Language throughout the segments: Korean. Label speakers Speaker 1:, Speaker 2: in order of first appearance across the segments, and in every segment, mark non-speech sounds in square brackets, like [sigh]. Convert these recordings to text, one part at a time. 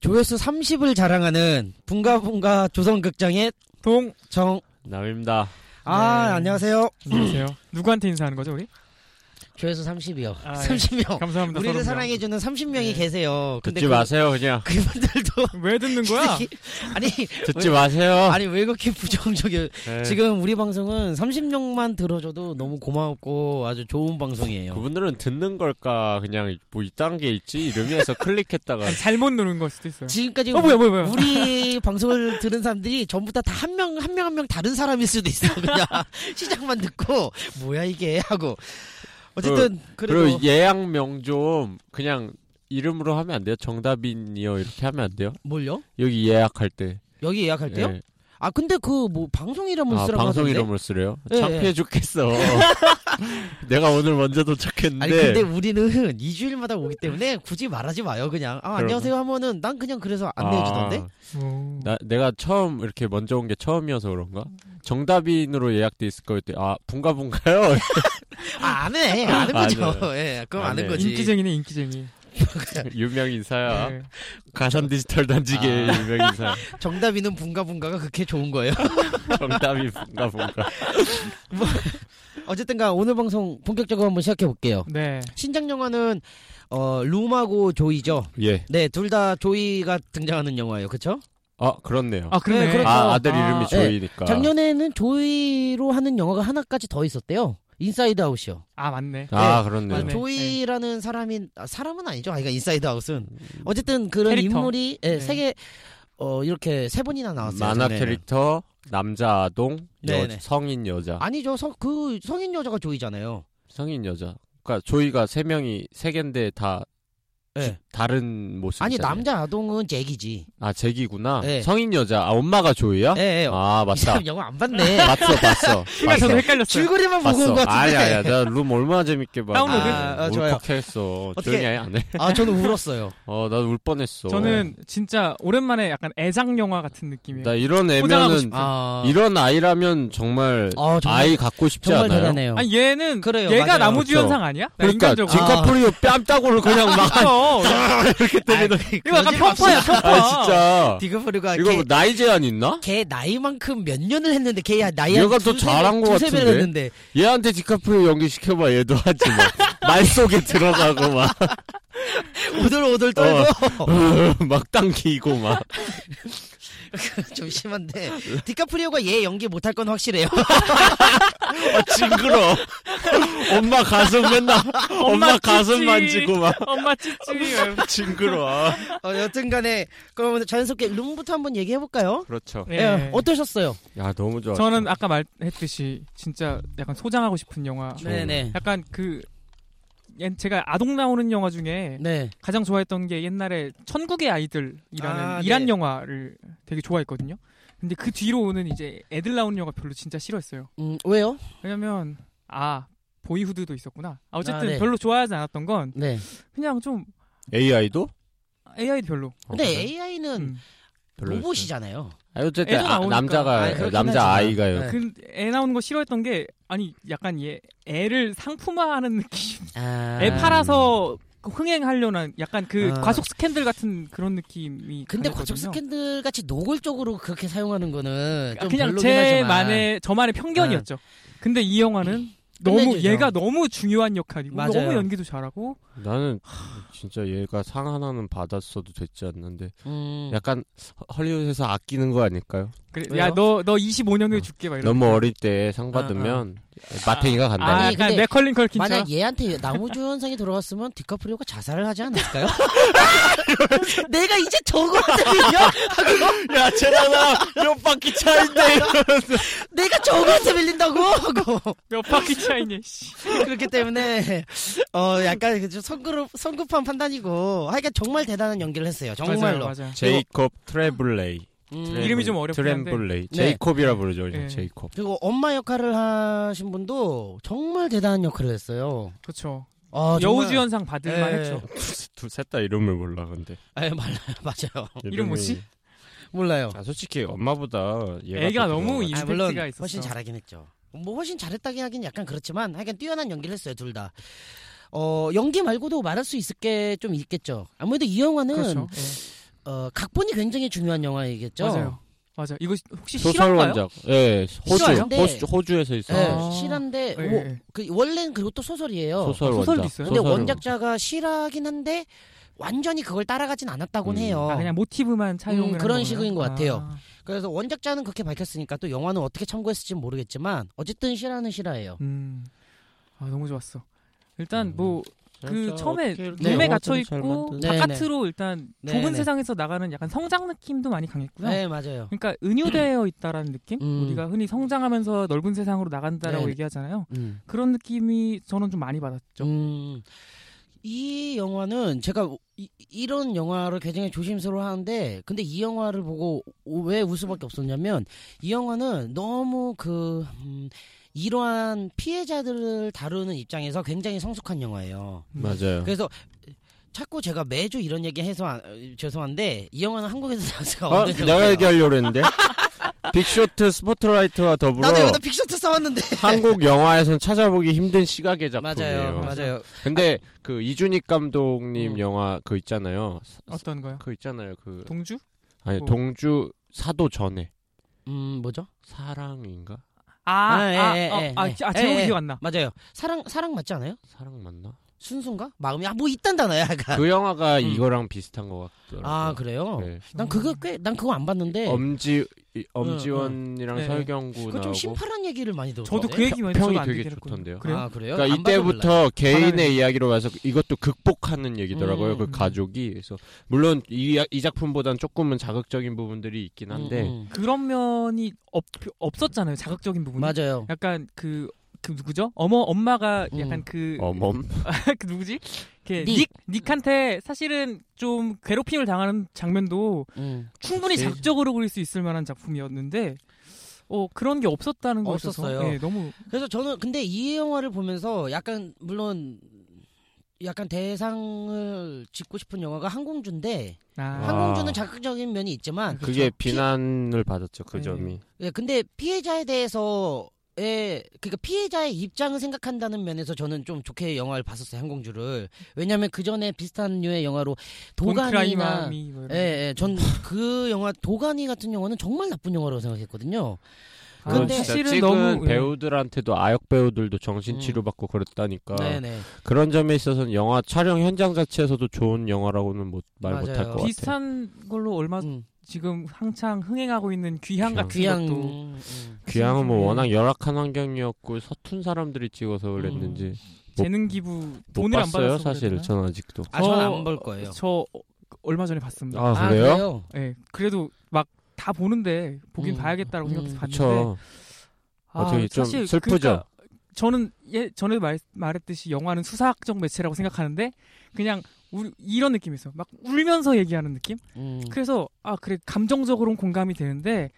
Speaker 1: 조회수 30을 자랑하는 분가분가 조선극장의
Speaker 2: 동
Speaker 1: 정.
Speaker 3: 남입니다.
Speaker 1: 아,
Speaker 2: 네.
Speaker 1: 안녕하세요.
Speaker 2: 안녕하세요. 누구한테 인사하는 거죠 우리?
Speaker 1: 조회수 30이요.
Speaker 2: 아, 예.
Speaker 1: 30명.
Speaker 2: 감사합니다.
Speaker 1: 어, 우리를
Speaker 2: 서른 명.
Speaker 1: 사랑해주는 30명이
Speaker 2: 네.
Speaker 1: 계세요. 근데
Speaker 3: 듣지
Speaker 1: 그,
Speaker 3: 마세요, 그냥.
Speaker 1: 그분들도.
Speaker 2: 왜 듣는
Speaker 1: [laughs]
Speaker 2: 거야?
Speaker 1: 아니,
Speaker 3: 듣지 마세요.
Speaker 1: 아니, 왜 그렇게 부정적이에요?
Speaker 3: 네.
Speaker 1: 지금 우리 방송은 30명만 들어줘도 너무 고마웠고 아주 좋은 방송이에요.
Speaker 3: 그분들은 듣는 걸까, 그냥 뭐 이딴 게 있지
Speaker 1: [laughs]
Speaker 3: 이러면서 클릭했다가
Speaker 2: 아니, 잘못 누른 걸 수도 있어요.
Speaker 1: 지금까지
Speaker 2: 어 뭐야 뭐야 뭐야.
Speaker 1: 우리 방송을 들은 사람들이 전부 다 한 명 한 명 한 명 다른 사람일 수도 있어 그냥 [laughs] 시작만 듣고 뭐야 이게 하고 어쨌든 그래도
Speaker 3: 그리고 예약명 좀 그냥 이름으로 하면 안 돼요? 정답인이요 이렇게 하면 안 돼요?
Speaker 1: 뭘요?
Speaker 3: 여기 예약할 때.
Speaker 1: 여기 예약할 때요?
Speaker 3: 예.
Speaker 1: 아 근데 그 뭐 방송 이름을
Speaker 3: 아
Speaker 1: 쓰라고
Speaker 3: 방송
Speaker 1: 하던데?
Speaker 3: 이름을 쓰래요?
Speaker 1: 예, 예.
Speaker 3: 창피해
Speaker 1: [laughs]
Speaker 3: 죽겠어. [laughs] 내가 오늘 먼저 도착했는데.
Speaker 1: 아니 근데 우리는 [laughs] 2주일마다 오기 때문에 굳이 말하지 마요 그냥 아 안녕하세요 하면은 난 그냥 그래서 안내해 주던데
Speaker 3: 아,
Speaker 2: 오.
Speaker 3: 나 내가 처음 이렇게 먼저 온 게 처음이어서 그런가? 정답인으로 예약돼 있을 거였대. 아
Speaker 1: [laughs]
Speaker 3: 분가분가요? [laughs]
Speaker 1: 아, 안해 아는 거죠 [laughs]
Speaker 3: 안
Speaker 1: 예 그럼
Speaker 3: 안
Speaker 1: 아는
Speaker 3: 해.
Speaker 1: 거지
Speaker 2: 인기쟁이네 인기쟁이.
Speaker 3: 유명 인사야.
Speaker 2: 네.
Speaker 3: 가산 디지털 단지계 의
Speaker 1: 아.
Speaker 3: 유명
Speaker 1: [laughs]
Speaker 3: 인사.
Speaker 1: 정답이는 분가분가가 그렇게 좋은 거예요 [laughs]
Speaker 3: 정답이 분가분가.
Speaker 1: 어쨌든가 오늘 방송 본격적으로 한번 시작해 볼게요
Speaker 2: 네.
Speaker 1: 신작 영화는 어, 룸하고 조이죠.
Speaker 3: 예.
Speaker 1: 네, 둘 다 조이가 등장하는 영화예요. 그렇죠?
Speaker 3: 아 그렇네요.
Speaker 2: 아 그러네.
Speaker 1: 네, 그렇죠.
Speaker 3: 아 아들
Speaker 2: 아,
Speaker 3: 이름이
Speaker 2: 네.
Speaker 3: 조이니까.
Speaker 1: 작년에는 조이로 하는 영화가 하나까지 더 있었대요. 인사이드 아웃이요.
Speaker 2: 아 맞네.
Speaker 3: 아 그렇네요.
Speaker 2: 맞네.
Speaker 1: 조이라는 사람이 아, 사람은 아니죠. 아, 그러니까 인사이드 아웃은
Speaker 3: 음.
Speaker 1: 어쨌든 그런
Speaker 2: 캐릭터.
Speaker 1: 인물이 예,
Speaker 2: 네.
Speaker 1: 세개 어, 이렇게 세 번이나 나왔어요.
Speaker 3: 만화
Speaker 1: 작년에는.
Speaker 3: 캐릭터 남자 아동 여,
Speaker 1: 네네.
Speaker 3: 성인 여자
Speaker 1: 아니죠. 성, 그 성인 여자가 조이잖아요.
Speaker 3: 성인 여자. 그러니까 조이가 세 명이 세 개인데 다
Speaker 1: 예.
Speaker 3: 다른 모습.
Speaker 1: 아니 남자 아동은 잭이지.
Speaker 3: 아 제기구나.
Speaker 1: 네.
Speaker 3: 성인 여자. 아 엄마가 조이야?
Speaker 1: 예, 예.
Speaker 3: 아
Speaker 1: 이
Speaker 3: 맞다.
Speaker 1: 사람 영화 안 봤네.
Speaker 3: [laughs] 봤어
Speaker 1: [laughs]
Speaker 3: 봤어.
Speaker 2: 그러니까 저도
Speaker 3: 네.
Speaker 2: 헷갈렸어요.
Speaker 1: 줄거리만 보고
Speaker 3: 봤어.
Speaker 1: 온것 같은데.
Speaker 3: 아니 아니야. 나룸 얼마나 재밌게 봐.
Speaker 2: 다운로드?
Speaker 1: 아, 아, 좋아요.
Speaker 3: 울컥했어.
Speaker 1: 어떻게-
Speaker 3: 조용히 아예 안 해.
Speaker 1: 아, 저는
Speaker 3: [laughs]
Speaker 1: 울었어요.
Speaker 3: 어, 나울 뻔했어.
Speaker 2: 저는 진짜 오랜만에 약간 애장 영화 같은 느낌이에요.
Speaker 3: 나 이런
Speaker 2: 포장하고
Speaker 3: 애면은
Speaker 2: 싶-
Speaker 1: 아,
Speaker 3: 이런 아이라면 정말
Speaker 1: 아, 정말
Speaker 3: 아이 갖고 싶지
Speaker 1: 정말
Speaker 3: 않아요?
Speaker 1: 대단해요.
Speaker 2: 아니 얘는
Speaker 1: 그래요,
Speaker 2: 얘가
Speaker 1: 맞아요.
Speaker 2: 나무주연상 아니야? 나
Speaker 3: 그러니까
Speaker 2: 인간적으로.
Speaker 3: 디카프리오 뺨따구를 그냥 막
Speaker 2: 어,
Speaker 1: 아, 때리는
Speaker 2: 이거 약간 평파야 평파.
Speaker 3: 아 진짜
Speaker 1: 디그프리가
Speaker 3: 이거
Speaker 1: 걔,
Speaker 3: 뭐 나이 제한 있나?
Speaker 1: 걔 나이만큼 몇 년을 했는데 걔 나이
Speaker 3: 얘가 더 잘한 것
Speaker 1: 두세 배를
Speaker 3: 같은데?
Speaker 1: 했는데
Speaker 3: 얘한테 디카프리오 연기시켜봐 얘도 하지 뭐말 속에 들어가고 막 [laughs] 막
Speaker 1: 오돌오돌 떨고
Speaker 3: 어. 당기고 막
Speaker 1: [laughs] 좀 심한데 디카프리오가 얘 연기 못할 건 확실해요. [laughs]
Speaker 3: 아, 징그러 엄마 가슴 맨날 엄마 가슴
Speaker 2: 찌찌.
Speaker 3: 만지고 막
Speaker 2: 엄마 찌찌.
Speaker 3: 징그러 아.
Speaker 1: 어, 여튼간에 그러면 자연스럽게 룸부터 한번 얘기해 볼까요?
Speaker 3: 그렇죠
Speaker 2: 예.
Speaker 1: 예, 어떠셨어요?
Speaker 3: 야 너무 좋아
Speaker 2: 네. 저는 아까 말했듯이 진짜 약간 소장하고 싶은 영화.
Speaker 1: 네네.
Speaker 2: 약간 그 옛- 제가 아동 나오는 영화 중에
Speaker 1: 네.
Speaker 2: 가장 좋아했던 게 옛날에 천국의 아이들이라는
Speaker 1: 아,
Speaker 2: 이란
Speaker 1: 네.
Speaker 2: 영화를 되게 좋아했거든요. 근데 그 뒤로 오는 이제 애들 나오는 영화 별로 진짜 싫어했어요.
Speaker 1: 음, 왜요?
Speaker 2: 왜냐면 아 보이후드도 있었구나. 아, 어쨌든
Speaker 1: 아, 네.
Speaker 2: 별로 좋아하지 않았던 건
Speaker 1: 네.
Speaker 2: 그냥 좀
Speaker 3: AI도?
Speaker 2: AI도 별로.
Speaker 1: 근데 AI는
Speaker 2: 음.
Speaker 1: 네, 로봇이잖아요.
Speaker 3: 아니, 어쨌든
Speaker 2: 애도
Speaker 3: 아,
Speaker 2: 나오니까.
Speaker 3: 남자가
Speaker 1: 아니, 그렇긴
Speaker 3: 남자
Speaker 1: 하지만.
Speaker 3: 아이가요.
Speaker 1: 네.
Speaker 2: 그 애 나오는 거 싫어했던 게 아니 약간 얘 애를 상품화하는 느낌.
Speaker 1: 아.
Speaker 2: 애 팔아서 그 흥행하려는 약간 그
Speaker 1: 아.
Speaker 2: 과속 스캔들 같은 그런 느낌이.
Speaker 1: 근데
Speaker 2: 강했거든요.
Speaker 1: 과적 스캔들 같이 노골적으로 그렇게 사용하는 거는
Speaker 3: 그러니까.
Speaker 1: 좀
Speaker 2: 그냥
Speaker 1: 별로긴 하지만. 아.
Speaker 2: 제만의 저만의 편견이었죠. 근데 이 영화는 너무
Speaker 1: 끝내주죠.
Speaker 2: 얘가 너무 중요한 역할이고
Speaker 1: 맞아요.
Speaker 2: 너무 연기도 잘하고
Speaker 3: 나는 진짜 얘가 상 하나는 받았어도 됐지 않는데
Speaker 1: 음.
Speaker 3: 약간 허- 헐리우드에서 아끼는 거 아닐까요?
Speaker 2: 그래,
Speaker 1: 왜요?
Speaker 2: 야너 너 25년 후에 죽게 막 이런.
Speaker 3: 너무 어릴 때 상 받으면 마탱이가 간다.
Speaker 2: 아,
Speaker 1: 아니,
Speaker 2: 약간
Speaker 1: 근데
Speaker 2: 맥컬린 컬킨처럼.
Speaker 1: 만약 얘한테 나무주연상이 들어갔으면 디카프리오가 자살을 하지
Speaker 2: [laughs]
Speaker 1: 않았을까요? 내가 이제 저거한테면요
Speaker 3: 야, 쟤랑 나몇 바퀴 차인데 이러면서.
Speaker 1: 내가 저거한테 밀린다고 하고
Speaker 2: 몇 바퀴 차이네. 씨.
Speaker 1: 그렇기 때문에 어 약간 좀 성급 성급한 판단이고 하여간 정말 대단한 연기를 했어요 [laughs] 정말로
Speaker 2: 맞아요, 맞아요.
Speaker 3: 제이콥 트래블레이.
Speaker 1: 음,
Speaker 3: 트래블-
Speaker 2: 이름이 좀 어렵긴 한데.
Speaker 3: 트래블레이.
Speaker 1: 네.
Speaker 3: 제이콥이라 부르죠. 그냥
Speaker 2: 예.
Speaker 3: 제이콥.
Speaker 1: 그리고 엄마 역할을 하신 분도 정말 대단한 역할을 했어요
Speaker 2: 그렇죠.
Speaker 1: 아, 정말-
Speaker 2: 여우주연상 받을
Speaker 1: 예.
Speaker 2: 만했죠.
Speaker 3: 셋다 이름을 몰라 근데.
Speaker 1: 아, 말라요 [laughs] 맞아요
Speaker 2: 어, 이름 뭐지?
Speaker 1: 몰라요
Speaker 3: 아, 솔직히 엄마보다 얘가
Speaker 2: 애가
Speaker 3: 더
Speaker 2: 너무
Speaker 3: 좋은 것
Speaker 2: 이-
Speaker 1: 아,
Speaker 2: 임팩트가
Speaker 1: 물론
Speaker 2: 있었어.
Speaker 1: 훨씬 잘하긴 했죠. 뭐 훨씬 잘했다긴 하긴 약간 그렇지만 하여간 뛰어난 연기를 했어요 둘 다. 어 연기 말고도 말할 수 있을 게 좀 있겠죠. 아무래도 이 영화는
Speaker 2: 그렇죠. 예.
Speaker 1: 어, 각본이 굉장히 중요한 영화이겠죠.
Speaker 2: 맞아요. 맞아요. 이거 혹시
Speaker 3: 소설
Speaker 2: 실화인가요?
Speaker 3: 원작. 예, 호주,
Speaker 1: 실화인데-
Speaker 3: 호주 호주에서
Speaker 1: 예,
Speaker 3: 있어요.
Speaker 2: 아.
Speaker 1: 실화인데
Speaker 2: 예,
Speaker 1: 뭐,
Speaker 2: 예.
Speaker 1: 그 원래는 그리고 또 소설이에요.
Speaker 3: 소설
Speaker 2: 아, 소설도
Speaker 3: 원작.
Speaker 2: 있어요?
Speaker 1: 근데
Speaker 3: 소설을-
Speaker 1: 원작자가 실화긴 한데 완전히 그걸 따라가진 않았다곤
Speaker 3: 음.
Speaker 1: 해요.
Speaker 2: 아, 그냥 모티브만 차용을
Speaker 1: 어. 음,
Speaker 2: 한
Speaker 1: 그런
Speaker 2: 거구나.
Speaker 1: 식인 것 같아요.
Speaker 2: 아.
Speaker 1: 그래서 원작자는 그렇게 밝혔으니까 또 영화는 어떻게 참고했을지 는 모르겠지만 어쨌든 실화는 실화예요.
Speaker 2: 음. 아 너무 좋았어. 일단
Speaker 3: 음.
Speaker 2: 뭐 그
Speaker 3: 진짜
Speaker 2: 처음에
Speaker 3: 어떻게 이렇게
Speaker 2: 몸에
Speaker 3: 영화들을
Speaker 2: 갇혀
Speaker 3: 잘
Speaker 2: 있고
Speaker 3: 만드나.
Speaker 1: 네,
Speaker 2: 바깥으로 일단
Speaker 1: 네,
Speaker 2: 좁은
Speaker 1: 네.
Speaker 2: 세상에서 나가는 약간 성장 느낌도 많이 강했고요.
Speaker 1: 네 맞아요.
Speaker 2: 그러니까 은유되어 있다라는 느낌?
Speaker 1: 음.
Speaker 2: 우리가 흔히 성장하면서 넓은 세상으로 나간다라고
Speaker 1: 네.
Speaker 2: 얘기하잖아요.
Speaker 1: 음.
Speaker 2: 그런 느낌이 저는 좀 많이 받았죠.
Speaker 1: 음. 이 영화는 제가 이, 이런 영화를 굉장히 조심스러워하는데 근데 이 영화를 보고 왜 울 수밖에 없었냐면 이 영화는 너무 그 음, 이러한 피해자들을 다루는 입장에서 굉장히 성숙한 영화예요.
Speaker 3: 맞아요.
Speaker 1: 그래서 자꾸 제가 매주 이런 얘기 해서 안- 어, 죄송한데 이 영화는 한국에서 장사가
Speaker 3: 아,
Speaker 1: 없는
Speaker 3: 내가 얘기하려고 했는데 [laughs] 빅쇼트 스포트라이트와 더불어
Speaker 1: 나도 여기다 빅셔츠 써왔는데
Speaker 3: 한국 영화에선 찾아보기 힘든 시각의
Speaker 1: 맞아요
Speaker 3: 작품이에요.
Speaker 1: 맞아요
Speaker 3: 근데 그 이준익 감독님
Speaker 1: 음.
Speaker 3: 영화 그 있잖아요. 사-
Speaker 2: 어떤 거요?
Speaker 3: 그 있잖아요. 그
Speaker 2: 동주?
Speaker 3: 아니
Speaker 2: 뭐.
Speaker 3: 동주 사도 전에
Speaker 1: 음 뭐죠
Speaker 3: 사랑인가?
Speaker 2: 아,
Speaker 1: 아,
Speaker 2: 아,
Speaker 1: 예,
Speaker 2: 아,
Speaker 1: 예, 예,
Speaker 2: 아,
Speaker 1: 예.
Speaker 2: 아, 제목이
Speaker 1: 예,
Speaker 2: 기억 안 나.
Speaker 1: 맞아요 사랑 사랑 맞지 않아요
Speaker 3: 사랑 맞나?
Speaker 1: 순수인가 마음이 아 뭐 있단 단어야 약간
Speaker 3: 그 영화가
Speaker 1: 음.
Speaker 3: 이거랑 비슷한 것 같더라고요.
Speaker 1: 아 그래요 네.
Speaker 3: 네.
Speaker 1: 난
Speaker 2: 음.
Speaker 1: 그거 꽤 난 그거 안 봤는데
Speaker 3: 엄지 이- 엄지원이랑
Speaker 2: 네.
Speaker 3: 설경구
Speaker 1: 그거 좀
Speaker 3: 나오고
Speaker 1: 심플한 얘기를 많이 들었어
Speaker 2: 저도 그 얘기 많이
Speaker 3: 평이
Speaker 2: 저도 안
Speaker 3: 되게
Speaker 2: 얘기를 했거든요.
Speaker 3: 좋던데요.
Speaker 2: 그래요?
Speaker 1: 아 그래요
Speaker 3: 그러니까
Speaker 1: 안 봐서 몰라요.
Speaker 3: 이때부터
Speaker 2: 하나는-
Speaker 3: 개인의 이야기로 와서 이것도 극복하는 얘기더라고요.
Speaker 1: 음,
Speaker 3: 그
Speaker 2: 음.
Speaker 3: 가족이 그래서 물론 이, 이 작품보단 조금은 자극적인 부분들이 있긴 한데
Speaker 1: 음, 음.
Speaker 2: 그런 면이 없, 없었잖아요. 자극적인 부분이.
Speaker 1: 맞아요
Speaker 2: 약간 그, 그 누구죠? 어머 엄마가
Speaker 1: 음.
Speaker 2: 약간 그,
Speaker 3: 어멈 뭐
Speaker 2: [laughs] 그 누구지? 이렇게
Speaker 1: 닉.
Speaker 2: 닉. 닉한테 사실은 좀 괴롭힘을 당하는 장면도
Speaker 1: 음.
Speaker 2: 충분히
Speaker 3: 그치.
Speaker 2: 자극적으로 그릴 수 있을 만한 작품이었는데 어 그런 게 없었다는 거 있어서
Speaker 1: 없었어요.
Speaker 2: 예, 너무
Speaker 1: 그래서 저는 근데 이 영화를 보면서 약간 물론 약간 대상을 짓고 싶은 영화가 항공주인데
Speaker 2: 아,
Speaker 1: 항공주는 자극적인 면이 있지만
Speaker 3: 그게 비난을 받았죠 그
Speaker 2: 네.
Speaker 3: 점이
Speaker 1: 예, 근데 피해자에 대해서의 그러니까 피해자의 입장을 생각한다는 면에서 저는 좀 좋게 영화를 봤었어요 항공주를 왜냐하면 그 전에 비슷한 류의 영화로 도가니나
Speaker 2: 돈크라이마미 뭐 이런
Speaker 1: 예, 예,
Speaker 3: [laughs]
Speaker 1: 전 그 영화 도가니 같은 영화는 정말 나쁜 영화라고 생각했거든요.
Speaker 2: 거.
Speaker 1: 그건
Speaker 2: 아,
Speaker 1: 근데
Speaker 3: 진짜
Speaker 2: 사실은
Speaker 3: 찍은
Speaker 2: 너무 예.
Speaker 3: 배우들한테도 아역 배우들도 정신
Speaker 1: 음.
Speaker 3: 치료받고 그랬다니까
Speaker 1: 네네.
Speaker 3: 그런 점에 있어서는 영화 촬영 현장 자체에서도 좋은 영화라고는 못, 말
Speaker 1: 맞아요.
Speaker 3: 못할 것 같아요.
Speaker 2: 비슷한 걸로
Speaker 3: 아,
Speaker 2: 얼마
Speaker 1: 음,
Speaker 2: 지금 한창 흥행하고 있는 귀향 같은
Speaker 1: 귀향.
Speaker 2: 것도
Speaker 1: 음, 음.
Speaker 3: 귀향은 뭐
Speaker 2: 음.
Speaker 3: 워낙 열악한 환경이었고 서툰 사람들이 찍어서 그랬는지
Speaker 2: 재능 기부
Speaker 3: 못
Speaker 2: 돈을 안 네.
Speaker 3: 봤어요
Speaker 2: 받았어요
Speaker 3: 사실 전 아직도
Speaker 1: 아, 저는 안 볼 거예요.
Speaker 2: 저 어, 얼마 전에 봤습니다.
Speaker 3: 아
Speaker 1: 아,
Speaker 3: 그래요?
Speaker 1: 그래요?
Speaker 2: 예, 그래도 막 다 보는데 보긴
Speaker 1: 음,
Speaker 2: 봐야겠다라고
Speaker 1: 음.
Speaker 2: 생각해서 봤는데
Speaker 3: 그쵸
Speaker 2: 아,
Speaker 3: 어떻게 좀
Speaker 2: 사실
Speaker 3: 슬프죠?
Speaker 2: 그러니까 저는 예 전에 말, 말했듯이 영화는 수사학적 매체라고 생각하는데 그냥 우, 이런 느낌이 있어요. 막 울면서 얘기하는 느낌.
Speaker 1: 음.
Speaker 2: 그래서 아 그래 감정적으로는 공감이 되는데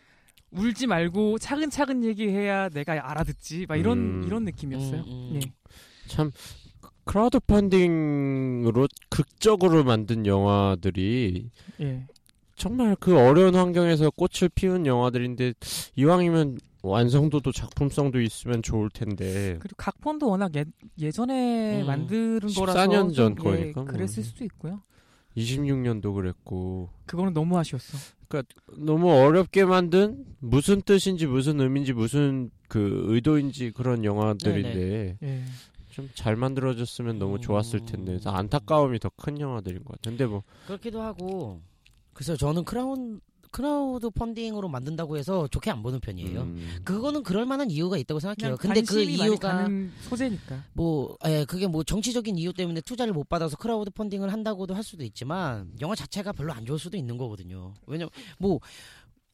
Speaker 2: 울지 말고 차근차근 얘기해야 내가 알아듣지. 막 이런
Speaker 3: 음.
Speaker 2: 이런 느낌이었어요.
Speaker 1: 음, 음.
Speaker 2: 예.
Speaker 3: 네. 참 크라우드 펀딩으로 극적으로 만든 영화들이
Speaker 2: 예.
Speaker 3: 정말 그 어려운 환경에서 꽃을 피운 영화들인데 이왕이면 완성도도 작품성도 있으면 좋을 텐데
Speaker 2: 그리고 각본도 워낙 예, 예전에
Speaker 1: 음.
Speaker 2: 만드는 거라서
Speaker 3: 14년 전
Speaker 2: 좀, 예,
Speaker 3: 거니까 뭐.
Speaker 2: 그랬을 수도 있고요.
Speaker 3: 26년도 그랬고
Speaker 2: 그거는 너무 아쉬웠어.
Speaker 3: 너무 어렵게 만든 무슨 뜻인지 무슨 의미인지 무슨 그 의도인지 그런 영화들인데
Speaker 2: 예.
Speaker 3: 좀 잘 만들어졌으면 너무 좋았을 텐데
Speaker 2: 음.
Speaker 3: 그래서 안타까움이 더 큰 영화들인 것 같아요. 근데 뭐
Speaker 1: 그렇기도 하고 그래서 저는 크라운 크라우드 펀딩으로 만든다고 해서 좋게 안 보는 편이에요.
Speaker 3: 음,
Speaker 1: 그거는 그럴 만한 이유가 있다고 생각해요.
Speaker 2: 그냥
Speaker 1: 근데 그
Speaker 2: 관심이 많이
Speaker 1: 이유가
Speaker 2: 가는 소재니까.
Speaker 1: 뭐 예, 그게 뭐 정치적인 이유 때문에 투자를 못 받아서 크라우드 펀딩을 한다고도 할 수도 있지만 영화 자체가 별로 안 좋을 수도 있는 거거든요. 왜냐면 뭐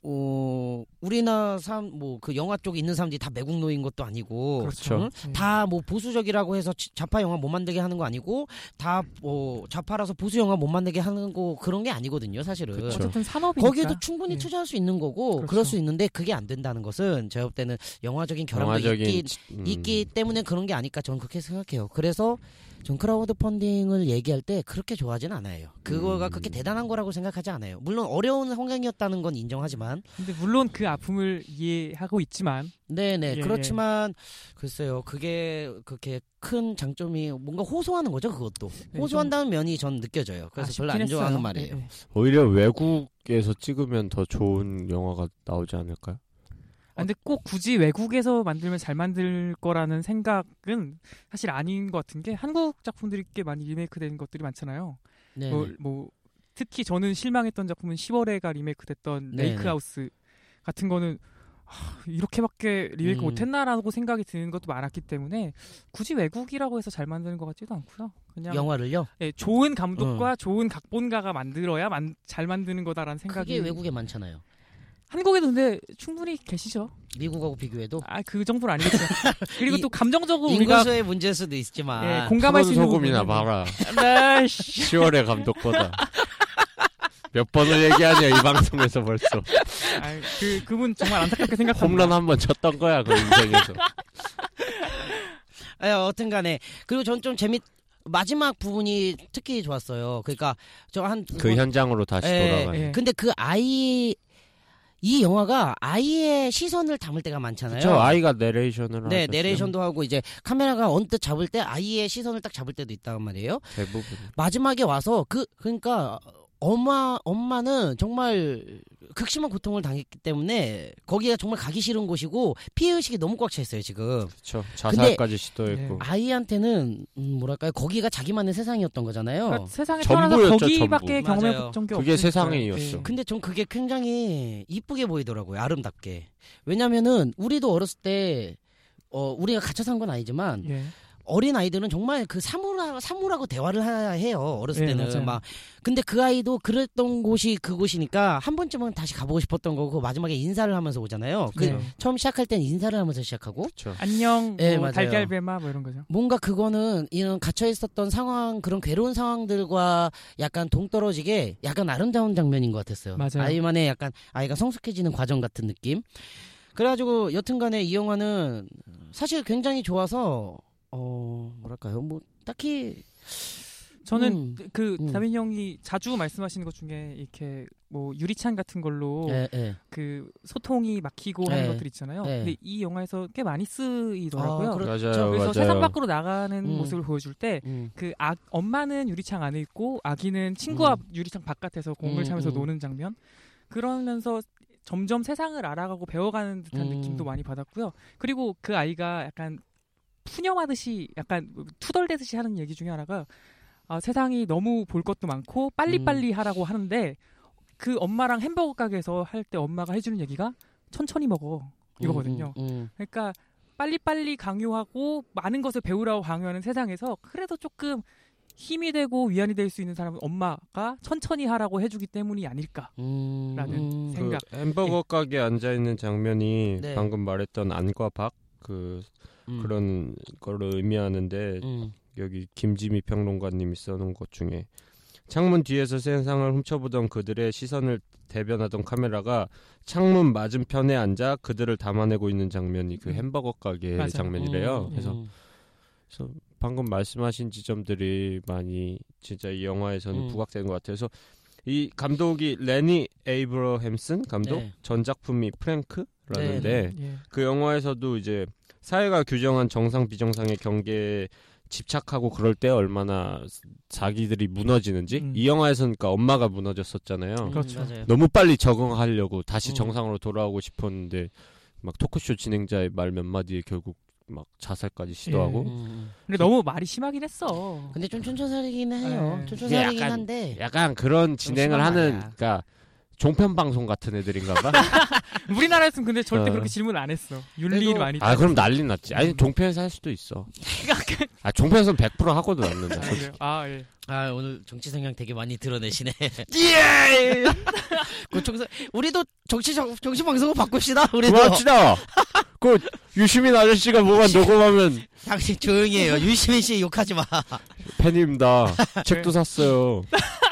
Speaker 1: 어, 우리나라 사람 뭐 그 영화 쪽에 있는 사람들이 다 매국노인 것도 아니고
Speaker 3: 그렇죠.
Speaker 1: 응?
Speaker 2: 예.
Speaker 1: 다 뭐 보수적이라고 해서 치- 좌파 영화 못 만들게 하는 거 아니고 다 뭐 좌파라서 보수 영화 못 만들게 하는 거 그런 게 아니거든요 사실은
Speaker 3: 그쵸. 그러니까.
Speaker 2: 어쨌든 산업이니까.
Speaker 1: 그렇죠. 거기에도 충분히
Speaker 2: 예.
Speaker 1: 투자할 수 있는 거고 그럴
Speaker 2: 그렇죠.
Speaker 1: 수 있는데 그게 안 된다는 것은 제가 볼 때는 영화적인 결함도
Speaker 3: 영화적인
Speaker 1: 있기,
Speaker 3: 치- 음,
Speaker 1: 있기 때문에 그런 게 아닐까 저는 그렇게 생각해요 그래서 전 크라우드 펀딩을 얘기할 때 그렇게 좋아하진 않아요. 그거가
Speaker 3: 음.
Speaker 1: 그렇게 대단한 거라고 생각하지 않아요. 물론 어려운 환경이었다는 건 인정하지만
Speaker 2: 근데 물론 그 아픔을 이해하고 있지만
Speaker 1: 네네
Speaker 2: 예,
Speaker 1: 그렇지만 글쎄요 그게 그렇게 큰 장점이 뭔가 호소하는 거죠 그것도
Speaker 2: 네,
Speaker 1: 호소한다는 면이 전 느껴져요. 그래서 별로 안
Speaker 2: 아쉽긴
Speaker 1: 좋아하는
Speaker 2: 했어요.
Speaker 1: 말이에요.
Speaker 2: 예, 예.
Speaker 3: 오히려 외국에서 찍으면 더 좋은 영화가 나오지 않을까요?
Speaker 2: 아, 근데 꼭 굳이 외국에서 만들면 잘 만들 거라는 생각은 사실 아닌 것 같은 게 한국 작품들이 꽤 많이 리메이크된 것들이 많잖아요.
Speaker 1: 네.
Speaker 2: 뭐, 뭐 특히 저는 실망했던 작품은 10월에가 리메이크됐던
Speaker 1: 네네.
Speaker 2: 레이크하우스 같은 거는 아, 이렇게밖에 리메이크
Speaker 1: 음.
Speaker 2: 못했나라고 생각이 드는 것도 많았기 때문에 굳이 외국이라고 해서 잘 만드는 것 같지도 않고요. 그냥
Speaker 1: 영화를요.
Speaker 2: 예, 좋은
Speaker 3: 어.
Speaker 2: 감독과 좋은 각본가가 만들어야 만- 잘 만드는 거다라는 생각이
Speaker 1: 그게 외국에 많잖아요.
Speaker 2: 한국에도 근데 충분히 계시죠.
Speaker 1: 미국하고 비교해도
Speaker 2: 아 그 정도는 아니겠죠.
Speaker 3: [laughs]
Speaker 2: 그리고
Speaker 1: 이-
Speaker 2: 또 감정적으로 우리가
Speaker 1: 인구수의 문제일 수도 있지만
Speaker 3: 아,
Speaker 2: 예, 공감할 수 있는
Speaker 3: 소금이나
Speaker 2: 부분은-
Speaker 3: 봐라. [laughs]
Speaker 2: 네, 씨.
Speaker 3: 10월의 감독보다. 몇 번을 얘기하냐 이 방송에서 벌써.
Speaker 2: 아이, 그 그분 정말 안타깝게 생각합니다.
Speaker 3: 홈런 한 번 쳤던 거야 그 인생에서.
Speaker 1: 예, 어떤 간에 그리고 전 좀 재밌 마지막 부분이 특히 좋았어요. 그러니까 저한
Speaker 3: 그 현장으로 다시
Speaker 1: 예,
Speaker 3: 돌아가는.
Speaker 2: 예.
Speaker 1: 근데 그 아이 이 영화가 아이의 시선을 담을 때가 많잖아요.
Speaker 3: 저 아이가 그렇죠. 내레이션을
Speaker 1: 네,
Speaker 3: 하셨어요.
Speaker 1: 내레이션도 하고 이제 카메라가 언뜻 잡을 때 아이의 시선을 딱 잡을 때도 있단 말이에요.
Speaker 3: 대부분.
Speaker 1: 마지막에 와서 그 그러니까 엄마 엄마는 정말 극심한 고통을 당했기 때문에 거기가 정말 가기 싫은 곳이고 피해 의식이 너무 꽉 차 있어요 지금
Speaker 3: 그렇죠. 자살까지
Speaker 1: 네.
Speaker 3: 시도했고.
Speaker 1: 아이한테는 음, 뭐랄까요 거기가 자기만의 세상이었던 거잖아요.
Speaker 2: 그러니까 세상에
Speaker 3: 전부였죠,
Speaker 2: 태어나서 거기밖에
Speaker 3: 전부.
Speaker 1: 맞아요.
Speaker 2: 경험해 본게 없으니까.
Speaker 3: 그게 세상이었죠.
Speaker 2: 예.
Speaker 1: 근데 전 그게 굉장히 이쁘게 보이더라고요. 아름답게. 왜냐면은 우리도 어렸을 때 어, 우리가 갇혀 산 건 아니지만
Speaker 2: 예.
Speaker 1: 어린 아이들은 정말 그 사물하, 사물하고 대화를 해야 해요. 어렸을
Speaker 2: 예,
Speaker 1: 때는
Speaker 2: 맞아요.
Speaker 1: 막 근데 그 아이도 그랬던 곳이 그곳이니까 한 번쯤은 다시 가보고 싶었던 거고 마지막에 인사를 하면서 오잖아요. 그
Speaker 2: 네.
Speaker 1: 처음 시작할 땐 인사를 하면서 시작하고
Speaker 2: 안녕,
Speaker 1: 예,
Speaker 3: 네,
Speaker 2: 뭐
Speaker 1: 맞아요.
Speaker 2: 달걀배마 뭐 이런 거죠.
Speaker 1: 뭔가 그거는 이런 갇혀 있었던 상황 그런 괴로운 상황들과 약간 동떨어지게 약간 아름다운 장면인 것 같았어요.
Speaker 2: 맞아요.
Speaker 1: 이만의 약간 아이가 성숙해지는 과정 같은 느낌. 그래가지고 여튼간에 이 영화는 사실 굉장히 좋아서 어 뭐랄까요 뭐 딱히
Speaker 2: 저는 그
Speaker 1: 음.
Speaker 2: 다빈 형이 자주 말씀하시는 것 중에 이렇게 뭐 유리창 같은 걸로
Speaker 3: 네.
Speaker 1: 예, 예.
Speaker 2: 그 소통이 막히고 하는
Speaker 1: 네.
Speaker 2: 것들 있잖아요.
Speaker 1: 네.
Speaker 2: 근데 이 영화에서 꽤 많이 쓰이더라고요.
Speaker 1: 아, 그렇-
Speaker 3: 맞아요,
Speaker 2: 그래서
Speaker 3: 맞아요.
Speaker 2: 세상 밖으로 나가는
Speaker 1: 음.
Speaker 2: 모습을 보여줄 때 그
Speaker 1: 음.
Speaker 2: 아, 엄마는 유리창 안에 있고 아기는 친구와
Speaker 1: 음.
Speaker 2: 유리창 바깥에서 공을
Speaker 1: 음,
Speaker 2: 차면서
Speaker 1: 음.
Speaker 2: 노는 장면 그러면서 점점 세상을 알아가고 배워가는 듯한
Speaker 1: 음.
Speaker 2: 느낌도 많이 받았고요. 그리고 그 아이가 약간 푸념하듯이 약간 투덜대듯이 하는 얘기 중에 하나가 아, 세상이 너무 볼 것도 많고 빨리빨리
Speaker 1: 음.
Speaker 2: 하라고 하는데 그 엄마랑 햄버거 가게에서 할 때 엄마가 해주는 얘기가 천천히 먹어 이거거든요.
Speaker 1: 음, 음,
Speaker 2: 그러니까 빨리빨리 강요하고 많은 것을 배우라고 강요하는 세상에서 그래도 조금 힘이 되고 위안이 될 수 있는 사람은 엄마가 천천히 하라고 해주기 때문이 아닐까.
Speaker 1: 음,
Speaker 2: 라는
Speaker 1: 음.
Speaker 2: 생각.
Speaker 3: 그 햄버거 가게 앉아 있는 장면이
Speaker 1: 네.
Speaker 3: 방금 말했던 안과 밖그
Speaker 1: 음,
Speaker 3: 그런 거를 의미하는데
Speaker 1: 음.
Speaker 3: 여기 김지미 평론가님이 써놓은 것 중에 창문 뒤에서 세상을 훔쳐보던 그들의 시선을 대변하던 카메라가 창문 맞은편에 앉아 그들을 담아내고 있는 장면이 그
Speaker 2: 음.
Speaker 3: 햄버거 가게
Speaker 2: 맞아요. 어, 네.
Speaker 3: 장면이래요.
Speaker 1: 음,
Speaker 3: 그래서,
Speaker 1: 음.
Speaker 3: 그래서 방금 말씀하신 지점들이 많이 진짜 이 영화에서는
Speaker 2: 네.
Speaker 1: 음.
Speaker 3: 부각된 것 같아서 이 감독이 레니 에이브러햄슨 감독
Speaker 1: 네.
Speaker 3: 전 작품이 프랭크라는데
Speaker 1: 네,
Speaker 2: 예.
Speaker 3: 그 영화에서도 이제 사회가 규정한 정상 비정상의 경계에 집착하고 그럴 때 얼마나 자기들이 무너지는지
Speaker 2: 음.
Speaker 3: 이 영화에서는 그러니까 엄마가 무너졌었잖아요.
Speaker 1: 음,
Speaker 2: 그렇죠.
Speaker 1: 맞아요.
Speaker 3: 너무 빨리 적응하려고 다시
Speaker 1: 음.
Speaker 3: 정상으로 돌아오고 싶었는데 막 토크쇼 진행자의 말 몇 마디에 결국 막 자살까지 시도하고
Speaker 1: 음, 음.
Speaker 2: 근데 너무 말이 심하긴 했어.
Speaker 1: 근데 좀 촌천살이긴 해요.
Speaker 2: 네.
Speaker 1: 촌천살이긴
Speaker 3: 약간-
Speaker 1: 한데.
Speaker 3: 약간 그런
Speaker 1: 좀
Speaker 3: 진행을 하는
Speaker 1: 예. 심한 말이야.
Speaker 3: 그러니까 종편 방송 같은
Speaker 1: [laughs]
Speaker 3: 애들인가봐.
Speaker 2: [laughs] 우리나라에서는 근데 절대
Speaker 3: 어.
Speaker 2: 그렇게 질문 안 했어. 윤리
Speaker 1: 그래도-
Speaker 2: 많이.
Speaker 3: 아 그럼 난리 났지. 아니 종편에서 할 수도
Speaker 1: [laughs]
Speaker 3: 있어.
Speaker 1: 그러니까
Speaker 3: 아 종편에서 100% 하고도
Speaker 2: 아,
Speaker 3: 났는데.
Speaker 2: 그래요? 아 예.
Speaker 1: 아 오늘 정치 성향 되게 많이 [laughs] 드러내시네. [laughs]
Speaker 3: 예.
Speaker 1: 고총사 우리도 정치 정, 정치 방송을 바꿉시다. 우리도
Speaker 3: [laughs] 고맙시다. 그 유시민 아저씨가 뭐만 녹음하면
Speaker 1: 당신 조용히 [laughs] 해요. 유시민 씨 욕하지 마.
Speaker 3: [laughs] 팬입니다. 책도 샀어요.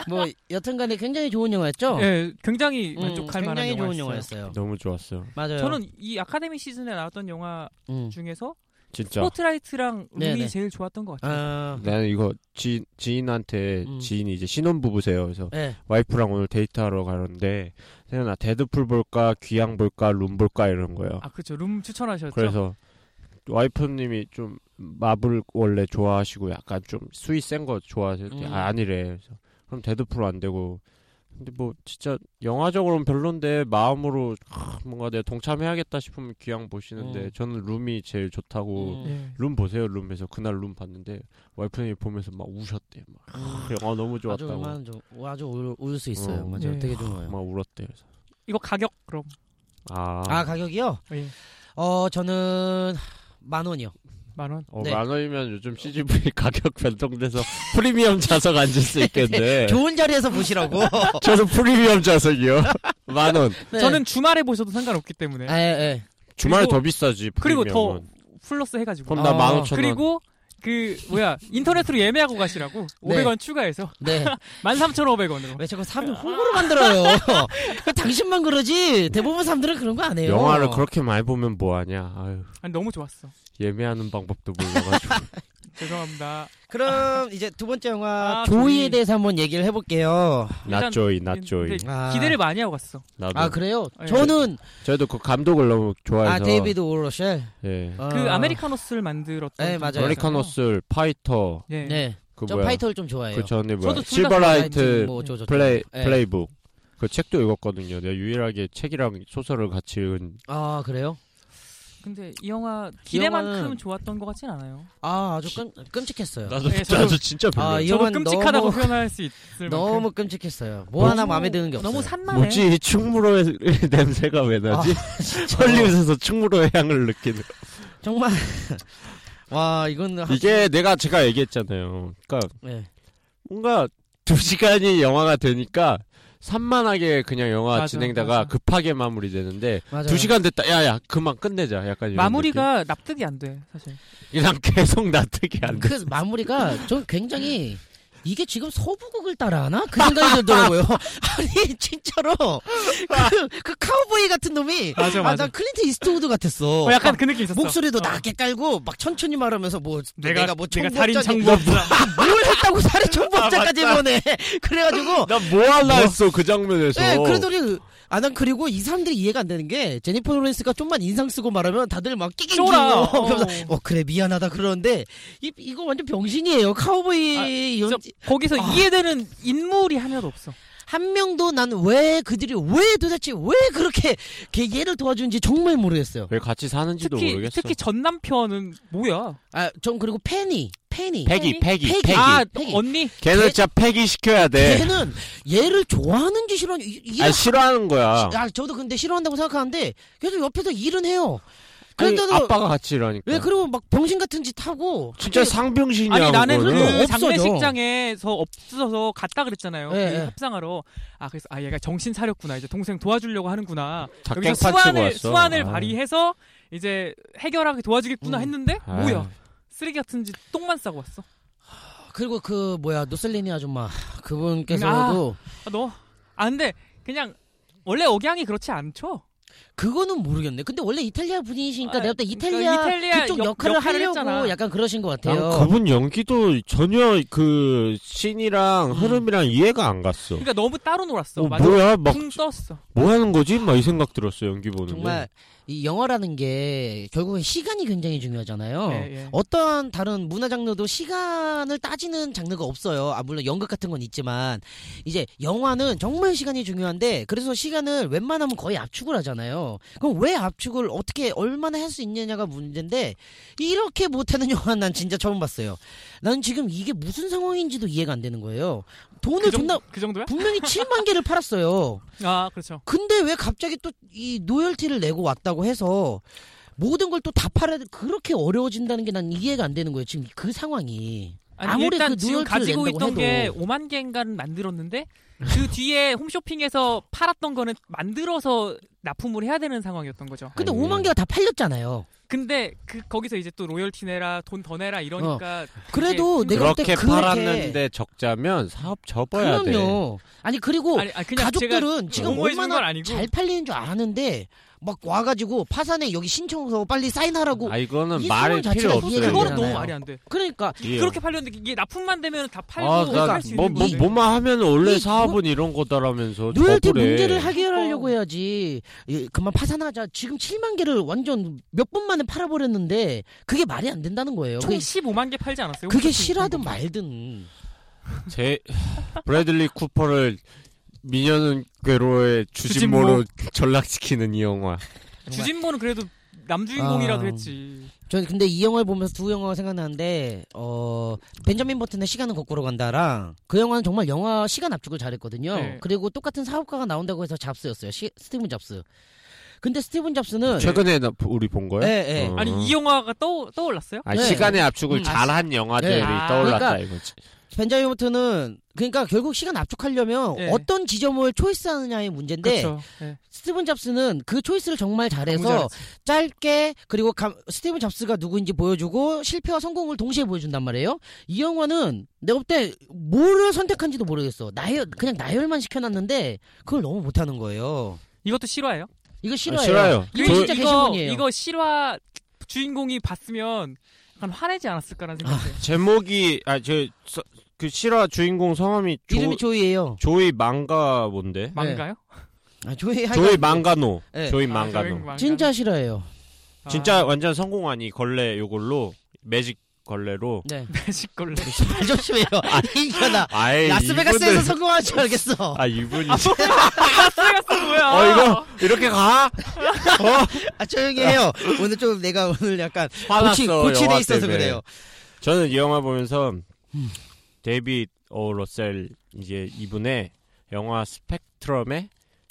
Speaker 1: 뭐 여튼간에 굉장히 좋은 영화였죠.
Speaker 2: 예, 굉장히
Speaker 1: 어. 음,
Speaker 2: 만족할 만한
Speaker 1: 굉장히 좋은
Speaker 2: 영화였어요. 네.
Speaker 1: 영화였어요.
Speaker 3: 너무 좋았어요.
Speaker 1: 맞아요.
Speaker 2: 저는 이 아카데미 시즌에 나왔던 영화
Speaker 1: 음,
Speaker 2: 중에서
Speaker 3: 진짜.
Speaker 2: 스포트라이트랑 룸이
Speaker 1: 네네.
Speaker 2: 제일 좋았던 것 같아요.
Speaker 1: 아,
Speaker 3: 나는 이거 지, 지인한테
Speaker 1: 음.
Speaker 3: 지인이 이제 신혼 부부세요. 그래서
Speaker 1: 네.
Speaker 3: 와이프랑 오늘 데이트하러 가는데 세연아 데드풀 볼까 귀향 볼까 룸 볼까 이런 거예요.
Speaker 2: 아 그렇죠. 룸 추천하셨죠.
Speaker 3: 그래서 와이프님이 좀 마블 원래 좋아하시고 약간 좀 수위 센 거 좋아하세요.
Speaker 1: 음.
Speaker 3: 아, 아니래. 그래서 그럼 데드풀 안 되고 근데 뭐 진짜 영화적으로는 별론데 마음으로 아, 뭔가 내가 동참해야겠다 싶으면 귀향 보시는데
Speaker 1: 음.
Speaker 3: 저는 룸이 제일 좋다고
Speaker 1: 음.
Speaker 2: 예.
Speaker 3: 룸 보세요 룸에서 그날 룸 봤는데 와이프님이 보면서 막 우셨대 막 [laughs] 아, 영화 너무
Speaker 1: 아주
Speaker 3: 좋았다고
Speaker 1: 웬만한 좀 아주 울 수 있어요.
Speaker 3: 어.
Speaker 1: 맞아요.
Speaker 2: 예.
Speaker 1: 되게 좋아요.
Speaker 3: 막 울었대 그래서
Speaker 2: 이거 가격 그럼.
Speaker 3: 아,
Speaker 1: 아 가격이요?
Speaker 2: 예.
Speaker 1: 어 저는 만 원이요.
Speaker 2: 만 원.
Speaker 3: 어,
Speaker 1: 네.
Speaker 3: 만 원이면 요즘 CGV [laughs] 가격 변동돼서 프리미엄 좌석 앉을
Speaker 1: [laughs]
Speaker 3: 수 있겠네
Speaker 1: 좋은 자리에서
Speaker 2: [laughs]
Speaker 1: 보시라고.
Speaker 3: 저도 프리미엄 좌석이요 [laughs] 만원
Speaker 1: 네.
Speaker 2: 저는 주말에 보셔도 상관없기 때문에.
Speaker 1: 예, 예.
Speaker 3: 주말에
Speaker 2: 그리고-
Speaker 3: 더 비싸지
Speaker 2: 그리고 더
Speaker 3: 프리미엄은.
Speaker 2: 플러스 해가지고.
Speaker 3: 그럼
Speaker 1: 아,
Speaker 3: 나 만 오천 원
Speaker 2: 그리고 그 뭐야 인터넷으로 예매하고 가시라고
Speaker 1: 네.
Speaker 2: 500원 추가해서
Speaker 1: 네.
Speaker 2: 13,500원으로.
Speaker 1: 왜 자꾸 사람 홍보를
Speaker 3: [laughs]
Speaker 1: 만들어요? 그 당신만 그러지. 대부분 사람들은 그런 거 안 해요.
Speaker 3: 영화를 그렇게 많이 보면 뭐하냐 아유
Speaker 2: 아니 너무 좋았어.
Speaker 3: 예매하는 방법도 몰라가지고
Speaker 2: 죄송합니다.
Speaker 1: 그럼 이제 두 번째 영화
Speaker 2: 아,
Speaker 1: 조이에
Speaker 2: 조이.
Speaker 1: 대해서 한번 얘기를 해볼게요.
Speaker 3: 나 조이 나 조이
Speaker 2: 근데
Speaker 1: 아.
Speaker 2: 기대를 많이 하고 갔어.
Speaker 3: 나도
Speaker 1: 아 그래요?
Speaker 2: 네.
Speaker 1: 저는
Speaker 3: 저도 그 감독을 너무 좋아해서
Speaker 1: 아 데이비드 어. 오로셸.
Speaker 3: 예.
Speaker 2: 그 아메리카노스를 만들었던.
Speaker 1: 네, 맞아요.
Speaker 3: 아메리카노슬 파이터
Speaker 2: 예.
Speaker 1: 네.
Speaker 3: 그
Speaker 1: 저
Speaker 3: 뭐야
Speaker 1: 파이터를 좀 좋아해요.
Speaker 3: 그 전에 뭐야
Speaker 2: 저도 둘다
Speaker 3: 실버라이트
Speaker 1: 뭐 저, 저, 저.
Speaker 3: 플레이
Speaker 1: 네.
Speaker 3: 플레이북 그 책도 읽었거든요 내가 유일하게 책이랑 소설을 같이 읽은
Speaker 1: 아 그래요?
Speaker 2: 근데 이 영화 기대만큼
Speaker 1: 영화는-
Speaker 2: 좋았던 것 같진 않아요.
Speaker 1: 아 아주 끔, 끔찍했어요.
Speaker 3: 나도
Speaker 2: 예, 저도- 나도
Speaker 3: 진짜
Speaker 1: 아, 이
Speaker 2: 저도
Speaker 1: 영화는
Speaker 2: 끔찍하다고
Speaker 1: 너무-
Speaker 2: 표현할 수
Speaker 1: [laughs]
Speaker 2: 있을
Speaker 1: 너무
Speaker 2: 만큼
Speaker 1: 끔찍했어요. 뭐 하나 마음에 드는 게 없어요.
Speaker 2: 너무 산만해.
Speaker 3: 뭐지 이 충무로의 [laughs] 냄새가 왜 나지 헐리웃에서 충무로의 향을 느끼는
Speaker 1: 정말 [laughs] 와 이건 한-
Speaker 3: 이게 내가 제가 얘기했잖아요 그러니까
Speaker 1: 네.
Speaker 3: 뭔가 두 시간이 영화가 되니까 산만하게 그냥 영화
Speaker 2: 맞아,
Speaker 3: 진행다가
Speaker 2: 맞아.
Speaker 3: 급하게 마무리되는데
Speaker 1: 맞아요.
Speaker 3: 두 시간 됐다 야야 그만 끝내자 약간 이런
Speaker 2: 마무리가 납득이 안 돼, 사실.
Speaker 3: 느낌. 그냥 계속 납득이 안 돼.
Speaker 1: 그 마무리가 좀 굉장히 이게 지금 서부극을 따라하나 그 생각이
Speaker 2: [laughs]
Speaker 1: 들더라고요. 아니 진짜로 그, 그 카우보이 같은 놈이
Speaker 2: 맞아, 맞아.
Speaker 1: 난 클린트 이스트우드 같았어.
Speaker 2: 어, 약간 그 느낌 있었어.
Speaker 1: 목소리도
Speaker 2: 어.
Speaker 1: 낮게 깔고 막 천천히 말하면서 뭐 내가,
Speaker 2: 내가
Speaker 1: 뭐
Speaker 2: 내가 살인
Speaker 1: 청부업자지-
Speaker 2: 창부업자. 아,
Speaker 1: 뭘 했다고
Speaker 2: [laughs]
Speaker 1: 살인 청부업자까지 보내 [laughs] 그래가지고
Speaker 3: 나뭐 할라 했어 그 장면에서.
Speaker 2: 네,
Speaker 1: 예, 그러더니 아난 그리고 이 사람들이 이해가 안 되는 게 제니퍼 로렌스가 좀만 인상 쓰고 말하면 다들 막 끼낑끼요.
Speaker 2: 쫄아. 어.
Speaker 1: [laughs] 그러면서 어 그래 미안하다 그러는데 이 이거 완전 병신이에요. 카우보이
Speaker 2: 아,
Speaker 1: 연-
Speaker 2: 저- 거기서
Speaker 1: 아.
Speaker 2: 이해되는 인물이 하나도 없어.
Speaker 1: 한 명도 난 왜 그들이 왜 도대체 왜 그렇게 걔 얘를 도와주는지 정말 모르겠어요.
Speaker 3: 왜 같이 사는지도
Speaker 2: 특히
Speaker 3: 모르겠어.
Speaker 2: 특히 전 남편은 뭐야?
Speaker 1: 아 전 그리고 페니 페니
Speaker 3: 패기 패기
Speaker 1: 패기.
Speaker 3: 패기.
Speaker 2: 아
Speaker 1: 패기.
Speaker 2: 언니
Speaker 3: 걔는
Speaker 1: 걔-
Speaker 3: 진짜 패기 시켜야 돼.
Speaker 1: 걔는 얘를 좋아하는지 싫어하는지 이- 이-
Speaker 3: 네. 아 싫어하는 거야.
Speaker 1: 아 저도 근데 싫어한다고 생각하는데 계속 옆에서 일은 해요.
Speaker 3: 아니,
Speaker 1: 그런데도
Speaker 3: 아빠가 같이 일하니까.
Speaker 1: 왜 그리고 막 병신 같은 짓 하고
Speaker 3: 진짜
Speaker 1: 그게-
Speaker 3: 상병신이야.
Speaker 2: 아니 나는
Speaker 3: 그거는.
Speaker 1: 그래요.
Speaker 2: 그
Speaker 1: 없어져.
Speaker 2: 장례식장에서 없어서 갔다 그랬잖아요.
Speaker 1: 예,
Speaker 2: 그
Speaker 1: 예.
Speaker 2: 협상하러. 아 그래서 아 얘가 정신 차렸구나. 이제 동생 도와주려고 하는구나.
Speaker 3: 작경판
Speaker 2: 여기서
Speaker 3: 치고
Speaker 2: 수완을
Speaker 3: 왔어.
Speaker 2: 수완을
Speaker 3: 아.
Speaker 2: 발휘해서 이제 해결하게 도와주겠구나
Speaker 1: 음.
Speaker 2: 했는데
Speaker 3: 아.
Speaker 2: 뭐야? 쓰레기 같은 짓 똥만 싸고 왔어.
Speaker 1: 그리고 그 뭐야 노슬리니 아줌마 그분께서도
Speaker 2: 아, 너 안돼 그냥 원래 억양이 그렇지 않죠.
Speaker 1: 그거는 모르겠네. 근데 원래 이탈리아 분이시니까
Speaker 2: 아,
Speaker 1: 내가 볼때 이탈리아,
Speaker 2: 그러니까 이탈리아
Speaker 1: 그쪽
Speaker 2: 역-
Speaker 1: 역할을,
Speaker 2: 역할을
Speaker 1: 하려고
Speaker 2: 했잖아.
Speaker 1: 약간 그러신 것 같아요.
Speaker 3: 난 그분 연기도 전혀 그
Speaker 1: 음.
Speaker 3: 신이랑 흐름이랑 이해가 안 갔어.
Speaker 2: 그러니까 너무 따로 놀았어.
Speaker 3: 어,
Speaker 2: 맞아.
Speaker 3: 뭐야 막
Speaker 2: 붕 떴어.
Speaker 3: 뭐 하는 거지? 막 이 생각 들었어 연기 보는데.
Speaker 1: 정말 이 영화라는 게 결국은 시간이 굉장히 중요하잖아요.
Speaker 2: 예, 예.
Speaker 1: 어. 어떤 다른 문화 장르도 시간을 따지는 장르가 없어요. 아 물론 연극 같은 건 있지만 이제 영화는 정말 시간이 중요한데 그래서 시간을 웬만하면 거의 압축을 하잖아요. 그럼 왜 압축을 어떻게 얼마나 할 수 있느냐가 문제인데 이렇게 못하는 영화는 난 진짜 처음 봤어요. 난 지금 이게 무슨 상황인지도 이해가 안 되는 거예요. 돈을
Speaker 2: 그,
Speaker 1: 존나
Speaker 2: 정도, 그 정도야?
Speaker 1: 분명히 7만 개를 팔았어요.
Speaker 2: 아 그렇죠.
Speaker 1: 근데 왜 갑자기 또 이 노열티를 내고 왔다고 해서 모든 걸 또 다 팔아야 돼. 그렇게 어려워진다는 게 난 이해가 안 되는 거예요. 지금 그 상황이.
Speaker 2: 아니,
Speaker 1: 아무리
Speaker 2: 일단
Speaker 1: 그
Speaker 2: 지금
Speaker 1: 누열티를
Speaker 2: 가지고
Speaker 1: 낸다고
Speaker 2: 있던 게
Speaker 1: 해도.
Speaker 2: 5만 개인가는 만들었는데 그 뒤에 홈쇼핑에서 팔았던 거는 만들어서 납품을 해야 되는 상황이었던 거죠.
Speaker 1: 근데
Speaker 3: 아니.
Speaker 1: 5만 개가 다 팔렸잖아요.
Speaker 2: 근데 그 거기서 이제 또 로열티 내라 돈 더 내라 이러니까
Speaker 1: 어. 그래도
Speaker 2: 그게-
Speaker 1: 내가 볼때
Speaker 3: 그렇게
Speaker 1: 그렇게-
Speaker 3: 팔았는데 적자면 사업 접어야 돼.
Speaker 1: 그럼요. 아니 그리고
Speaker 2: 아니, 아니, 그냥 제가
Speaker 1: 가족들은 지금
Speaker 2: 옹호해주는
Speaker 1: 얼마나
Speaker 2: 건 아니고
Speaker 1: 잘 팔리는 줄 아는데 막 와가지고 파산에 여기 신청서 빨리 사인하라고.
Speaker 3: 아 이거는
Speaker 1: 뭐 이
Speaker 3: 말이
Speaker 1: 상황
Speaker 3: 필요
Speaker 1: 자체가
Speaker 3: 없어요.
Speaker 1: 이해가 안
Speaker 2: 그거는
Speaker 1: 되잖아요.
Speaker 2: 너무 말이 안 돼.
Speaker 1: 그러니까
Speaker 3: 이해요.
Speaker 2: 그렇게 팔렸는데 이게 납품만 되면 다 팔고
Speaker 3: 아,
Speaker 1: 그러니까
Speaker 2: 할수 있는
Speaker 3: 뭐, 뭐,
Speaker 2: 건데.
Speaker 3: 뭐만 하면 원래
Speaker 1: 이-
Speaker 3: 사업은 이런 거다라면서
Speaker 1: 누열티
Speaker 3: 저불에.
Speaker 1: 문제를 해결하려고 해야지. 예, 그만 파산하자. 지금 7만 개를 완전 몇 분 만에 팔아버렸는데 그게 말이 안 된다는 거예요.
Speaker 2: 총
Speaker 1: 어, 그게,
Speaker 2: 15만 개 팔지 않았어요?
Speaker 1: 그게
Speaker 2: 혹시?
Speaker 1: 싫어하든 말든.
Speaker 3: 제 [laughs] 브래들리 쿠퍼를 미녀는 괴로의 주진모로 전락시키는 이 영화.
Speaker 2: 주진모는 그래도 남주인공이라
Speaker 1: 아.
Speaker 2: 그랬지.
Speaker 1: 저는 근데 이 영화를 보면서 두 영화가 생각나는데 어 벤자민 버튼의 시간은 거꾸로 간다랑 그 영화는 정말 영화 시간 압축을 잘했거든요.
Speaker 2: 네.
Speaker 1: 그리고 똑같은 사업가가 나온다고 해서 잡스였어요. 시- 스티븐 잡스. 근데 스티븐 잡스는
Speaker 3: 뭐 최근에 나- 우리 본 거예요?
Speaker 1: 예, 예.
Speaker 3: 어.
Speaker 2: 아니 이 영화가 떠 떠올랐어요?
Speaker 3: 아니,
Speaker 1: 네.
Speaker 3: 시간의 압축을
Speaker 1: 음.
Speaker 3: 잘한 영화들이
Speaker 1: 네.
Speaker 2: 아,
Speaker 3: 떠올랐다
Speaker 1: 그러니까-
Speaker 3: 이거지.
Speaker 1: 벤자민 버튼은 그러니까 결국 시간 압축하려면
Speaker 2: 네.
Speaker 1: 어떤 지점을 초이스하느냐의 문제인데
Speaker 2: 그렇죠. 예.
Speaker 1: 스티븐 잡스는 그 초이스를 정말
Speaker 2: 뭔지
Speaker 1: 잘해서
Speaker 2: 알았지.
Speaker 1: 짧게 그리고 감- 스티븐 잡스가 누구인지 보여주고 실패와 성공을 동시에 보여준단 말이에요. 이 영화는 내가 볼 때 뭐를 선택한지도 모르겠어. 나열 그냥 나열만 시켜놨는데 그걸 너무 못하는 거예요.
Speaker 2: 이것도 실화예요?
Speaker 1: 이거 싫어요.
Speaker 3: 아, 싫어요.
Speaker 1: 이거
Speaker 2: 이거-
Speaker 1: 진짜
Speaker 2: 이거
Speaker 1: 개신문이에요.
Speaker 2: 이거 실화 주인공이 봤으면 약간 화내지 않았을까라는
Speaker 1: 아.
Speaker 2: 생각이.
Speaker 3: 제목이 아, 아저그 실화 주인공 성함이 조,
Speaker 1: 이름이 조이예요.
Speaker 3: 조이 망가
Speaker 1: 네.
Speaker 3: 뭔데?
Speaker 2: 망가요?
Speaker 1: 아, 조이 하여간-
Speaker 3: 조이 망가노.
Speaker 1: 네.
Speaker 3: 조이
Speaker 2: 아, 저기
Speaker 3: 망가노.
Speaker 2: 망가노.
Speaker 1: 진짜 싫어요.
Speaker 2: 아. [laughs]
Speaker 3: 진짜 완전 성공 아니 걸레 요걸로 매직 걸레로
Speaker 1: 네.
Speaker 2: 매직걸레.
Speaker 1: [laughs] 말
Speaker 3: [laughs]
Speaker 1: 조심해요. 이거 나
Speaker 3: 아, 아예
Speaker 1: 라스베가스에서
Speaker 3: 이분들-
Speaker 1: 성공할 줄 알겠어.
Speaker 3: 아 이분이
Speaker 2: 쓰였어 뭐야?
Speaker 3: 어 이거 이렇게 가
Speaker 1: 아 조용히 해요. 오늘 좀 내가 오늘 약간 고치,
Speaker 3: 화났어
Speaker 1: 고치돼
Speaker 3: 영화
Speaker 1: 있어서
Speaker 3: 때문에.
Speaker 1: 그래요.
Speaker 3: 저는 이 영화 보면서 데이빗 오 러셀 이제 이분의 영화 스펙트럼에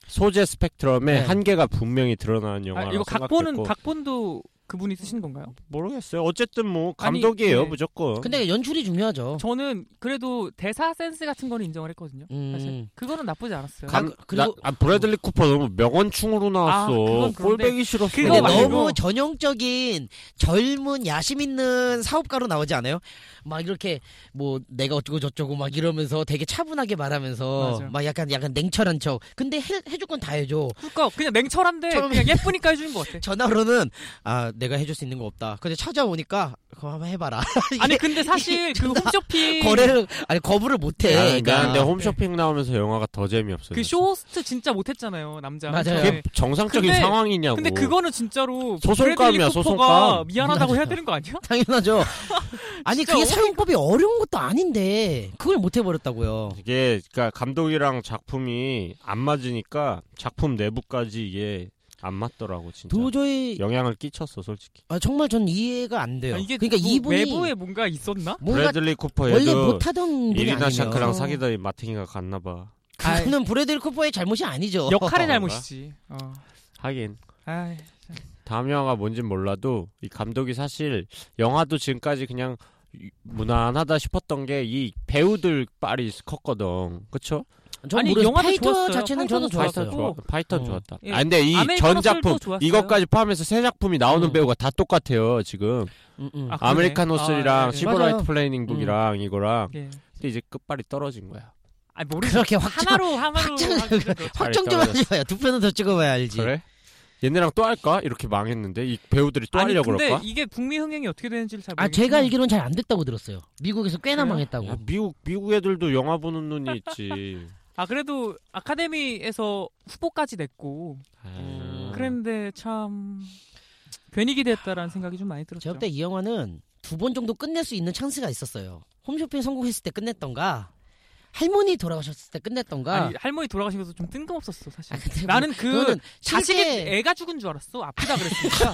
Speaker 3: 소재 스펙트럼에
Speaker 1: 네.
Speaker 3: 한계가 분명히 드러나는
Speaker 2: 아,
Speaker 3: 영화라고
Speaker 2: 이거 각본은
Speaker 3: 생각했고
Speaker 2: 각본도 그분이 쓰시는 건가요?
Speaker 3: 모르겠어요. 어쨌든 뭐 감독이에요
Speaker 2: 아니, 네.
Speaker 3: 무조건.
Speaker 1: 근데 연출이 중요하죠.
Speaker 2: 저는 그래도 대사 센스 같은 거는 인정을 했거든요. 사실
Speaker 1: 음.
Speaker 2: 그거는 나쁘지 않았어요.
Speaker 1: 가-
Speaker 3: 감,
Speaker 1: 그리고-
Speaker 3: 나- 아, 브래들리 쿠퍼 너무 명언충으로
Speaker 2: 아,
Speaker 3: 나왔어.
Speaker 2: 그건 그런데-
Speaker 3: 꼴배기 싫었어.
Speaker 2: 그거
Speaker 1: 근데
Speaker 2: 그거 말고.
Speaker 1: 너무 전형적인 젊은 야심 있는 사업가로 나오지 않아요? 막 이렇게 뭐 내가 어쩌고 저쩌고 막 이러면서 되게 차분하게 말하면서
Speaker 2: 맞아요.
Speaker 1: 막 약간 약간 냉철한 척. 근데 해, 해줄 건 다 해줘.
Speaker 2: 그러니까 그냥 냉철한데
Speaker 1: 처음에-
Speaker 2: 그냥 예쁘니까 해주는
Speaker 1: [laughs]
Speaker 2: 것 같아.
Speaker 1: 전화로는 아 내가 해줄 수 있는 거 없다. 근데 찾아오니까 그거 한번
Speaker 2: [laughs]
Speaker 1: 해봐라. 이게
Speaker 2: 아니 근데 사실 그 홈쇼핑
Speaker 1: 거래를 아니 거부를 못해.
Speaker 3: 아,
Speaker 1: 그러니까.
Speaker 3: 나 근데 홈쇼핑 나오면서 영화가 더 재미없어요.
Speaker 2: 그 쇼호스트 진짜 못했잖아요 남자.
Speaker 1: 맞아요.
Speaker 3: 그게 정상적인
Speaker 2: 근데-
Speaker 3: 상황이냐고.
Speaker 2: 근데 그거는 진짜로
Speaker 3: 소송감이야,
Speaker 2: 브래들리 쿠퍼가
Speaker 3: 소송감.
Speaker 2: 미안하다고 해야 되는 거 아니야? [laughs]
Speaker 1: 당연하죠. 아니
Speaker 2: 진짜
Speaker 1: 그게
Speaker 2: 어이가-
Speaker 1: 사용법이 어려운 것도 아닌데 그걸 못 해버렸다고요.
Speaker 3: 이게 그러니까 감독이랑 작품이 안 맞으니까 작품 내부까지 이게 안 맞더라고 진짜.
Speaker 1: 도저히
Speaker 3: 영향을 끼쳤어 솔직히.
Speaker 1: 아, 정말 전 이해가 안
Speaker 3: 예.
Speaker 1: 돼요.
Speaker 2: 아, 이게
Speaker 1: 그러니까
Speaker 2: 뭐
Speaker 1: 이분이
Speaker 2: 외부에 뭔가 있었나?
Speaker 1: 뭔가
Speaker 3: 브래들리 쿠퍼
Speaker 1: 원래
Speaker 3: 얘도
Speaker 1: 못하던 분이
Speaker 3: 이리나
Speaker 1: 아니에요. 어.
Speaker 3: 샤크랑 사귀더니 마탱이가 갔나 봐.
Speaker 1: 그거는 브래들 쿠퍼의 잘못이 아니죠.
Speaker 2: 역할의 잘못이지. 어.
Speaker 3: 하긴
Speaker 2: 아이,
Speaker 3: 다음 영화가 뭔진 몰라도 이 감독이 사실 영화도 지금까지 그냥 이- 무난하다 싶었던 게 이 배우들 빨이 컸거든. 그쵸?
Speaker 1: 전
Speaker 2: 아니,
Speaker 1: 모르겠어요.
Speaker 2: 영화도
Speaker 1: 파이터
Speaker 2: 좋았어요.
Speaker 1: 자체는 저는
Speaker 2: 파이터도
Speaker 1: 좋았어요.
Speaker 2: 좋았고.
Speaker 3: 좋아, 파이턴
Speaker 1: 어.
Speaker 3: 좋았다.
Speaker 2: 예.
Speaker 3: 아 근데 이
Speaker 2: 아메리카노
Speaker 3: 전
Speaker 2: 썰도
Speaker 3: 작품
Speaker 2: 좋았어요.
Speaker 3: 이것까지 포함해서 새 작품이 나오는
Speaker 1: 음.
Speaker 3: 배우가 다 똑같아요 지금.
Speaker 1: 음, 음.
Speaker 2: 아, 그러네.
Speaker 3: 아메리카노
Speaker 2: 아,
Speaker 3: 스리랑
Speaker 2: 예, 예.
Speaker 1: 맞아요.
Speaker 3: 실버라이트 플레이닝 북이랑 이거랑
Speaker 2: 예.
Speaker 3: 근데 이제 끝발이 떨어진 거야.
Speaker 2: 아 모르겠어.
Speaker 1: 그렇게 확정
Speaker 2: 하나로 하나로
Speaker 1: 확정-
Speaker 2: 하기 좀 그렇죠.
Speaker 1: 확정 좀
Speaker 3: 떨어졌어.
Speaker 1: 하지 마요. 두 편은 더 찍어봐야 알지.
Speaker 3: 그래? 얘네랑 또 할까? 이렇게 망했는데 이 배우들이 또
Speaker 2: 아니
Speaker 3: 하려고
Speaker 2: 근데
Speaker 3: 그럴까?
Speaker 2: 이게 북미 흥행이 어떻게 되는지를 잘
Speaker 1: 아
Speaker 2: 모르겠어요.
Speaker 1: 제가 알기로는 잘 안 됐다고 들었어요. 미국에서 꽤나
Speaker 2: 그래요?
Speaker 1: 망했다고.
Speaker 3: 야, 미국 미국 애들도 영화 보는 눈이 [laughs] 있지.
Speaker 2: 아 그래도 아카데미에서 후보까지 냈고
Speaker 3: 아.
Speaker 1: 음.
Speaker 2: 그랬는데 참 괜히 기대했다라는 생각이 좀 많이 들었죠.
Speaker 1: 제가 볼 때 이 영화는 두 번 정도 끝낼 수 있는 찬스가 있었어요. 홈쇼핑 성공했을 때 끝냈던가 할머니 돌아가셨을 때 끝냈던가.
Speaker 2: 아니, 할머니 돌아가신 것도 좀 뜬금없었어 사실.
Speaker 1: 아, 근데 뭐
Speaker 2: 나는 그
Speaker 1: 그거는
Speaker 2: 자식이
Speaker 1: 실제-
Speaker 2: 애가 죽은 줄 알았어 아프다 그랬으니까.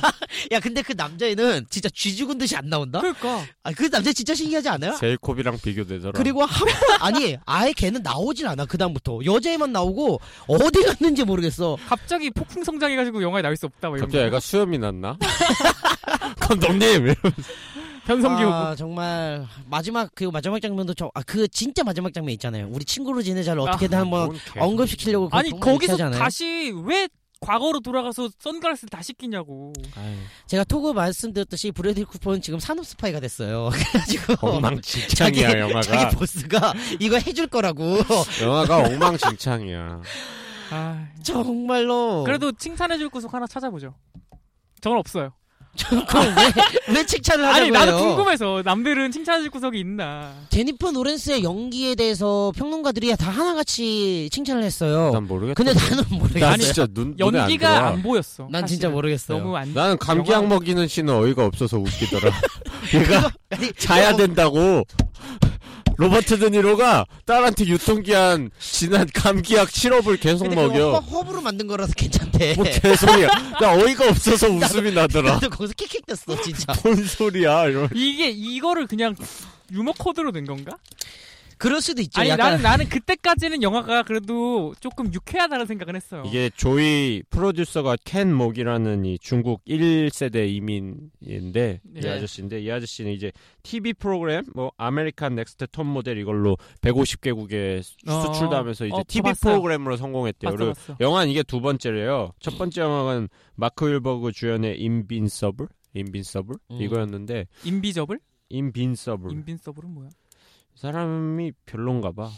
Speaker 1: 야 근데 그 남자애는 진짜 쥐 죽은 듯이 안 나온다.
Speaker 2: 그러니까
Speaker 1: 아, [laughs] 그 남자 진짜 신기하지 않아요?
Speaker 3: 제이콥이랑 비교되더라.
Speaker 1: 그리고 한 번, [laughs] 아니, 아예 걔는 나오질 않아, 그다음부터. 여자애만 나오고, 어디 갔는지 모르겠어.
Speaker 2: 갑자기 폭풍 성장해가지고 영화에 나올 수 없다 막 이런.
Speaker 3: 갑자기 애가 수염이 났나? [laughs] 감독님.
Speaker 2: 변성기 후보.
Speaker 1: 아, 정말, 마지막, 그 마지막 장면도 저, 아, 그 진짜 마지막 장면 있잖아요. 우리 친구로 지내자를 어떻게든
Speaker 2: 뭐.
Speaker 1: 한번 뭐 언급시키려고. 그거
Speaker 2: 아니
Speaker 1: 정말
Speaker 2: 거기서
Speaker 1: 비싸잖아요.
Speaker 2: 다시 왜 과거로 돌아가서 선글라스를 다시 끼냐고.
Speaker 1: 제가 톡으로 말씀드렸듯이, 브래드 쿠퍼는 지금 산업스파이가 됐어요. [laughs] 그래가지고.
Speaker 3: 엉망진창이야
Speaker 1: 자기
Speaker 3: 영화가.
Speaker 1: 보스가 이거 해줄 거라고. [laughs]
Speaker 3: 영화가 엉망진창이야.
Speaker 2: 아,
Speaker 1: 정말로.
Speaker 2: 그래도 칭찬해줄 구석 하나 찾아보죠. 저건 없어요.
Speaker 1: 그럼
Speaker 2: [laughs]
Speaker 1: 왜, 왜 칭찬을 하냐고요?
Speaker 2: 아니 나도 궁금해서 남들은 칭찬해줄 구석이 있나.
Speaker 1: 제니퍼 노렌스의 연기에 대해서 평론가들이 다 하나같이 칭찬을 했어요. 그
Speaker 3: 난 모르겠다.
Speaker 1: 근데 나는
Speaker 3: 난
Speaker 1: 모르겠어요.
Speaker 3: 진짜 눈 눈에 안
Speaker 2: 연기가
Speaker 3: 들어와.
Speaker 2: 안 보였어. [laughs]
Speaker 1: 난 진짜
Speaker 2: 사실은.
Speaker 1: 모르겠어요.
Speaker 2: [laughs] 너무 안.
Speaker 3: 나는 감기 약
Speaker 2: 영화-
Speaker 3: 먹이는 씬은 어이가 없어서 웃기더라. 얘가 자야 된다고. 로버트 드니로가 딸한테 유통기한 지난 감기약 시럽을 계속
Speaker 1: 뭐, 근데
Speaker 3: 먹여.
Speaker 1: 그거 허- 허브로 만든 거라서 괜찮대.
Speaker 3: 뭐
Speaker 1: [laughs]
Speaker 3: 개소리야. 나 어이가 없어서 웃음이 나더라.
Speaker 1: 나도 거기서 킥킥 됐어 진짜.
Speaker 3: 뭔 소리야 이런.
Speaker 2: 이게 이거를 그냥 유머 코드로 낸 건가?
Speaker 1: 그럴 수도 있죠.
Speaker 2: 아니
Speaker 1: 약간
Speaker 2: 나는 나는 그때까지는 영화가 그래도 조금 유쾌하다는 생각을 했어요.
Speaker 3: 이게 조이 프로듀서가 켄 목이라는 이 중국 1세대 이민인데 이
Speaker 2: 예.
Speaker 3: 아저씨인데 이 아저씨는 이제 TV 프로그램 뭐 아메리칸 넥스트 톱 모델 이걸로 150개국에
Speaker 2: 어,
Speaker 3: 수출도 하면서 이제
Speaker 2: 어,
Speaker 3: TV
Speaker 2: 봤어요.
Speaker 3: 프로그램으로 성공했대요.
Speaker 2: 봤어
Speaker 3: 그리고
Speaker 2: 봤어.
Speaker 3: 영화는 이게 두 번째래요. 첫 번째 영화는 마크 윌버그 주연의 인빈서블 인빈서블
Speaker 1: 음.
Speaker 3: 이거였는데
Speaker 2: 인비저블?
Speaker 3: 인빈서블
Speaker 2: 인빈서블은 뭐야?
Speaker 3: 사람이 별론가 봐.
Speaker 1: 음.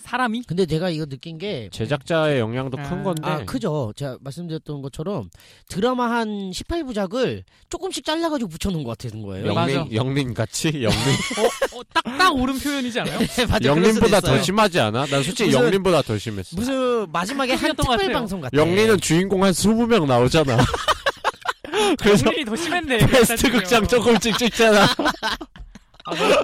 Speaker 2: 사람이?
Speaker 1: 근데 내가 이거 느낀 게
Speaker 3: 제작자의 영향도 큰
Speaker 2: 아.
Speaker 3: 건데
Speaker 1: 아, 크죠. 제가 말씀드렸던 것처럼 드라마 한 18부작을 조금씩 잘라가지고 붙여놓은 것 같은 거예요.
Speaker 2: 영- 맞아.
Speaker 3: 영린 영린 같이 영린
Speaker 2: 어, 어, 딱딱 옳은 표현이지 않아요?
Speaker 1: 네, [laughs] 맞아, 그럴 수도
Speaker 3: 영린보다
Speaker 1: 있어요.
Speaker 3: 더 심하지 않아? 난 솔직히
Speaker 1: 무슨-
Speaker 3: 영린보다 더 심했어.
Speaker 1: 무슨 네. 마지막에 한
Speaker 2: 소리였던 것
Speaker 1: 특별
Speaker 2: 같아요.
Speaker 1: 방송 같아.
Speaker 3: 영린은 주인공 한 20명
Speaker 1: [laughs]
Speaker 3: 나오잖아. [laughs] [laughs] 그래서
Speaker 1: 아,
Speaker 2: 본인이 더 심했네.
Speaker 3: 베스트
Speaker 2: 따지면.
Speaker 3: 극장 조금씩
Speaker 1: [laughs]
Speaker 3: 찍잖아.
Speaker 2: 아, 너-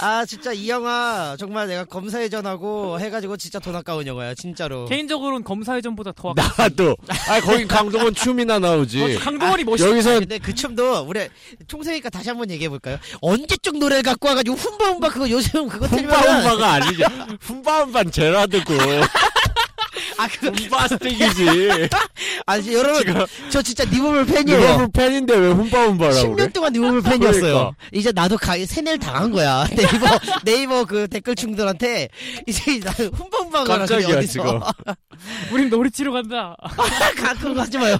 Speaker 1: 아 진짜 이 영화 정말 내가 검사회전하고 해가지고 진짜 돈 아까운 영화야 진짜로.
Speaker 2: 개인적으로는 검사회전보다 더 아까.
Speaker 3: 나도. 아 거긴 강동원 춤이나 나오지.
Speaker 1: 뭐,
Speaker 2: 어, 강동원이 멋있어.
Speaker 1: 아,
Speaker 3: 여기선
Speaker 1: 근데 그 춤도 우리 총생이니까 다시 한번 얘기해 볼까요? 언제쯤 노래를 갖고 와가지고 훈바훈바 그거 요즘 그거 틀면
Speaker 3: 훈바운바가 아니지. 훈바운반 제라드고.
Speaker 1: 아그 [laughs]
Speaker 3: 훈바스틱이지.
Speaker 1: 아 지- 여러분 저 진짜 니보물 팬이에요.
Speaker 3: 리버풀 팬인데 왜 훈바운바라고
Speaker 1: 10년
Speaker 3: 그래?
Speaker 1: 동안 니보물 팬이었어요.
Speaker 3: 그러니까.
Speaker 1: 이제 나도 가, 세뇌를 당한 거야. [laughs] 네이버 네이버 그 댓글충들한테 이제 나 훈바훈바가
Speaker 3: 깜짝이야
Speaker 1: [laughs]
Speaker 3: 지금.
Speaker 2: 우린 노리치로 간다. 아,
Speaker 1: 가끔 가지 마요.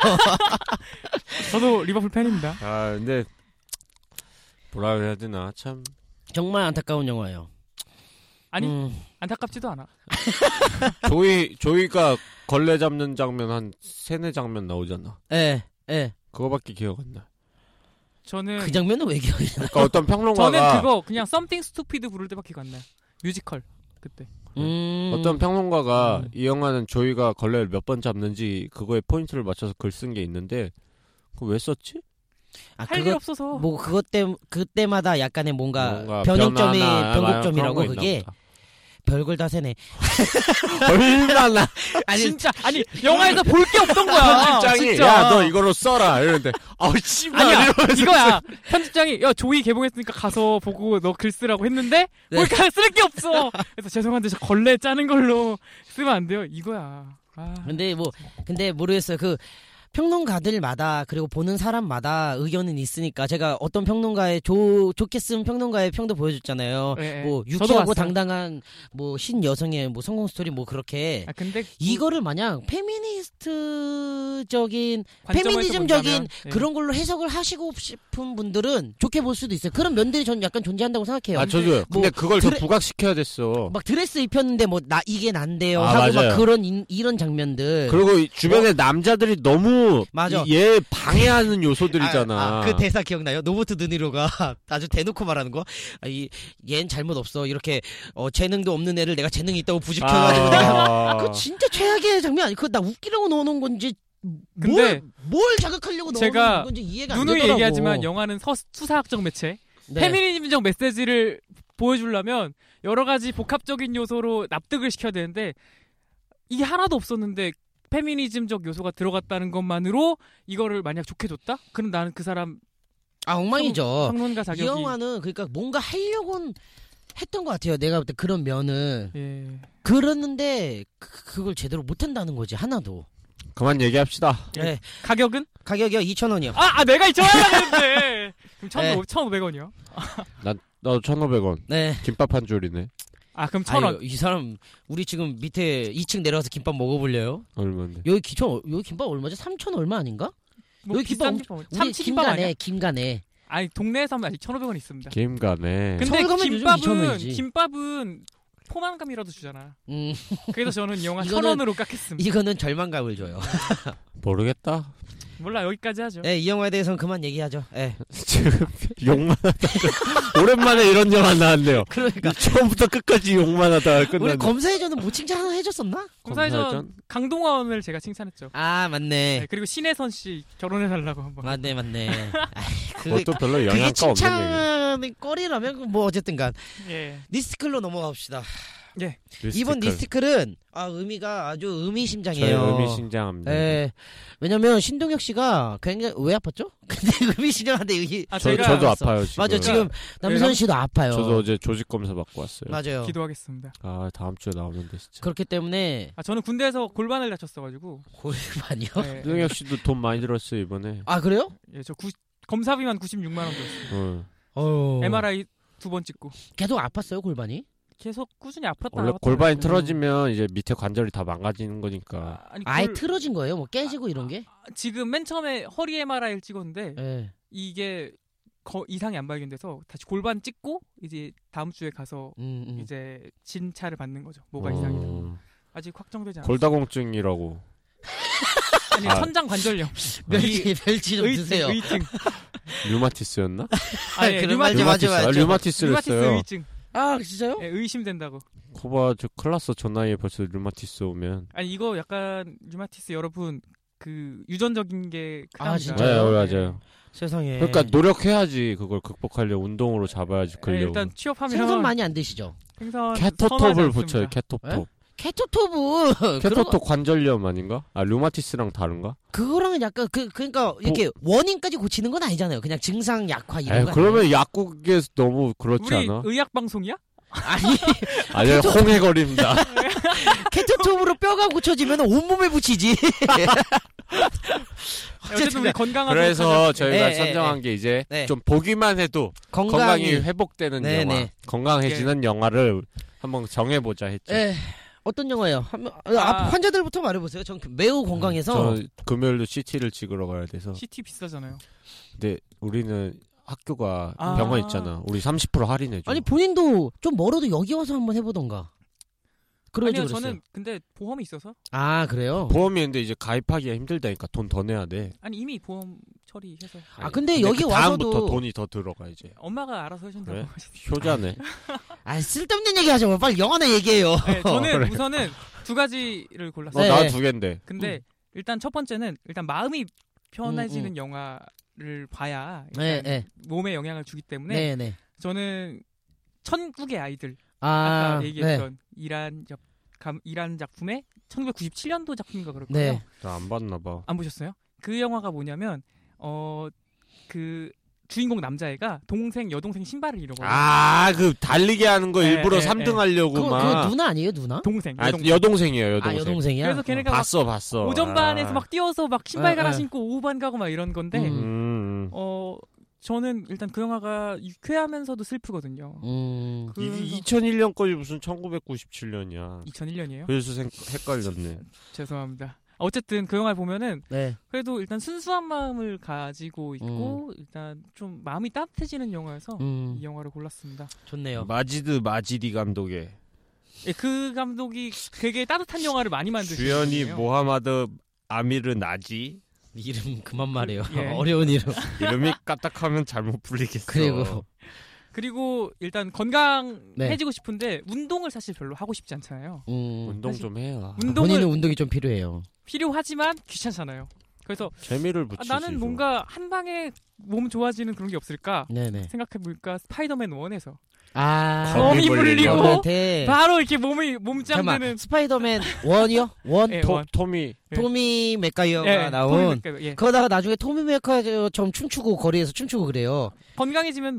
Speaker 2: 저도 리버풀 팬입니다.
Speaker 3: 아 근데 뭐라 해야 되나 참.
Speaker 1: 정말 안타까운 영화예요.
Speaker 2: 아니
Speaker 1: 음,
Speaker 2: 안타깝지도 않아.
Speaker 3: 조이 조이가 걸레 잡는 장면 한 세네 장면 나오잖아.
Speaker 1: 예. 예.
Speaker 3: 그거밖에 기억 안 나.
Speaker 2: 저는
Speaker 1: 그 장면은 왜 기억이 나?
Speaker 3: 그러니까 어떤
Speaker 2: 저는
Speaker 3: 평론가가
Speaker 2: 그거 그냥 Something Stupid 부를 때밖에 기억 안 나요. 뮤지컬 그때.
Speaker 1: 음.
Speaker 3: 어떤 평론가가
Speaker 1: 음.
Speaker 3: 이 영화는 조이가 걸레를 몇 번 잡는지 그거에 포인트를 맞춰서 글 쓴 게 있는데 그거 왜 썼지?
Speaker 1: 아,
Speaker 2: 할 일
Speaker 1: 그거
Speaker 2: 없어서.
Speaker 1: 뭐 그것 때 그때마다 약간의 뭔가, 변형점이
Speaker 3: 변화나
Speaker 1: 변곡점이라고
Speaker 3: 그런 거 있나
Speaker 1: 그게
Speaker 3: 보다.
Speaker 1: 별걸 다 세네.
Speaker 3: [laughs] 얼마나
Speaker 1: 아니
Speaker 2: 진짜 아니 영화에서 볼 게 없던
Speaker 1: 아,
Speaker 2: 거야.
Speaker 3: 편집장이
Speaker 2: 진짜.
Speaker 3: 야 너 이거로 써라 이러는데 아우 씨발
Speaker 2: 아니야
Speaker 3: 이러면서
Speaker 2: 이거야 편집장이 야 조이 개봉했으니까 가서 보고 너 글 쓰라고 했는데
Speaker 1: 네.
Speaker 2: 뭘까 쓸 게 없어 그래서 죄송한데 저 걸레 짜는 걸로 쓰면 안 돼요 이거야 아,
Speaker 1: [laughs] 근데 뭐 근데 모르겠어요. 그 평론가들마다 그리고 보는 사람마다 의견은 있으니까 제가 어떤 평론가의 좋 좋게 쓴 평론가의 평도 보여줬잖아요.
Speaker 2: 예, 예.
Speaker 1: 뭐
Speaker 2: 저도
Speaker 1: 유쾌하고
Speaker 2: 봤어요.
Speaker 1: 당당한 뭐 신 여성의 뭐 성공 스토리 뭐 그렇게
Speaker 2: 아 근데
Speaker 1: 이거를 마냥 페미니스트적인
Speaker 2: 뭐 관점에서
Speaker 1: 페미니즘적인
Speaker 2: 본다면, 예.
Speaker 1: 그런 걸로 해석을 하시고 싶은 분들은 좋게 볼 수도 있어요. 그런 면들이 저는 약간 존재한다고 생각해요.
Speaker 3: 아 저도
Speaker 1: 뭐
Speaker 3: 근데 그걸 더
Speaker 1: 드레- 뭐,
Speaker 3: 부각시켜야 됐어
Speaker 1: 막 드레스 입혔는데 뭐 나 이게 난데요
Speaker 3: 아,
Speaker 1: 하고
Speaker 3: 맞아요.
Speaker 1: 막 그런 인- 이런 장면들.
Speaker 3: 그리고 이 주변에 남자들이
Speaker 1: 네.
Speaker 3: 너무
Speaker 1: 뭐? 맞아.
Speaker 3: 이- 얘 방해하는 요소들이잖아
Speaker 1: 아, 아, 그 대사 기억나요? 로버트 드니로가 [laughs] 아주 대놓고 말하는 거. 아, 이, 얜 잘못 없어. 이렇게 어, 재능도 없는 애를 내가 재능이 있다고 부집혀가지고. 내가 [laughs]
Speaker 3: 아,
Speaker 1: 그거 진짜 최악의 장면. 아니, 그거 나 웃기려고 넣어놓은 건지.
Speaker 2: 근데
Speaker 1: 뭘, 뭘 자극하려고
Speaker 2: 제가
Speaker 1: 넣어놓은 건지 이해가 안
Speaker 2: 누누이
Speaker 1: 되더라고.
Speaker 2: 얘기하지만 영화는 서, 수사학적 매체
Speaker 1: 네.
Speaker 2: 페미니즘적 메시지를 보여주려면 여러 가지 복합적인 요소로 납득을 시켜야 되는데 이게 하나도 없었는데 페미니즘적 요소가 들어갔다는 것만으로 이거를 만약 좋게 줬다? 그럼 나는 그 사람
Speaker 1: 아 엉망이죠.
Speaker 2: 평론가
Speaker 1: 이
Speaker 2: 자격이
Speaker 1: 영화는 그러니까 뭔가 하려고는 했던 것 같아요. 내가 볼 때 그런 면을
Speaker 2: 예.
Speaker 1: 그랬는데 그, 그걸 제대로 못한다는 거지 하나도.
Speaker 3: 그만 얘기합시다
Speaker 1: 네,
Speaker 2: 가격은?
Speaker 1: 가격이요 2천 원이요.
Speaker 2: 아, 아 내가 잊어야 되는데. 그럼 1,500,
Speaker 1: 네.
Speaker 2: 1,500원이요?
Speaker 3: 나도 1500원
Speaker 1: 네.
Speaker 3: 김밥 한 줄이네
Speaker 2: 아, 그럼 1,000원.
Speaker 1: 아유, 이 사람 우리 지금 밑에 2층 내려가서 김밥 먹어볼래요?
Speaker 3: 얼마인데
Speaker 1: 여기 기초 여기 김밥 얼마지? 3천 얼마 아닌가?
Speaker 2: 뭐
Speaker 1: 여기
Speaker 2: 비싼
Speaker 1: 김밥
Speaker 2: 김밥.
Speaker 1: 우리
Speaker 2: 참치김밥 아니야?
Speaker 1: 김간에 김간에.
Speaker 2: 아니, 동네에서 하면 아직 1,500원 있습니다.
Speaker 3: 김간에
Speaker 2: 근데
Speaker 1: 서울 가면 요즘
Speaker 2: 김밥은
Speaker 1: 2,000원 이지.
Speaker 2: 김밥은 포만감이라도 주잖아.
Speaker 1: 음,
Speaker 2: 그래서 저는 이 영화
Speaker 1: 이거는-
Speaker 2: 천 원으로 깎겠습니다.
Speaker 1: [laughs] 이거는 절망감을 줘요.
Speaker 3: 모르겠다.
Speaker 2: 몰라 여기까지 하죠.
Speaker 1: 예, 이 영화에 대해서는 그만 얘기하죠. 예.
Speaker 3: [laughs] 지금 욕만 하다. [laughs] 오랜만에 이런 영화 나왔네요.
Speaker 1: 그러니까
Speaker 3: [laughs] 처음부터 끝까지 욕만 하다가
Speaker 1: 우리
Speaker 3: 끝났네.
Speaker 1: 검사회전은 뭐 칭찬 하나 해줬었나?
Speaker 2: 검사회전
Speaker 3: 검사회전?
Speaker 2: 강동원을 제가 칭찬했죠.
Speaker 1: 아
Speaker 2: 네,
Speaker 1: 맞네.
Speaker 2: 그리고 신혜선 씨 결혼해 달라고 한번.
Speaker 1: 맞네 맞네. [laughs] 아이, 그게,
Speaker 3: 그것도 어, 별로
Speaker 1: 그게
Speaker 3: 영향가 없는 얘기.
Speaker 1: 칭찬의 꼴이라면 뭐 어쨌든간
Speaker 2: 예.
Speaker 1: 리스클로 넘어갑시다.
Speaker 3: 리스티컬.
Speaker 1: 이번 리스클은 아 의미가 아주
Speaker 3: 저희
Speaker 1: 의미심장해요.
Speaker 3: 의미심장합니다.
Speaker 1: 예. 왜냐면 신동혁 씨가 굉장히 왜 아팠죠? [laughs] 근데 의미심장한데 의
Speaker 2: 아
Speaker 3: 저,
Speaker 2: 제가 그러니까
Speaker 3: 저도
Speaker 1: 알았어.
Speaker 3: 아파요 지금.
Speaker 1: 맞아 지금 남선 씨도 아파요.
Speaker 3: 저도 어제 조직 검사 받고 왔어요.
Speaker 1: 맞아요.
Speaker 2: 기도하겠습니다.
Speaker 3: 아 다음 주에 나오는데 진짜.
Speaker 1: 그렇기 때문에
Speaker 2: 아 저는 군대에서 골반을 다쳤어가지고.
Speaker 1: 골반이요.
Speaker 2: 예,
Speaker 3: 능혁 씨도 돈 많이 들었어 이번에.
Speaker 1: 아 그래요?
Speaker 2: 예, 저 구, 검사비만 96만 원 들었어요.
Speaker 3: 응.
Speaker 1: 어.
Speaker 2: MRI 그 두 번 찍고
Speaker 1: 계속 아팠어요 골반이?
Speaker 2: 계속 꾸준히 아팠다. 음.
Speaker 3: 원래
Speaker 2: 아팠다
Speaker 3: 골반이
Speaker 2: 그랬어요.
Speaker 3: 틀어지면 이제 밑에 관절이 다 망가지는 거니까.
Speaker 2: 아, 아니
Speaker 1: 아예
Speaker 2: 골-
Speaker 1: 틀어진 거예요? 뭐 깨지고 이런 게?
Speaker 2: 아. 지금 맨 처음에 허리 MRI를 찍었는데
Speaker 1: 예.
Speaker 2: 이게 거, 이상이 안 발견돼서 다시 골반 찍고 이제 다음 주에 가서
Speaker 1: 음, 음.
Speaker 2: 이제 진찰을 받는 거죠. 뭐가
Speaker 3: 어,
Speaker 2: 이상이다. 아직 확정되지 않아.
Speaker 3: 골다공증이라고.
Speaker 2: 아니
Speaker 3: 아.
Speaker 2: 선장 관절염.
Speaker 1: 멸치 멸치 좀 드세요.
Speaker 2: 의증. [laughs]
Speaker 3: 류마티스였나?
Speaker 2: 아니 예,
Speaker 1: 그런 말 좀-
Speaker 2: 류마티스.
Speaker 1: 맞아, 맞아.
Speaker 3: 아, 류마티스를
Speaker 2: 류마티스
Speaker 3: 했어요.
Speaker 2: 의증.
Speaker 1: 아 진짜요?
Speaker 2: 예, 의심된다고.
Speaker 3: 코바 저 클라스 저 나이에 벌써 류마티스 오면.
Speaker 2: 아니 이거 약간 류마티스 여러분 그 유전적인 게
Speaker 1: 아,
Speaker 2: 큰합니다.
Speaker 1: 진짜요?
Speaker 3: 네,
Speaker 2: 예.
Speaker 3: 맞아요.
Speaker 1: 세상에.
Speaker 3: 그러니까
Speaker 2: 네.
Speaker 3: 노력해야지 그걸 극복하려 운동으로 잡아야지
Speaker 2: 예,
Speaker 3: 근력.
Speaker 2: 일단 취업하면
Speaker 1: 생선 많이 안 드시죠?
Speaker 2: 생선 선호하지
Speaker 3: 캐토톱을
Speaker 2: 않습니다.
Speaker 3: 붙여요. 캐토톱.
Speaker 2: 네?
Speaker 1: 케토톱은 [laughs] 그런 거-
Speaker 3: 캐토톱 관절염 아닌가? 아 류마티스랑 다른가?
Speaker 1: 그거랑은 약간 그 그러니까 이렇게 원인까지 고치는 건 아니잖아요. 그냥 증상 약화 이런
Speaker 3: 에
Speaker 1: 거.
Speaker 3: 그러면 약국에서 너무 그렇지
Speaker 2: 우리
Speaker 3: 않아?
Speaker 1: [laughs]
Speaker 2: 의학 방송이야?
Speaker 1: 아니에요?
Speaker 3: 아니
Speaker 1: [laughs]
Speaker 3: 홍해거립니다.
Speaker 1: 아니 케토톱으로 뼈가 고쳐지면 온몸에 붙이지.
Speaker 2: 어쨌든 우리 건강한
Speaker 3: 그래서 저희가
Speaker 1: 예, 예,
Speaker 3: 선정한 게 이제
Speaker 1: 네.
Speaker 3: 좀 보기만 해도 건강이,
Speaker 1: 건강이.
Speaker 3: 회복되는
Speaker 1: 네,
Speaker 3: 영화,
Speaker 1: 네.
Speaker 3: 건강해지는 영화를 한번 정해보자 했죠.
Speaker 1: 예. 어떤 영화예요? 한, 명- 아,
Speaker 2: 아.
Speaker 1: 환자들부터 말해보세요. 전 매우 건강해서
Speaker 3: 저 금요일도 CT를 찍으러 가야 돼서.
Speaker 2: CT 네, 비싸잖아요.
Speaker 3: 근데 우리는 학교가
Speaker 2: 아.
Speaker 3: 병원 있잖아. 우리 30% 할인해줘.
Speaker 1: 아니 본인도 좀 멀어도 여기 와서 한번 해보던가. 그러지
Speaker 2: 아니요
Speaker 1: 그랬어요.
Speaker 2: 저는 근데 보험이 있어서
Speaker 1: 아 그래요?
Speaker 3: 보험이 근데 이제 가입하기가 힘들다니까 돈 더 내야 돼.
Speaker 2: 아니 이미 보험 처리해서
Speaker 1: 아 근데,
Speaker 3: 근데
Speaker 1: 여기
Speaker 3: 그
Speaker 1: 와서도
Speaker 3: 다음부터 돈이 더 들어가 이제.
Speaker 2: 엄마가 알아서 해준다고
Speaker 3: 그래?
Speaker 2: 하시죠.
Speaker 3: 효자네.
Speaker 1: 아 쓸데없는 얘기 하지 마. 빨리 영화나 얘기해요.
Speaker 2: 네, 저는
Speaker 3: [laughs] 그래.
Speaker 2: 우선은 두 가지를
Speaker 3: 어,
Speaker 2: 골랐어요.
Speaker 1: 네.
Speaker 3: 나두 갠데.
Speaker 2: 근데 일단 첫 번째는 일단 마음이 편해지는
Speaker 1: 음, 음.
Speaker 2: 영화를 봐야
Speaker 1: [laughs] 네,
Speaker 2: 일단
Speaker 1: 네,
Speaker 2: 몸에 영향을 주기 때문에
Speaker 1: 네, 네.
Speaker 2: 저는 천국의 아이들
Speaker 1: 아,
Speaker 2: 아까
Speaker 1: 네.
Speaker 2: 얘기했던 이란 작 감, 이란 작품의 1997년도 작품인가 그렇거든요.
Speaker 1: 네.
Speaker 3: 나 안 봤나 봐.
Speaker 2: 안 보셨어요? 그 영화가 뭐냐면 어 그 주인공 남자애가 동생 여동생 신발을 잃어버려. 요
Speaker 3: 아, 그 달리기 하는 거
Speaker 2: 예,
Speaker 3: 일부러
Speaker 2: 예,
Speaker 3: 3등
Speaker 2: 예.
Speaker 1: 그거,
Speaker 3: 하려고
Speaker 1: 네. 그거
Speaker 3: 막.
Speaker 1: 누나 아니에요, 누나?
Speaker 2: 동생
Speaker 3: 아,
Speaker 2: 여동생.
Speaker 3: 여동생이에요,
Speaker 1: 아,
Speaker 3: 여동생.
Speaker 1: 여동생이야.
Speaker 2: 그래서 걔네가 막
Speaker 3: 봤어, 봤어. 아.
Speaker 2: 오전반에서 막 뛰어서 막 신발
Speaker 1: 아,
Speaker 2: 갈아
Speaker 1: 아.
Speaker 2: 신고 오후반 가고 막 이런 건데
Speaker 1: 음.
Speaker 3: 음.
Speaker 2: 어 저는 일단 그 영화가 유쾌하면서도 슬프거든요.
Speaker 3: 어,
Speaker 1: 음.
Speaker 2: 그
Speaker 3: 2001년 거지 무슨 1997년이야.
Speaker 2: 2001년이에요?
Speaker 3: 그래서 생- 헷갈렸네.
Speaker 2: 죄송합니다. 어쨌든 그 영화를 보면은
Speaker 1: 네.
Speaker 2: 그래도 일단 순수한 마음을 가지고 있고
Speaker 3: 음.
Speaker 2: 일단 좀 마음이 따뜻해지는 영화여서
Speaker 1: 음.
Speaker 2: 이 영화를 골랐습니다. 어.
Speaker 1: 좋네요.
Speaker 3: 마지드 마지디 감독의
Speaker 2: 예, 그 감독이 되게 따뜻한 영화를 많이 만드시는
Speaker 3: 주연이 뭐
Speaker 2: 분이에요.
Speaker 3: 모하마드 아미르 나지
Speaker 1: 이름 그만 말해요.
Speaker 2: 예.
Speaker 1: [laughs] 어려운 이름.
Speaker 2: [laughs]
Speaker 3: 이름이 까딱하면 잘못 불리겠어.
Speaker 1: 그리고
Speaker 2: 그리고 일단
Speaker 3: 네.
Speaker 2: 건강해지고 싶은데 운동을 사실 별로 하고 싶지 않잖아요.
Speaker 1: 음.
Speaker 3: 운동 좀 해요.
Speaker 2: 운동을
Speaker 1: 본인은 운동이 좀 필요해요.
Speaker 2: 필요하지만 귀찮잖아요. 그래서
Speaker 3: 재미를
Speaker 2: 아,
Speaker 3: 붙이지.
Speaker 2: 나는
Speaker 3: 좀.
Speaker 2: 뭔가 한 방에 몸 좋아지는 그런 게 없을까
Speaker 1: 네네.
Speaker 2: 생각해볼까 스파이더맨 1에서
Speaker 1: 아.
Speaker 3: 거미
Speaker 2: 몸이
Speaker 3: 네, 불리고.
Speaker 2: 물리고
Speaker 1: 저한테
Speaker 2: 바로 이렇게 몸이 몸짱되는
Speaker 1: 잠깐만 스파이더맨 원이요? 원
Speaker 2: 예,
Speaker 3: 토,
Speaker 2: 원.
Speaker 3: 토미
Speaker 2: 예.
Speaker 1: 토미 맥가이어가
Speaker 2: 예,
Speaker 1: 나온
Speaker 2: 보이니까요. 예.
Speaker 1: 그러다가 나중에 토미 맥가이어처럼 춤추고 거리에서 춤추고 그래요.
Speaker 2: 건강해지면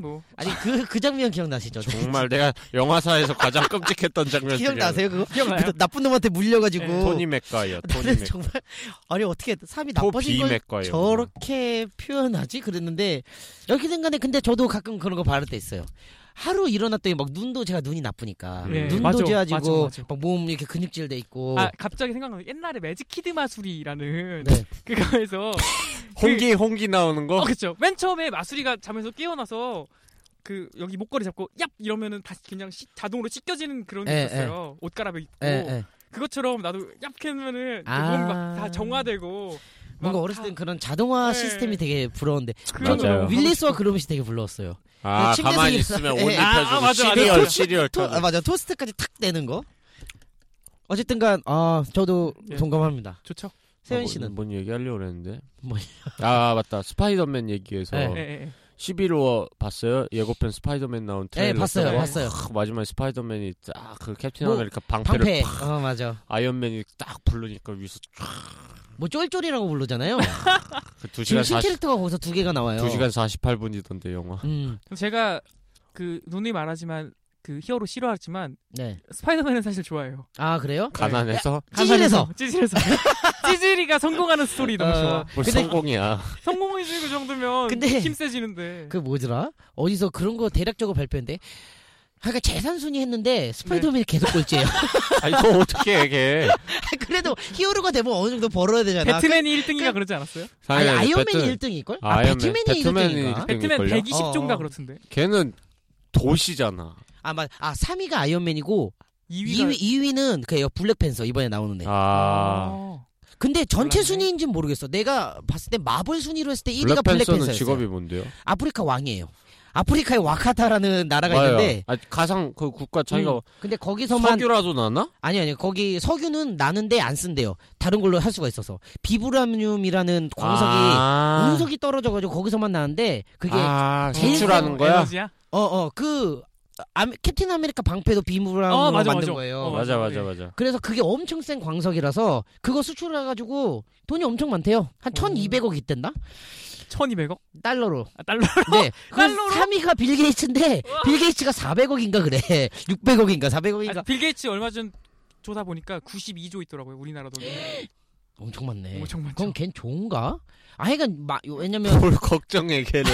Speaker 1: [laughs]
Speaker 2: 뭐
Speaker 1: 아니 그 그 장면 기억나시죠?
Speaker 3: 정말 내가 영화사에서 가장 [laughs] 끔찍했던 장면 중에
Speaker 1: [laughs] 기억나세요
Speaker 2: [laughs]
Speaker 1: 그거?
Speaker 2: 기억나요?
Speaker 1: 그 나쁜 놈한테 물려가지고
Speaker 2: 아, 예,
Speaker 3: 토니 맥과이어. 토니
Speaker 1: 나는 [laughs]
Speaker 3: 맥.
Speaker 1: 정말 아니 어떻게 삶이
Speaker 3: 토비
Speaker 1: 나빠진 걸
Speaker 3: 맥과이어.
Speaker 1: 저렇게 표현하지 그랬는데 여기 생각에 근데 저도 가끔 그런 거 바를 때 있어요. 하루 일어났더니 막 눈도 제가 눈이 나쁘니까
Speaker 3: 예,
Speaker 1: 눈도
Speaker 2: 맞아, 맞아,
Speaker 1: 지어지고
Speaker 2: 맞아.
Speaker 1: 막 몸 이렇게 근육질 돼 있고
Speaker 2: 아 갑자기 생각나는 게 옛날에 매직키드 마술이라는
Speaker 1: 네.
Speaker 2: [laughs] 그거에서
Speaker 3: 홍기 홍기 나오는 거.
Speaker 1: 어, 그
Speaker 2: 어 그렇죠 맨 처음에 마술이가 자면서 깨어나서 그 여기 목걸이 잡고 얍 이러면은 다시 그냥 씻- 자동으로 씻겨지는 그런 게
Speaker 1: 예,
Speaker 2: 있었어요. 옷갈아입고
Speaker 1: 예, 예.
Speaker 2: 그것처럼 나도 얍 하면은
Speaker 1: 아.
Speaker 2: 몸막다 정화되고
Speaker 1: 뭔가
Speaker 2: 막
Speaker 1: 어렸을
Speaker 2: 다
Speaker 1: 땐 그런 자동화
Speaker 2: 예.
Speaker 1: 시스템이 되게 부러운데
Speaker 2: 그런
Speaker 3: 맞아요.
Speaker 2: 거.
Speaker 1: 윌리스와 그루빗이 되게 불러웠어요.
Speaker 3: 아
Speaker 1: 침대
Speaker 3: 가만히
Speaker 1: 생기면서-
Speaker 3: 있으면 옷
Speaker 1: 예.
Speaker 2: 아,
Speaker 3: 입혀주고
Speaker 2: 아, 맞아, 맞아.
Speaker 3: 시리얼
Speaker 2: 토-
Speaker 3: 시리얼
Speaker 1: 토, 아,
Speaker 3: 터
Speaker 1: 맞아 토스트까지 탁 내는 거. 어쨌든간 아 저도
Speaker 2: 예.
Speaker 1: 동감합니다.
Speaker 2: 좋죠.
Speaker 3: 아,
Speaker 1: 세현 씨는
Speaker 3: 뭐, 뭔 얘기하려고 그랬는데
Speaker 1: 뭐-
Speaker 3: 아 맞다 스파이더맨 얘기해서
Speaker 1: 네.
Speaker 2: 예, 예,
Speaker 3: 11호 봤어요? 예고편 스파이더맨 나온
Speaker 1: 예
Speaker 3: 트레일러
Speaker 1: 봤어요
Speaker 3: 뜨고.
Speaker 1: 봤어요.
Speaker 3: 크, 마지막에 스파이더맨이 딱 그 캡틴
Speaker 1: 뭐,
Speaker 3: 아메리카 방패를
Speaker 1: 방패.
Speaker 3: 팍,
Speaker 1: 어 맞아.
Speaker 3: 아이언맨이 딱 부르니까 위에서
Speaker 1: 뭐 쫄쫄이라고 부르잖아요.
Speaker 3: 그 2시간
Speaker 1: 지금 신
Speaker 3: 40,
Speaker 1: 캐릭터가 거기서 두 개가 나와요.
Speaker 3: 2시간 48분이던데 영화
Speaker 1: 음.
Speaker 2: 예. 제가 그 눈이 말하지만 그 히어로 싫어하지만
Speaker 1: 네.
Speaker 2: 스파이더맨은 사실 좋아해요.
Speaker 1: 아 그래요?
Speaker 3: 가난해서
Speaker 1: 찌질해서. [laughs]
Speaker 2: 찌질해서 찌질이가 성공하는 스토리 너무 좋아.
Speaker 1: 어,
Speaker 3: 뭘
Speaker 1: 근데
Speaker 3: 성공이야 [laughs]
Speaker 2: 성공해지 그 정도면
Speaker 1: 근데
Speaker 2: 힘 세지는데.
Speaker 1: 그 뭐더라? 어디서 그런 거 대략적으로 발표했는데 하여간 재산 순위 했는데
Speaker 2: 네.
Speaker 1: 스파이더맨이 계속 꼴찌예요. [laughs]
Speaker 3: 아 이거 어떻게 얘기해
Speaker 1: 그래도 히어로가 되면 어느 정도 벌어야 되잖아.
Speaker 2: 배트맨이 1등인가 그러지 않았어요?
Speaker 1: 아니,
Speaker 3: 당연히
Speaker 1: 아이언맨이
Speaker 3: 배트-
Speaker 1: 1등일걸?
Speaker 3: 아,
Speaker 1: 아,
Speaker 3: 아이언맨.
Speaker 1: 배트맨이
Speaker 3: 배트맨이
Speaker 1: 1등인가?
Speaker 3: 일 등.
Speaker 2: 배트맨
Speaker 3: 걸려?
Speaker 2: 120조인가
Speaker 1: 어.
Speaker 2: 그렇던데.
Speaker 3: 걔는 도시잖아
Speaker 1: 아, 맞. 아, 3위가 아이언맨이고
Speaker 2: 2위가
Speaker 1: 2위, 2위는 그 블랙팬서 이번에 나오는 애. 어,
Speaker 3: 아
Speaker 2: 어.
Speaker 1: 근데 전체
Speaker 2: 몰랐네.
Speaker 1: 순위인지는 모르겠어. 내가 봤을 때 마블 순위로 했을 때 1위가
Speaker 3: 블랙팬서는
Speaker 1: 블랙팬서였어요.
Speaker 3: 직업이 뭔데요?
Speaker 1: 아프리카 왕이에요. 아프리카의 와카타라는 나라가
Speaker 3: 맞아요.
Speaker 1: 있는데
Speaker 3: 아, 가상 그 국가 자기가
Speaker 1: 음, 근데 거기서만
Speaker 3: 석유라도 나나?
Speaker 1: 아니 아니 거기 석유는 나는데 안 쓴대요. 다른 걸로 할 수가 있어서 비브라늄이라는 광석이
Speaker 3: 아.
Speaker 1: 운석이 떨어져가지고 거기서만 나는데 그게
Speaker 3: 아,
Speaker 1: 제일
Speaker 3: 수출하는 거야?
Speaker 2: 어. 에너지야?
Speaker 1: 어 어 그 캡틴 아메리카 방패도 비브라늄으로
Speaker 2: 어, 맞아,
Speaker 1: 만든
Speaker 2: 맞아.
Speaker 1: 거예요.
Speaker 2: 어,
Speaker 3: 맞아 맞아
Speaker 2: 예.
Speaker 3: 맞아.
Speaker 1: 그래서 그게 엄청 센 광석이라서 그거 수출해가지고 돈이 엄청 많대요.
Speaker 3: 어.
Speaker 1: 한
Speaker 2: 오.
Speaker 1: 1200억 있댔나?
Speaker 2: 1200억?
Speaker 1: 달러로.
Speaker 2: 아, 달러.
Speaker 1: 네. 그
Speaker 2: 달러로?
Speaker 1: 3위가 빌 게이츠인데 빌 게이츠가 400억인가 그래. [laughs] 600억인가 400억인가.
Speaker 2: 아, 빌 게이츠 얼마 전 조사 보니까 92조 있더라고요. 우리나라 돈이.
Speaker 1: 엄청 많네.
Speaker 2: 엄청 많죠.
Speaker 1: 예. 그럼 걘 좋은가? 아, 그러니까 마, 왜냐면
Speaker 3: 뭘 걱정해 [laughs] 걔는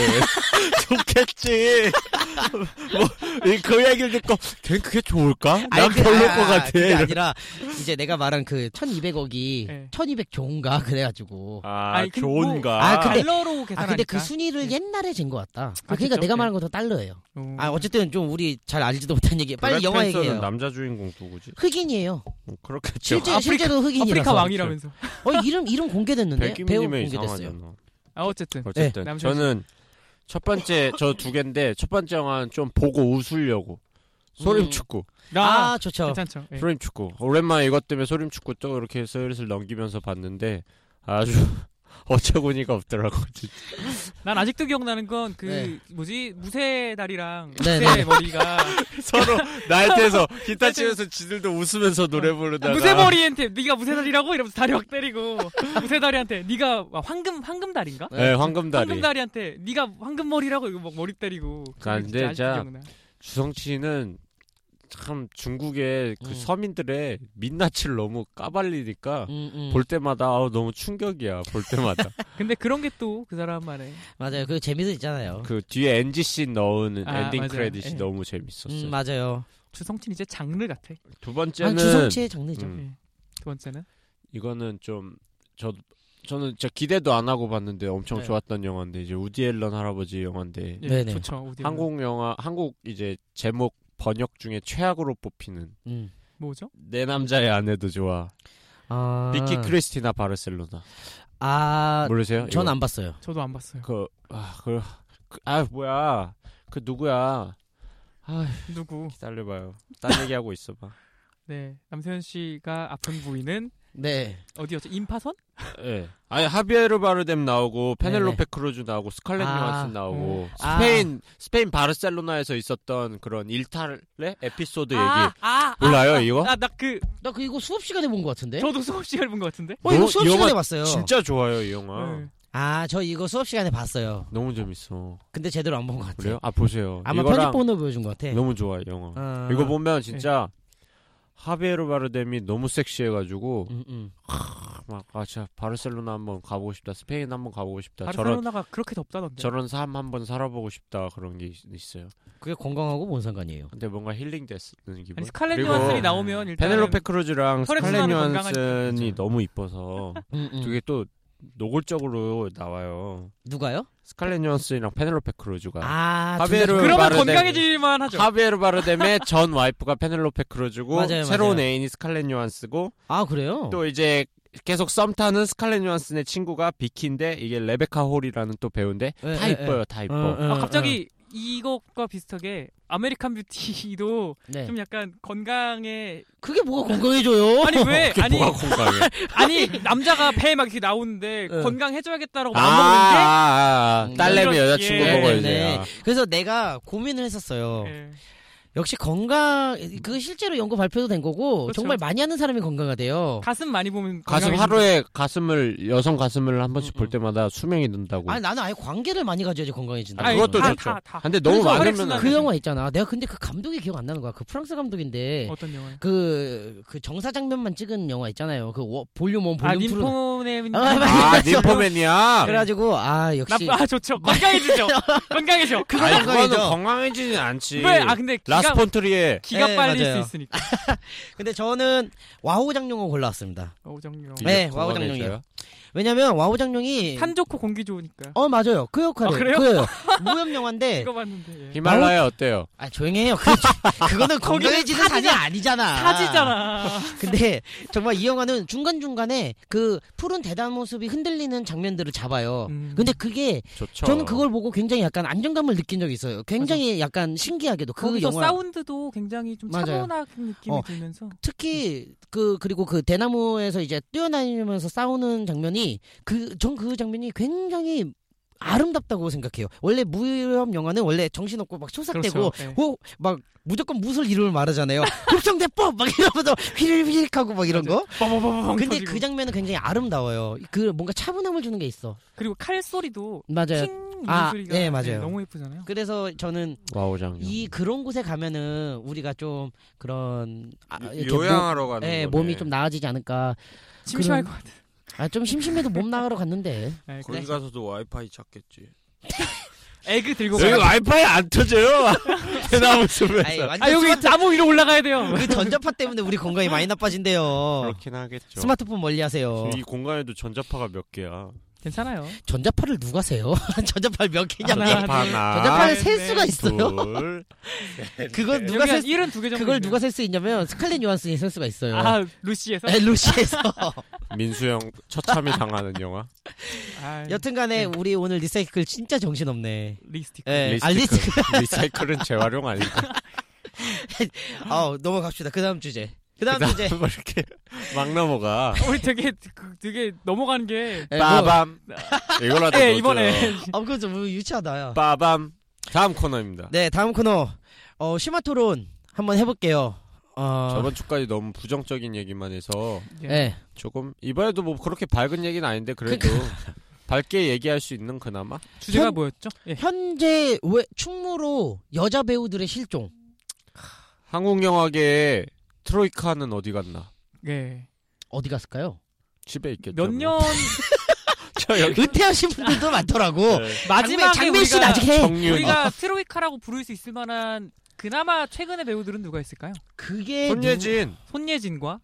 Speaker 3: 좋겠지 [laughs] 뭐그 얘기를 듣고 걔 그게 좋을까? 난
Speaker 1: 아니, 그-
Speaker 3: 별로일
Speaker 1: 아,
Speaker 3: 것 같아
Speaker 1: 그게 아니라 이제 내가 말한 그 1200억이
Speaker 2: 네.
Speaker 1: 1200 좋은가 그래가지고.
Speaker 3: 아
Speaker 2: 아니, 근데
Speaker 1: 아, 근데-
Speaker 2: 달러로
Speaker 1: 아
Speaker 2: 계산하니까.
Speaker 1: 근데 그 순위를
Speaker 2: 네.
Speaker 1: 옛날에 잰 것 같다. 아, 그러니까
Speaker 2: 그렇겠죠? 네.
Speaker 1: 내가 말한 것도 달러예요.
Speaker 2: 어.
Speaker 1: 아 어쨌든 좀 우리 잘 알지도 못한 얘기. 빨리 영화 얘기해요.
Speaker 3: 남자 주인공 누구지? 뭐
Speaker 1: 흑인이에요.
Speaker 3: 그렇겠죠
Speaker 1: 실제
Speaker 2: 아프리카-
Speaker 1: 실제로 흑인이라서.
Speaker 2: 아프리카 왕이라면서.
Speaker 1: 어 이름 이름 공개됐는데 네? 배우
Speaker 3: 백기민님의
Speaker 1: 공개됐어요.
Speaker 3: 이상하잖아
Speaker 2: 아, 어쨌든.
Speaker 3: 어쨌든
Speaker 2: 네. 남자
Speaker 3: 저는 첫 번째 저 두 개인데 첫 번째 영화는 좀 보고 웃으려고 소림
Speaker 1: 음.
Speaker 3: 축구
Speaker 1: 아,
Speaker 2: 아,
Speaker 1: 좋죠.
Speaker 2: 괜찮죠. 예.
Speaker 3: 소림 축구 오랜만에 이것 때문에 소림 축구 또 이렇게 슬슬 넘기면서 봤는데 아주 [laughs] 어처구니가 없더라고 [laughs] 진짜
Speaker 2: 난 아직도 기억나는 건 그
Speaker 1: 네.
Speaker 2: 뭐지? 무쇠 다리랑
Speaker 1: 네,
Speaker 2: 무쇠
Speaker 1: 네.
Speaker 3: [laughs]
Speaker 2: 머리가
Speaker 3: 서로
Speaker 2: [laughs]
Speaker 3: 나한테서 기타 치면서 지들도 웃으면서 노래 부르다가
Speaker 2: 무쇠 머리한테 네가 무쇠 다리라고 이러면서 다리 확 때리고 무쇠 다리한테 네가 와, 황금 황금 다리인가?
Speaker 3: 네, 황금다리.
Speaker 2: 황금 다리한테 네가 황금 머리라고 이거 막 머리 때리고. 그게
Speaker 3: 아, 근데
Speaker 2: 진짜 아직도
Speaker 3: 진짜
Speaker 2: 기억나.
Speaker 3: 주성치는 참 중국의 그
Speaker 1: 음.
Speaker 3: 서민들의 민낯을 너무 까발리니까
Speaker 1: 음, 음.
Speaker 3: 볼 때마다 아우, 너무 충격이야. 볼 때마다.
Speaker 2: 근데 그런 게 또 그 사람만의
Speaker 1: 맞아요. 그 재미도 있잖아요.
Speaker 3: 그 뒤에 NG 씬 넣은
Speaker 2: 아,
Speaker 3: 엔딩
Speaker 2: 맞아요.
Speaker 3: 크레딧이
Speaker 2: 예.
Speaker 3: 너무 재밌었어요.
Speaker 1: 음, 맞아요.
Speaker 2: 주성친 이제 장르 같아.
Speaker 3: 두
Speaker 1: 아,
Speaker 3: 번째는
Speaker 1: 주성치의 장르죠.
Speaker 3: 음.
Speaker 2: 예. 두 번째는
Speaker 3: 이거는 좀 저 저는 진짜 기대도 안 하고 봤는데 엄청
Speaker 1: 네.
Speaker 3: 좋았던 영화인데 이제 우디 앨런 할아버지 영화인데
Speaker 2: 예,
Speaker 1: 네네.
Speaker 2: 좋죠. 우디 앨런.
Speaker 3: 한국 영화 한국 이제 제목 번역 중에 최악으로 뽑히는
Speaker 1: 음.
Speaker 2: 뭐죠?
Speaker 3: 내 남자의 아내도 좋아.
Speaker 1: 아,
Speaker 3: 비키 크리스티나 바르셀로나.
Speaker 1: 아,
Speaker 3: 모르세요?
Speaker 1: 전
Speaker 3: 이거?
Speaker 1: 안 봤어요.
Speaker 2: 저도 안 봤어요.
Speaker 3: 그, 아, 그, 그, 아, 뭐야. 그 누구야. 아,
Speaker 2: 누구?
Speaker 3: 기다려봐요. 딴 얘기하고 있어봐.
Speaker 2: 네. 남세현 씨가 아픈 부위는
Speaker 1: 네.
Speaker 2: 어디였죠? 임파선?
Speaker 3: 예. 아니, 하비에르 바르뎀 나오고, 페넬로페
Speaker 1: 네네.
Speaker 3: 크루즈 나오고, 스칼렛
Speaker 1: 아,
Speaker 3: 요한슨 나오고,
Speaker 1: 아.
Speaker 3: 스페인, 스페인 바르셀로나에서 있었던 그런 일탈의 에피소드 얘기.
Speaker 2: 아,
Speaker 3: 몰라요, 이거?
Speaker 2: 아, 나 그
Speaker 1: 나 그 이거 수업 시간에 본 것 같은데.
Speaker 2: 저도 수업 시간에 본 것 같은데.
Speaker 1: 어, 이거
Speaker 3: 너-
Speaker 1: 수업
Speaker 3: 이 영화
Speaker 1: 시간에 봤어요.
Speaker 3: 진짜 좋아요, 이 영화.
Speaker 2: 네.
Speaker 1: 아, 저 이거 수업 시간에 봤어요.
Speaker 3: 너무 재밌어.
Speaker 1: 근데 제대로 안 본 것 같아요.
Speaker 3: 그래요? 아, 보세요.
Speaker 1: 네. 아마
Speaker 3: 이거랑
Speaker 1: 편집본으로 보여준 것 같아.
Speaker 3: 너무 좋아요, 이 영화.
Speaker 1: 아.
Speaker 3: 이거 뭐- 보면 진짜 하비에르 바르뎀이 너무 섹시해가지고
Speaker 1: 음, 음.
Speaker 3: 막 아 진짜 바르셀로나 한번 가보고 싶다 스페인 한번 가보고 싶다 저런
Speaker 2: 바르셀로나가 그렇게 덥다던데.
Speaker 3: 저런 삶 한번 살아보고 싶다 그런 게 있- 있어요
Speaker 1: 그게 건강하고 뭔 상관이에요.
Speaker 3: 근데 뭔가 힐링 됐는 기분
Speaker 2: 아니 스칼렛
Speaker 3: 그리고
Speaker 2: 요한슨이 나오면 일단
Speaker 3: 뭐- 페넬로페 크루즈랑
Speaker 2: 혈액
Speaker 3: 스칼렛
Speaker 2: 순환은 건강하니까.
Speaker 3: 요한슨이 너무 이뻐서
Speaker 1: 음, 음.
Speaker 3: 되게 또 노골적으로 나와요.
Speaker 1: 누가요?
Speaker 3: 스칼렛 요한슨이랑 페넬로페 크루즈가
Speaker 1: 아, 둘
Speaker 3: 하베르-
Speaker 1: 다-
Speaker 3: 그
Speaker 2: 그러면
Speaker 3: 말은
Speaker 2: 건강해질만 하죠.
Speaker 3: 하비에르 바르뎀의 전 와이프가 페넬로페 크루즈고
Speaker 1: 맞아요,
Speaker 3: 새로운
Speaker 1: 맞아요.
Speaker 3: 애인이 스칼렛 요한스고
Speaker 1: 아, 그래요?
Speaker 3: 또 이제 계속 썸 타는 스칼렛 요한슨의 친구가 비키인데 이게 레베카 홀이라는 또 배우인데
Speaker 1: 예,
Speaker 3: 다
Speaker 1: 예,
Speaker 3: 이뻐요, 다 이뻐.
Speaker 1: 어, 어,
Speaker 2: 아, 갑자기 이것과 비슷하게 아메리칸 뷰티도
Speaker 1: 어. 네.
Speaker 2: 좀 약간 건강에
Speaker 1: 그게 뭐가 건강해져요?
Speaker 2: 아니 왜 아니
Speaker 3: 어, 뭐가
Speaker 2: [laughs]
Speaker 3: 공감해?
Speaker 2: 아니 남자가 배 막 이렇게 나오는데
Speaker 1: 어.
Speaker 2: 건강해져야겠다라고
Speaker 3: 아,
Speaker 2: 마음
Speaker 3: 아,
Speaker 1: 음.
Speaker 3: 아, 딸내미
Speaker 2: 이런-
Speaker 3: 여자친구
Speaker 2: 예.
Speaker 3: 보고
Speaker 1: 네,
Speaker 3: 이제
Speaker 1: 네.
Speaker 3: 아.
Speaker 1: 그래서 내가 고민을 했었어요.
Speaker 2: 먹는 게 예.
Speaker 1: 역시 건강 그 실제로 연구 발표도 된 거고
Speaker 2: 그렇죠.
Speaker 1: 정말 많이 하는 사람이 건강하대요.
Speaker 2: 가슴 많이 보면
Speaker 3: 가슴
Speaker 2: 건강해지는-
Speaker 3: 하루에 가슴을 여성 가슴을 한 번씩
Speaker 1: 음,
Speaker 3: 볼
Speaker 1: 음.
Speaker 3: 때마다 수명이 는다고.
Speaker 1: 아니 나는 아예 관계를 많이 가져야지 건강해진다.
Speaker 3: 아,
Speaker 2: 아니,
Speaker 3: 그것도
Speaker 2: 다,
Speaker 3: 좋죠.
Speaker 2: 다, 다.
Speaker 3: 근데 너무
Speaker 2: 그래서
Speaker 3: 많으면
Speaker 2: 혈액순환-
Speaker 3: 안
Speaker 1: 그
Speaker 3: 돼.
Speaker 1: 영화 있잖아. 내가 근데 그 감독이 기억 안 나는 거야. 그 프랑스 감독인데
Speaker 2: 어떤 영화?
Speaker 1: 그, 그 정사 장면만 찍은 영화 있잖아요. 그 워- 볼륨 원
Speaker 2: 아
Speaker 1: 볼륨 2로
Speaker 2: 림포네
Speaker 1: 아, 맞아.
Speaker 3: 아,
Speaker 2: [laughs]
Speaker 3: 림포맨이야.
Speaker 1: 그래가지고 아 역시
Speaker 2: 나아 좋죠
Speaker 3: [laughs]
Speaker 2: 건강해지죠 건강해져
Speaker 1: 그거
Speaker 3: 아니, 그거는
Speaker 1: 건강이죠.
Speaker 3: 건강해지진 않지.
Speaker 2: 왜아 근데 기가
Speaker 3: 라스폰트리에
Speaker 2: 기가
Speaker 1: 예,
Speaker 2: 빨릴
Speaker 1: 맞아요.
Speaker 2: 수 있으니까
Speaker 1: 근데 저는 와우 장룡을 골라왔습니다.
Speaker 2: 어, 오정용
Speaker 1: 네. 와우 장룡이에요. 왜냐면 와우 장룡이
Speaker 2: 탄 좋고 공기 좋으니까
Speaker 1: 어 맞아요 그 역할을
Speaker 2: 아, 그래요?
Speaker 1: 그 무협 영화인데
Speaker 2: [laughs] 이거
Speaker 1: 네.
Speaker 2: 봤는데 예.
Speaker 3: 히말라야 어때요?
Speaker 1: 아 조용해요. 그,
Speaker 2: [laughs]
Speaker 1: 그거는 건강해지는 산이 아니잖아.
Speaker 2: 사지잖아
Speaker 1: 근데 정말 이 영화는 중간 중간에 그 푸른 대나무숲이 흔들리는 장면들을 잡아요.
Speaker 2: 음.
Speaker 1: 근데 그게
Speaker 3: 좋죠.
Speaker 1: 저는 그걸 보고 굉장히 약간 안정감을 느낀 적이 있어요. 굉장히 약간 신기하게도 그
Speaker 2: 거기서
Speaker 1: 영화
Speaker 2: 사운드도 굉장히 좀
Speaker 1: 맞아요.
Speaker 2: 차분한 느낌이
Speaker 1: 어.
Speaker 2: 들면서
Speaker 1: 특히 그 그리고 그 대나무에서 이제 뛰어다니면서 싸우는 장면이 그 전 그 장면이 굉장히 아름답다고 생각해요. 원래 무협 영화는 원래 정신없고 막 소삭되고
Speaker 2: 그렇죠. 네.
Speaker 1: 호, 막 무조건 무술 이름을 말하잖아요. [laughs] 급성대법 막 이러면서 휘릭휘릭하고 막 이런 거.
Speaker 2: 뻥뻥뻥뻥
Speaker 1: 근데
Speaker 2: 터지고.
Speaker 1: 그 장면은 굉장히 아름다워요. 그 뭔가 차분함을 주는 게 있어.
Speaker 2: 그리고 칼 소리도
Speaker 1: 맞아요.
Speaker 2: 킹
Speaker 1: 아,
Speaker 2: 소리가 예,
Speaker 1: 네, 맞아요.
Speaker 2: 너무 예쁘잖아요.
Speaker 1: 그래서 저는
Speaker 3: 와우 장룡.
Speaker 1: 이 그런 곳에 가면은 우리가 좀 그런 아, 이렇게
Speaker 4: 요양하러
Speaker 3: 뭐
Speaker 1: 몸,
Speaker 4: 가는
Speaker 1: 예,
Speaker 4: 거네.
Speaker 1: 몸이 좀 나아지지 않을까.
Speaker 2: 심심할 것 같아.
Speaker 1: 아, 좀 심심해도 몸 나가러 갔는데.
Speaker 2: 네,
Speaker 4: 거기
Speaker 2: 그래.
Speaker 4: 가서도 와이파이 찾겠지.
Speaker 2: 에그 들고
Speaker 3: 여기
Speaker 2: 가.
Speaker 3: 와이파이 안
Speaker 1: [laughs]
Speaker 3: 터져요. 대나무 숲에서.
Speaker 1: 완전
Speaker 2: 아 여기 나무 위로 올라가야 돼요.
Speaker 1: 그 전자파 때문에 우리 건강이 많이 나빠진대요.
Speaker 3: 그렇긴 하겠죠.
Speaker 1: 스마트폰 멀리 하세요.
Speaker 3: 지금 이 공간에도 전자파가 몇 개야?
Speaker 2: 괜찮아요.
Speaker 1: 전자파를 누가 세요? [laughs] 전자파를 몇 개냐고.
Speaker 2: 하나,
Speaker 3: 전자파 하나.
Speaker 1: 네. 전자파를
Speaker 2: 아,
Speaker 1: 셀
Speaker 2: 네.
Speaker 1: 수가 있어요?
Speaker 3: 둘.
Speaker 1: 그건 누가
Speaker 2: 여기
Speaker 1: 셀
Speaker 2: 한 일은 두개 정도.
Speaker 1: 그걸
Speaker 2: 있네요.
Speaker 1: 누가 네. 셀 수 있냐면 스칼렛 요한슨이 셀 수가 있어요.
Speaker 2: 아 루시에서.
Speaker 1: 에, 루시에서.
Speaker 3: 민수형 처참히 당하는
Speaker 1: [laughs]
Speaker 3: 영화.
Speaker 2: 아,
Speaker 1: 여튼간에
Speaker 2: [laughs] 네.
Speaker 1: 우리 오늘 리사이클 진짜 정신없네.
Speaker 2: 리스틱.
Speaker 1: 예,
Speaker 3: 리스티클.
Speaker 1: 알리스.
Speaker 3: 리사이클은 재활용 아닐까?
Speaker 1: 아 넘어갑시다. 그 다음 주제. 그 다음
Speaker 3: [laughs]
Speaker 1: 주제.
Speaker 3: 뭐 이렇게 막 넘어가.
Speaker 2: 우리 되게 그, 되게 넘어가는 게.
Speaker 1: 에, 뭐,
Speaker 3: 빠밤. 예, 이거라도 못
Speaker 2: 네
Speaker 3: 들어요.
Speaker 2: 이번에
Speaker 1: 아, 그거 좀 유치하다. 야.
Speaker 3: 빠밤. 다음 코너입니다.
Speaker 1: 네, 다음 코너. 어, 심화토론 한번 해볼게요. 어,
Speaker 3: 저번 주까지 너무 부정적인 얘기만 해서
Speaker 2: 예.
Speaker 1: 예.
Speaker 3: 조금 이번에도 뭐 그렇게 밝은 얘기는 아닌데 그래도 [laughs] 밝게 얘기할 수 있는 그나마
Speaker 2: 주제가
Speaker 1: 현-
Speaker 2: 뭐였죠? 예.
Speaker 1: 현재 왜 충무로 여자 배우들의 실종.
Speaker 3: 한국 영화계의 트로이카는 어디 갔나?
Speaker 2: 예.
Speaker 1: 어디 갔을까요?
Speaker 3: 집에 있겠죠.
Speaker 2: 몇
Speaker 3: 뭐.
Speaker 2: 년
Speaker 3: 저 아,
Speaker 1: 네.
Speaker 3: 여기
Speaker 1: 은퇴하신
Speaker 2: [laughs]
Speaker 1: 분들도 많더라고.
Speaker 3: 네.
Speaker 2: 마지막에
Speaker 1: 장민 씨는
Speaker 2: 우리가
Speaker 1: 아직 해.
Speaker 3: 정윤
Speaker 2: 우리가 트로이카라고 부를 수 있을 만한 그나마 최근의 배우들은 누가 있을까요?
Speaker 1: 그게 누구-
Speaker 3: 손예진
Speaker 2: 손예진과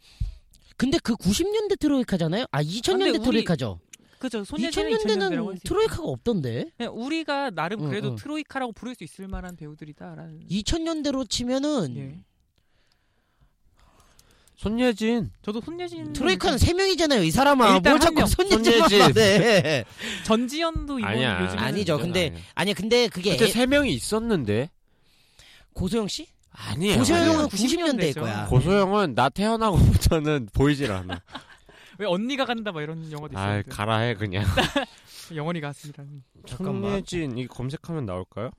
Speaker 1: 근데 그 90년대 트로이카잖아요. 아
Speaker 2: 근데
Speaker 1: 2000년대
Speaker 2: 우리-
Speaker 1: 트로이카죠.
Speaker 2: 그죠 손예진은 2000년대라고
Speaker 1: 2000년대는 트로이카가 음, 없던데.
Speaker 2: 네, 우리가 나름
Speaker 1: 응,
Speaker 2: 그래도
Speaker 1: 응.
Speaker 2: 트로이카라고 부를 수 있을 만한 배우들이다라는
Speaker 1: 2000년대로 치면은
Speaker 2: 예.
Speaker 3: 손예진
Speaker 2: 저도 손예진
Speaker 1: 트로이카는 세 명이잖아요. 이 사람아. 뭘
Speaker 2: 일단 한
Speaker 1: 자꾸
Speaker 2: 명.
Speaker 1: 손예진만
Speaker 3: 손예진.
Speaker 1: 네.
Speaker 2: 전지현도 이번
Speaker 3: 아니야
Speaker 2: 요즘에
Speaker 1: 아니죠. 근데
Speaker 3: 아니야.
Speaker 1: [laughs] 아니 근데 그게
Speaker 3: 그때
Speaker 1: 애-
Speaker 3: 세 명이 있었는데
Speaker 1: 고소영 씨?
Speaker 3: 예. 아니에요.
Speaker 1: 고소영은
Speaker 3: 아니에요.
Speaker 1: 90년대일 거야.
Speaker 3: 고소영은 나 태어나고부터는 [laughs] 보이질 않아.
Speaker 2: 왜 언니가 간다 막 이런 영화도
Speaker 3: 아
Speaker 2: 있었는데
Speaker 3: 가라 해 그냥.
Speaker 2: 영원히 갔습니다.
Speaker 1: 잠깐만.
Speaker 3: 손예진 이 검색하면 나올까요?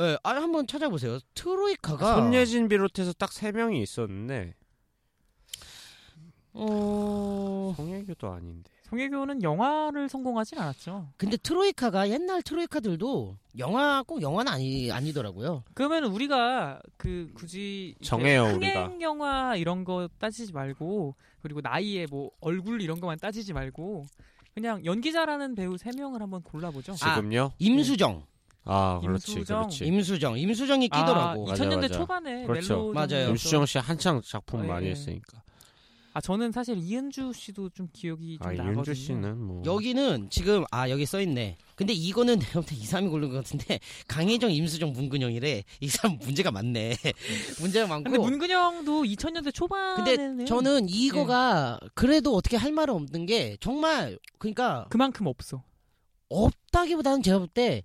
Speaker 1: 예. 아 한번 찾아보세요.
Speaker 2: 그러니까
Speaker 1: 트로이카가
Speaker 3: 손예진 비롯해서 딱 세 명이 있었는데
Speaker 1: 어
Speaker 3: 홍예교도 아닌데.
Speaker 2: 송혜교는 영화를 성공하진 않았죠.
Speaker 1: 근데 트로이카가 옛날 트로이카들도 영화 꼭 영화는 아니 아니더라고요.
Speaker 2: 그러면 우리가 그 굳이 이제
Speaker 3: 정해요,
Speaker 2: 흥행
Speaker 3: 우리가.
Speaker 2: 영화 이런 거 따지지 말고 그리고 나이에 뭐 얼굴 이런 거만 따지지 말고 그냥 연기자라는 배우 세 명을 한번 골라보죠.
Speaker 1: 아,
Speaker 3: 지금요?
Speaker 1: 임수정.
Speaker 3: 아, 그렇지,
Speaker 2: 임수정.
Speaker 3: 그렇지.
Speaker 1: 임수정. 임수정이 끼더라고.
Speaker 2: 예.
Speaker 3: 맞아,
Speaker 2: 2000년대
Speaker 3: 맞아.
Speaker 2: 초반에
Speaker 3: 그렇죠.
Speaker 2: 멜로
Speaker 1: 맞아요.
Speaker 3: 임수정 씨 한창 작품
Speaker 2: 아,
Speaker 3: 많이
Speaker 2: 예.
Speaker 3: 했으니까.
Speaker 2: 아 저는 사실 이은주 씨도 좀 기억이 좀
Speaker 3: 아
Speaker 2: 나거든요.
Speaker 3: 윤주 씨는
Speaker 2: 어.
Speaker 3: 뭐
Speaker 1: 여기는 지금 아 여기 써 있네. 근데 이거는 [laughs] 내가 볼때 2, 3이 고른 것 같은데 [laughs] 강혜정, 임수정, 문근영이래. 이 사람 문제가 많네. [laughs] 문제가 많고.
Speaker 2: 근데 문근영도 2000년대 초반에는
Speaker 1: 근데 저는 이거가
Speaker 2: 예.
Speaker 1: 그래도 어떻게 할 말은 없는 게 정말 그러니까
Speaker 2: 그만큼 없어.
Speaker 1: 없다기보다는 제가 볼 때,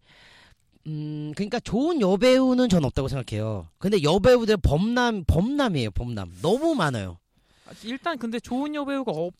Speaker 1: 음, 그러니까 좋은 여배우는 전 없다고 생각해요. 근데 여배우들 범람, 범람이에요, 범람. 너무 많아요.
Speaker 2: 아, 일단 근데 좋은 여배우가 없,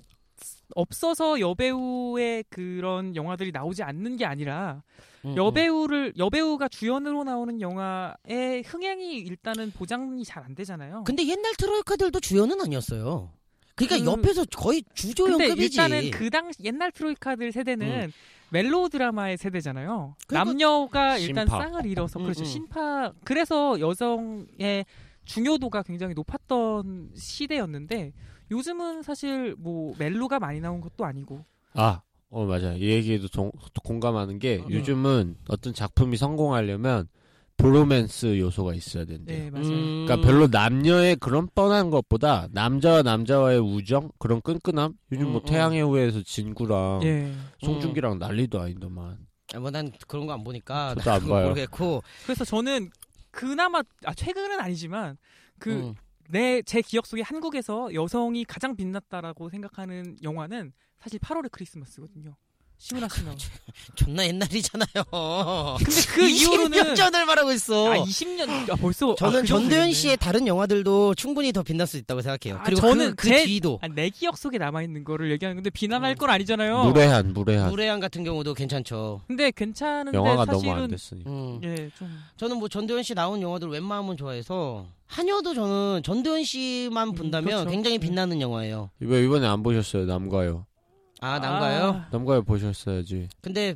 Speaker 2: 없어서 여배우의 그런 영화들이 나오지 않는 게 아니라
Speaker 1: 음,
Speaker 2: 여배우를 여배우가 주연으로 나오는 영화의 흥행이 일단은 보장이 잘 안 되잖아요.
Speaker 1: 음. 근데 옛날 트로이카들도 주연은 아니었어요. 그러니까
Speaker 2: 그-
Speaker 1: 옆에서 거의
Speaker 2: 근데
Speaker 1: 주조연급이지. 음.
Speaker 2: 일단은 그 당시 옛날 트로이카들 세대는 멜로 드라마의 세대잖아요.
Speaker 1: 그리고
Speaker 2: 남녀가 일단
Speaker 3: 신파.
Speaker 2: 쌍을 이뤄서
Speaker 1: 음,
Speaker 2: 그렇죠.
Speaker 1: 음.
Speaker 2: 신파 그래서 여성의 중요도가 굉장히 높았던 시대였는데 요즘은 사실 뭐 멜로가 많이 나온 것도 아니고
Speaker 3: 아, 어 맞아. 이 얘기에도 동- 공감하는 게
Speaker 2: 어.
Speaker 3: 요즘은 어떤 작품이 성공하려면 브로맨스 요소가 있어야 된대요.
Speaker 2: 네 맞아요.
Speaker 1: 음.
Speaker 3: 그러니까 별로 남녀의 그런 뻔한 것보다 남자와 남자와의 우정 그런 끈끈함 요즘 뭐
Speaker 1: 음, 음.
Speaker 3: 태양의 후예에서 진구랑
Speaker 2: 예.
Speaker 3: 송중기랑 난리도 아니더만
Speaker 1: 아, 뭐, 난 그런 거 안 보니까.
Speaker 3: 음, 저도
Speaker 1: 난
Speaker 3: 안
Speaker 1: 그건
Speaker 3: 봐요.
Speaker 1: 모르겠고.
Speaker 2: 그래서 저는 그나마 아 최근은 아니지만 그
Speaker 1: 음.
Speaker 2: 내 제 기억 속에 한국에서 여성이 가장 빛났다라고 생각하는 영화는 사실 8월의 크리스마스거든요. 시문아 씨 나온.
Speaker 1: 존나 옛날이잖아요.
Speaker 2: 근데 [laughs] 그
Speaker 1: 20년
Speaker 2: 이후로는
Speaker 1: 전을 말하고 있어.
Speaker 2: 아 20년 아 벌써
Speaker 1: 저는
Speaker 2: 아, 그
Speaker 1: 전도연
Speaker 2: 정도였네.
Speaker 1: 씨의 다른 영화들도 충분히 더 빛날 수 있다고 생각해요.
Speaker 2: 아,
Speaker 1: 그리고
Speaker 2: 저는
Speaker 1: 그, 그
Speaker 2: 제-
Speaker 1: 뒤도
Speaker 2: 아, 내 기억 속에 남아 있는 거를 얘기하는 건데
Speaker 1: 음.
Speaker 2: 비난할 건 아니잖아요.
Speaker 3: 무례한 무례한
Speaker 1: 무례한 같은 경우도 괜찮죠.
Speaker 2: 근데 괜찮은데
Speaker 3: 영화가
Speaker 2: 사실은
Speaker 3: 너무 안 됐으니까
Speaker 1: 음.
Speaker 2: 예, 좀
Speaker 1: 저는 뭐 전도연 씨 나온 영화들 웬만하면 좋아해서 한여도 저는 전도연 씨만
Speaker 2: 음,
Speaker 1: 본다면
Speaker 2: 그렇죠.
Speaker 1: 굉장히
Speaker 2: 음.
Speaker 1: 빛나는 영화예요.
Speaker 3: 왜 이번에 안 보셨어요 남가요
Speaker 1: 아 난가요?
Speaker 2: 아,
Speaker 3: 남가요 보셨어야지
Speaker 1: 근데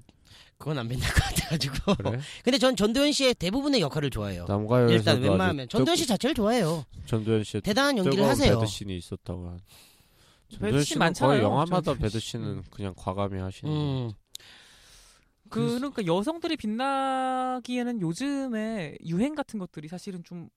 Speaker 1: 그건 안 빛날 [laughs] 것 같아가지고.
Speaker 3: 그래
Speaker 1: 근데 전 전도연 씨의 대부분의 역할을 좋아해요.
Speaker 3: 남가요에서
Speaker 1: 어. 일단 웬만하면 전도연 씨 자체를 좋아해요.
Speaker 3: 전도연 씨
Speaker 1: 대단한 연기를
Speaker 3: 뜨거운
Speaker 1: 하세요.
Speaker 3: 배드 씬이 있었다고 한
Speaker 2: 배드
Speaker 3: 전도연
Speaker 2: 씬
Speaker 3: 씨는 거의
Speaker 2: 많잖아요.
Speaker 3: 영화마다
Speaker 2: 전도연
Speaker 3: 배드
Speaker 2: 씨.
Speaker 3: 씬은 그냥 과감히 하시는
Speaker 1: 음.
Speaker 2: 그- 그러니까 여성들이 빛나기에는 요즘에 유행 같은 것들이 사실은 좀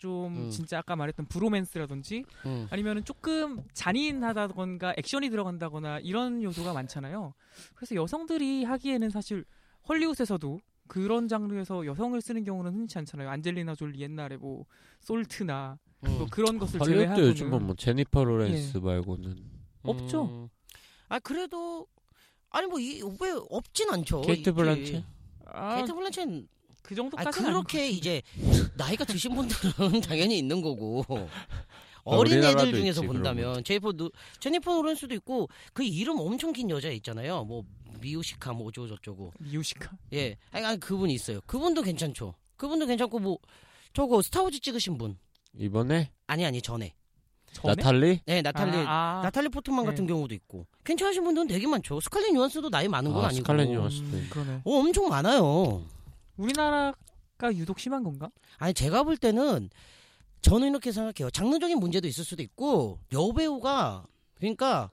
Speaker 2: 좀
Speaker 1: 음.
Speaker 2: 진짜 아까 말했던 브로맨스라든지
Speaker 1: 음.
Speaker 2: 아니면은 조금 잔인하다던가 액션이 들어간다거나 이런 요소가 많잖아요. 그래서 여성들이 하기에는 사실 헐리우드에서도 그런 장르에서 여성을 쓰는 경우는 흔치 않잖아요. 안젤리나 졸리 옛날에 뭐 솔트나 뭐
Speaker 1: 음.
Speaker 2: 그런 것을
Speaker 3: 할리우드
Speaker 2: 제외하고는
Speaker 3: 요즘은 뭐 제니퍼 로렌스 말고는
Speaker 2: 없죠.
Speaker 1: 음. 아 그래도 아니 뭐 이 왜 없진 않죠.
Speaker 3: 케이트
Speaker 1: 있지.
Speaker 3: 블란쳇?
Speaker 2: 아,
Speaker 1: 케이트 블란쳇 아
Speaker 2: 그 정도까지는 아닌
Speaker 1: 그렇게 이제 나이가 드신 분들은 [laughs] 당연히 있는 거고 어린
Speaker 3: 아, 우리나라도
Speaker 1: 애들 중에서
Speaker 3: 있지,
Speaker 1: 본다면 제이퍼 노, 제니퍼 노렌스도 있고 그 이름 엄청 긴 여자 있잖아요. 뭐 미우시카 뭐 어쩌고 저쩌고
Speaker 2: 것 같아요. 미우시카.
Speaker 1: 예 아니, 아니 그분 있어요. 그분도 괜찮죠. 그분도 괜찮고 뭐 저거 스타워즈 찍으신 분
Speaker 3: 이번에
Speaker 1: 아니 아니 전에
Speaker 2: 전에?
Speaker 3: 나탈리
Speaker 1: 예 나탈리
Speaker 2: 아, 아.
Speaker 1: 나탈리 포트만
Speaker 2: 네.
Speaker 1: 같은 경우도 있고 괜찮으신 분들은 되게 많죠. 스칼렛 요한스도 나이 많은 건
Speaker 3: 아,
Speaker 1: 아, 니고
Speaker 3: 스칼렛
Speaker 2: 음,
Speaker 3: 요한스도.
Speaker 2: 그러네.
Speaker 1: 어, 엄청 많아요.
Speaker 2: 우리나라가 유독 심한 건가?
Speaker 1: 아니 제가 볼 때는 저는 이렇게 생각해요. 장르적인 문제도 있을 수도 있고 여배우가 그러니까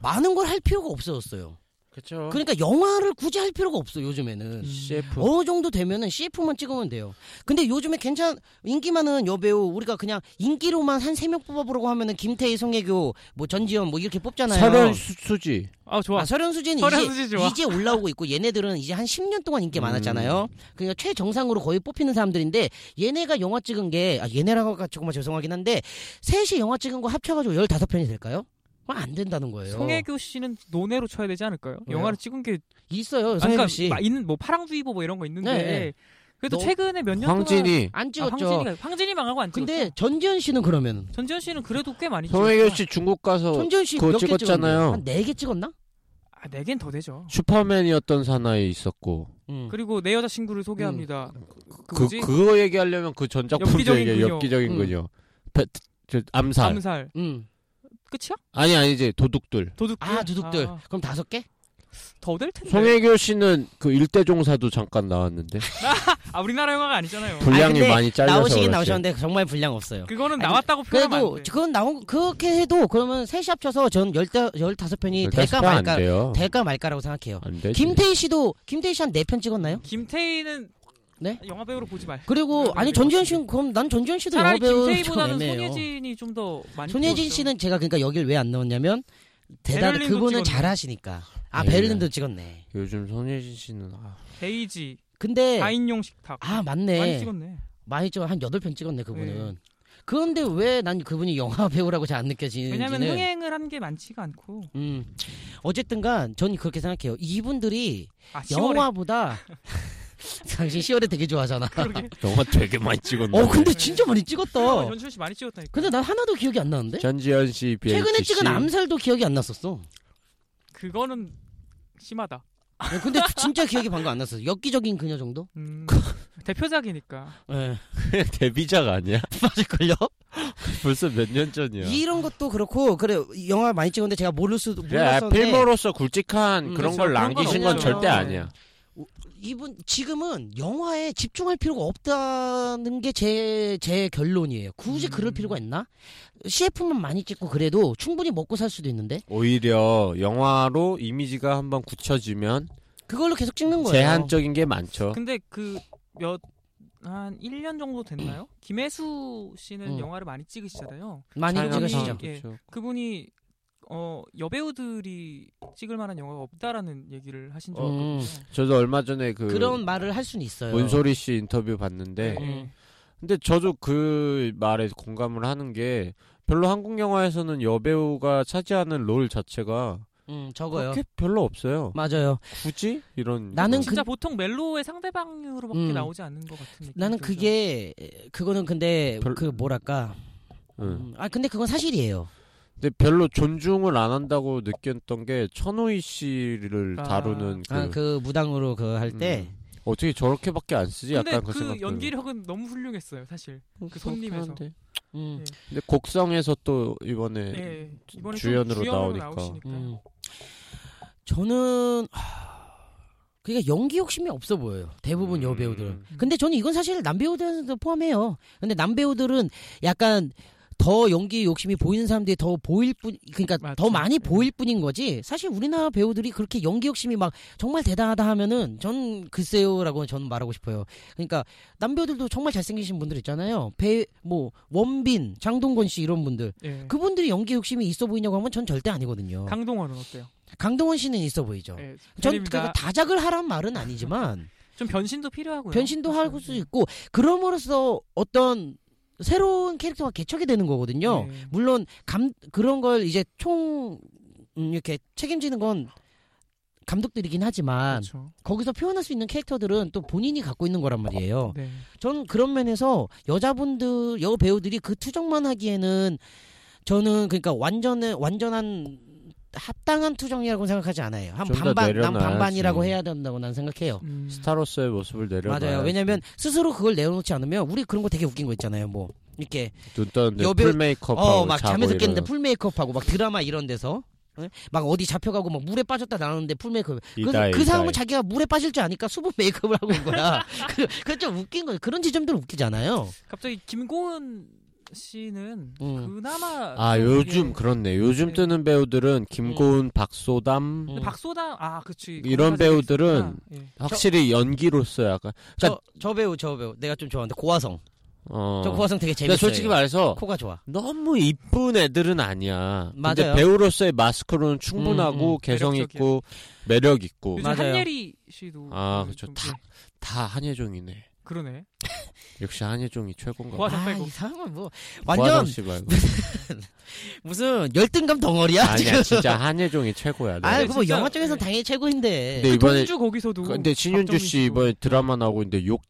Speaker 1: 많은 걸 할 필요가 없어졌어요.
Speaker 3: 그렇죠
Speaker 1: 그러니까 영화를 굳이 할 필요가 없어 요즘에는.
Speaker 2: 음.
Speaker 3: CF
Speaker 1: 어느 정도 되면은 CF만 찍으면 돼요. 근데 요즘에 괜찮 인기 많은 여배우 우리가 그냥 인기로만 한 세 명 뽑아보라고 하면은 김태희, 송혜교, 뭐 전지현 뭐 이렇게 뽑잖아요.
Speaker 3: 설현 수- 수지
Speaker 2: 아 좋아.
Speaker 1: 아, 서른수진
Speaker 2: 서른수진
Speaker 1: 이제
Speaker 2: 좋아.
Speaker 1: 이제 올라오고 있고 얘네들은 이제 한 10년 동안 인기
Speaker 3: 음.
Speaker 1: 많았잖아요. 그러니까 최정상으로 거의 뽑히는 사람들인데 얘네가 영화 찍은 게 아, 얘네라고 가 조금만 죄송하긴 한데 셋이 영화 찍은 거 합쳐가지고 15편이 될까요? 아, 안 된다는 거예요.
Speaker 2: 송혜교 씨는 논외로 쳐야 되지 않을까요?
Speaker 1: 왜요?
Speaker 2: 영화를 찍은 게
Speaker 1: 있어요.
Speaker 2: 아니,
Speaker 1: 송혜교
Speaker 2: 그러니까
Speaker 1: 씨.
Speaker 2: 막 있는 뭐 파랑주의보 뭐 이런 거 있는데
Speaker 1: 네, 네.
Speaker 2: 그래도
Speaker 1: 너-
Speaker 2: 최근에 몇 년 동안
Speaker 3: 황진이
Speaker 1: 안
Speaker 2: 아,
Speaker 1: 찍었죠.
Speaker 2: 황진이가 황진이 망하고 안
Speaker 1: 근데
Speaker 2: 찍었어.
Speaker 1: 전지현 씨는 그러면
Speaker 2: 전지현 씨는 그래도 꽤 많이
Speaker 3: 송혜교
Speaker 2: 찍었어.
Speaker 3: 씨 중국 가서
Speaker 1: 전지현 씨
Speaker 3: 그거
Speaker 1: 몇 개
Speaker 3: 찍었잖아요.
Speaker 1: 찍었나요? 한 4개 찍었나?
Speaker 2: 아, 내겐 더 되죠.
Speaker 3: 슈퍼맨이었던 사나이 있었고
Speaker 1: 음.
Speaker 2: 그리고 내 여자친구를 소개합니다. 그
Speaker 3: 그
Speaker 2: 뭐지?
Speaker 3: 그거 얘기하려면 그 전작품도
Speaker 2: 엽기적인
Speaker 3: 얘기해
Speaker 2: 그녀.
Speaker 3: 엽기적인
Speaker 1: 음.
Speaker 3: 그녀 배- 저, 암살
Speaker 2: 암살.
Speaker 1: 음.
Speaker 2: 끝이야?
Speaker 3: 아니 아니지 도둑들
Speaker 2: 도둑들.
Speaker 1: 아, 두둑들. 그럼 다섯 개?
Speaker 2: 더될
Speaker 1: 네.
Speaker 2: 텐데.
Speaker 3: 송혜교 씨는 그 일대종사도 잠깐 나왔는데
Speaker 2: 아, 우리나라 영화가 아니잖아요.
Speaker 1: 아니,
Speaker 3: 분량이
Speaker 1: 근데
Speaker 3: 많이 잘려서
Speaker 1: 나오시긴
Speaker 3: 그렇지.
Speaker 1: 나오셨는데 정말 분량 없어요.
Speaker 2: 그거는
Speaker 1: 그 아니,
Speaker 2: 나왔다고 표현하면 안
Speaker 1: 그래도
Speaker 2: 돼.
Speaker 1: 그건 나온 그렇게 해도 그러면 셋이 합쳐서 전 열다 열다섯 편이
Speaker 3: 일단
Speaker 1: 될까
Speaker 3: 그러니까 스파 안
Speaker 1: 말까
Speaker 3: 돼요 아,
Speaker 1: 될까 말까라고 생각해요.
Speaker 3: 안 되지
Speaker 1: 네 김태희 씨도 김태희 씨 한 네 편 찍었나요?
Speaker 2: 김태희는
Speaker 1: 네?
Speaker 2: 영화 배우로 보지 말.
Speaker 1: 그리고 아니 전지현 씨는 그럼 난 전지현 씨도 영화
Speaker 2: 네, 차라리
Speaker 1: 배우 좀
Speaker 2: 김태희보다는
Speaker 1: 애매해요.
Speaker 2: 손예진이 좀 더 많이.
Speaker 1: 손예진
Speaker 2: 찍었죠.
Speaker 1: 씨는 제가 그러니까 여길 왜 안 넣었냐면 대단
Speaker 2: 베를린도
Speaker 1: 그분은
Speaker 2: 찍었네.
Speaker 1: 잘하시니까. 아
Speaker 3: 예.
Speaker 1: 베를린도 찍었네.
Speaker 3: 요즘 손예진 씨는 아,
Speaker 2: 데이지,
Speaker 1: 근데
Speaker 2: 다인용 식탁
Speaker 1: 네. 아
Speaker 2: 많이
Speaker 1: 맞네.
Speaker 2: 찍었네.
Speaker 1: 많이 찍어 한 여덟 편 찍었네 그분은. 그런데 왜 난 그분이 영화 [laughs] 배우라고 잘 안 느껴지는지는.
Speaker 2: 왜냐하면 흥행을 한 게 많지가 않고.
Speaker 1: 음 어쨌든간 전 그렇게 생각해요. 이분들이
Speaker 2: 아 10월에
Speaker 1: 영화보다 [laughs] 당신 10월에 되게 좋아하잖아.
Speaker 2: 그러게.
Speaker 3: 영화 되게 많이 음, 찍었네.
Speaker 1: 어 근데 진짜 많이 찍었다.
Speaker 2: 연출 씨 많이 찍었다니까.
Speaker 1: 근데 난 하나도 기억이 안 나는데.
Speaker 3: 전지현 씨, BHC.
Speaker 1: 최근에 찍은 암살도 기억이 안 났었어.
Speaker 2: 그거는 심하다.
Speaker 1: 근데 그 진짜 기억이 방금 안 났어. 엽기적인 그녀 정도?
Speaker 2: 음,
Speaker 1: 그
Speaker 2: 대표작이니까.
Speaker 3: [laughs]
Speaker 1: 예.
Speaker 3: 데뷔작 아니야? [laughs]
Speaker 1: 맞을걸요?
Speaker 3: 벌써 몇 년 전이야.
Speaker 1: 이런 것도 그렇고 그래 영화 많이 찍었는데 제가 모를 수도
Speaker 3: 야,
Speaker 1: 몰랐었는데
Speaker 3: 아, 필모로서 굵직한
Speaker 1: 음,
Speaker 3: 그런
Speaker 2: 그렇죠.
Speaker 3: 걸
Speaker 2: 그런
Speaker 3: 남기신
Speaker 2: 건
Speaker 3: 건
Speaker 2: 없어요.
Speaker 3: 절대 아니야.
Speaker 1: 이분 지금은 영화에 집중할 필요가 없다는 게 제 제 결론이에요. 굳이
Speaker 2: 음.
Speaker 1: 그럴 필요가 있나? CF만 많이 찍고 그래도 충분히 먹고 살 수도 있는데
Speaker 3: 오히려 영화로 이미지가 한번 굳혀지면
Speaker 1: 그걸로 계속 찍는 거예요.
Speaker 3: 제한적인 게 많죠.
Speaker 2: 근데 그몇한 1년 정도
Speaker 1: [clears throat]
Speaker 2: 됐나요? 김혜수 씨는
Speaker 1: 음.
Speaker 2: 영화를 많이 찍으시잖아요.
Speaker 1: 많이
Speaker 2: 촬영이-
Speaker 1: 찍으시죠.
Speaker 2: 예.
Speaker 3: 그렇죠.
Speaker 2: 그분이 어 여배우들이 찍을 만한 영화가 없다라는 얘기를 하신 적이
Speaker 1: 음.
Speaker 2: 있거든요.
Speaker 3: 저도 얼마 전에 그
Speaker 1: 그런 말을 할 수는 있어요.
Speaker 3: 문소리 씨 인터뷰 봤는데
Speaker 2: 네.
Speaker 1: 음.
Speaker 3: 근데 저도 그 말에 공감을 하는 게 별로 한국 영화에서는 여배우가 차지하는 롤 자체가
Speaker 1: 음, 적어요.
Speaker 3: 그렇게 별로 없어요.
Speaker 1: 맞아요.
Speaker 3: 굳이 이런
Speaker 1: 나는
Speaker 3: 거.
Speaker 2: 진짜 보통 멜로의 상대방으로밖에
Speaker 1: 그 음.
Speaker 2: 나오지 않는 것 같은 느낌.
Speaker 1: 나는 그게 그거는 근데
Speaker 3: 별-
Speaker 1: 그 뭐랄까.
Speaker 3: 응.
Speaker 1: 음, 아 근데 그건 사실이에요.
Speaker 3: 예. 근데 별로 존중을 안 한다고 느꼈던 게 천호희 씨를
Speaker 2: 아.
Speaker 3: 다루는 그,
Speaker 1: 아, 그 무당으로 그 할 때.
Speaker 3: 음. 어떻게 저렇게밖에 안 쓰지
Speaker 2: 근데
Speaker 3: 약간
Speaker 2: 그
Speaker 3: 그 생각
Speaker 2: 연기력은 너무 훌륭했어요, 사실. 그 손님에서.
Speaker 1: 음.
Speaker 3: 근데 곡성에서 또
Speaker 2: 예.
Speaker 3: 이번에
Speaker 2: 예. 이번에
Speaker 3: 주연으로
Speaker 2: 좀 주연으로
Speaker 3: 나오니까.
Speaker 2: 나오시니까.
Speaker 1: 그 음. 저는 하, 그러니까 연기 욕심이 없어 보여요. 대부분
Speaker 3: 음.
Speaker 1: 여배우들은. 근데 저는 이건 사실 남배우들도 포함해요. 근데 남배우들은 약간 더 연기 욕심이 보이는 사람들이 더 보일 뿐, 그러니까 더
Speaker 2: 맞죠.
Speaker 1: 많이
Speaker 2: 예.
Speaker 1: 보일 뿐인 거지. 사실 우리나라 배우들이 그렇게 연기 욕심이 막 정말 대단하다 하면은 전 글쎄요라고 저는 말하고 싶어요. 그러니까 남배우들도 정말 잘생기신 분들 있잖아요. 배, 뭐 원빈, 장동건 씨 이런 분들.
Speaker 2: 예.
Speaker 1: 그분들이 연기 욕심이 있어 보이냐고 하면 전 절대 아니거든요.
Speaker 2: 강동원은 어때요?
Speaker 1: 강동원 씨는 있어 보이죠.
Speaker 2: 예.
Speaker 1: 전
Speaker 2: 드립니다.
Speaker 1: 그러니까 다작을 하란 말은 아니지만
Speaker 2: 좀 변신도 필요하고요.
Speaker 1: 변신도
Speaker 2: 사실.
Speaker 1: 할 수
Speaker 3: 네.
Speaker 1: 있고 그럼으로써 어떤 새로운 캐릭터가 개척이 되는 거거든요.
Speaker 3: 네.
Speaker 2: 예.
Speaker 1: 물론 감 그런 걸 이제 총 음, 이렇게 책임지는 건 감독들이긴 하지만
Speaker 2: 그렇죠.
Speaker 1: 거기서 표현할 수 있는 캐릭터들은 또 본인이 갖고 있는 거란
Speaker 3: 어.
Speaker 1: 말이에요.
Speaker 2: 네.
Speaker 1: 전 그런 면에서 여자분들 여 배우들이 그 투정만 하기에는 저는 그러니까 완전 완전한 합당한 투정이라고 생각하지 않아요. 한
Speaker 3: 좀더
Speaker 1: 반반 난
Speaker 3: 내려놔야지.
Speaker 1: 반반이라고 해야 된다고 난 생각해요.
Speaker 2: 음.
Speaker 3: 어. 스타로서의 모습을 내려놔
Speaker 1: 맞아요. 왜냐면
Speaker 3: 음.
Speaker 1: 스스로 그걸 내려놓지 않으면 우리 그런 거 되게 웃긴 거 있잖아요. 뭐 이렇게
Speaker 3: 눈 떠는데
Speaker 1: 여배우-
Speaker 3: 풀 메이크업하고
Speaker 1: 어 막
Speaker 3: 자고
Speaker 1: 잠에서 깼는데
Speaker 3: 이러는
Speaker 1: 풀 메이크업하고 막 드라마 이런 데서 응? 막 어디 잡혀가고 막 물에 빠졌다 나오는데 풀 메이크업
Speaker 3: 이다이,
Speaker 1: 그, 그 사람은
Speaker 3: 이다이.
Speaker 1: 자기가 물에 빠질 줄 아니까 수분 메이크업을 하고 온 거야. [laughs] 그, 그좀 웃긴 거예요. 그런 지점들 웃기잖아요.
Speaker 2: 갑자기 김고은 씨는
Speaker 1: 음.
Speaker 2: 그나마
Speaker 3: 아
Speaker 2: 좀
Speaker 3: 요즘
Speaker 2: 되게-
Speaker 3: 그렇네 요즘
Speaker 2: 네. 음.
Speaker 3: 뜨는 배우들은 김고은 박소담
Speaker 1: 음.
Speaker 2: 근데 박소담 아 그치
Speaker 3: 이런
Speaker 2: 거기까지 되게
Speaker 3: 배우들은 뭐,
Speaker 2: 있었구나. 예.
Speaker 3: 확실히 연기로서 약간
Speaker 1: 그, 저, 저 배우 저 배우 내가 좀 좋아하는데 고화성
Speaker 3: 어
Speaker 1: 저 고화성 되게
Speaker 3: 근데
Speaker 1: 재밌어요
Speaker 3: 솔직히 말해서
Speaker 1: 코가 좋아
Speaker 3: 너무 이쁜 애들은 아니야
Speaker 1: 맞아요.
Speaker 3: 근데 배우로서의 마스크로는
Speaker 1: 음,
Speaker 3: 충분하고
Speaker 1: 음.
Speaker 3: 개성
Speaker 2: 매력적이야.
Speaker 3: 있고 매력 있고
Speaker 2: 요즘 음.
Speaker 1: 맞아요.
Speaker 2: 한예리 씨도
Speaker 3: 아,
Speaker 2: 그
Speaker 3: 그쵸.
Speaker 2: 좀-
Speaker 3: 다-
Speaker 2: 예,
Speaker 3: 다 한예종이네
Speaker 2: 그러네
Speaker 3: 역시 한예종이 최고인가 봐.
Speaker 2: 고화성 빼고
Speaker 1: 아이 사람은 뭐
Speaker 3: 고화정
Speaker 1: 완전
Speaker 3: 씨 말고
Speaker 1: 무슨 열등감 덩어리야
Speaker 3: 아니야
Speaker 1: 지금
Speaker 3: 진짜 한예종이 최고야
Speaker 1: [laughs]
Speaker 3: 내가.
Speaker 1: 아이 그뭐
Speaker 2: 진짜-
Speaker 1: 영화 쪽에서는 당연히 최고인데
Speaker 3: 근데 이번에 그
Speaker 2: 동주 그 거기서도
Speaker 3: 근데 신윤주
Speaker 2: 박정민
Speaker 3: 씨
Speaker 2: 씨도.
Speaker 3: 이번에 드라마 나오고 있는데 욕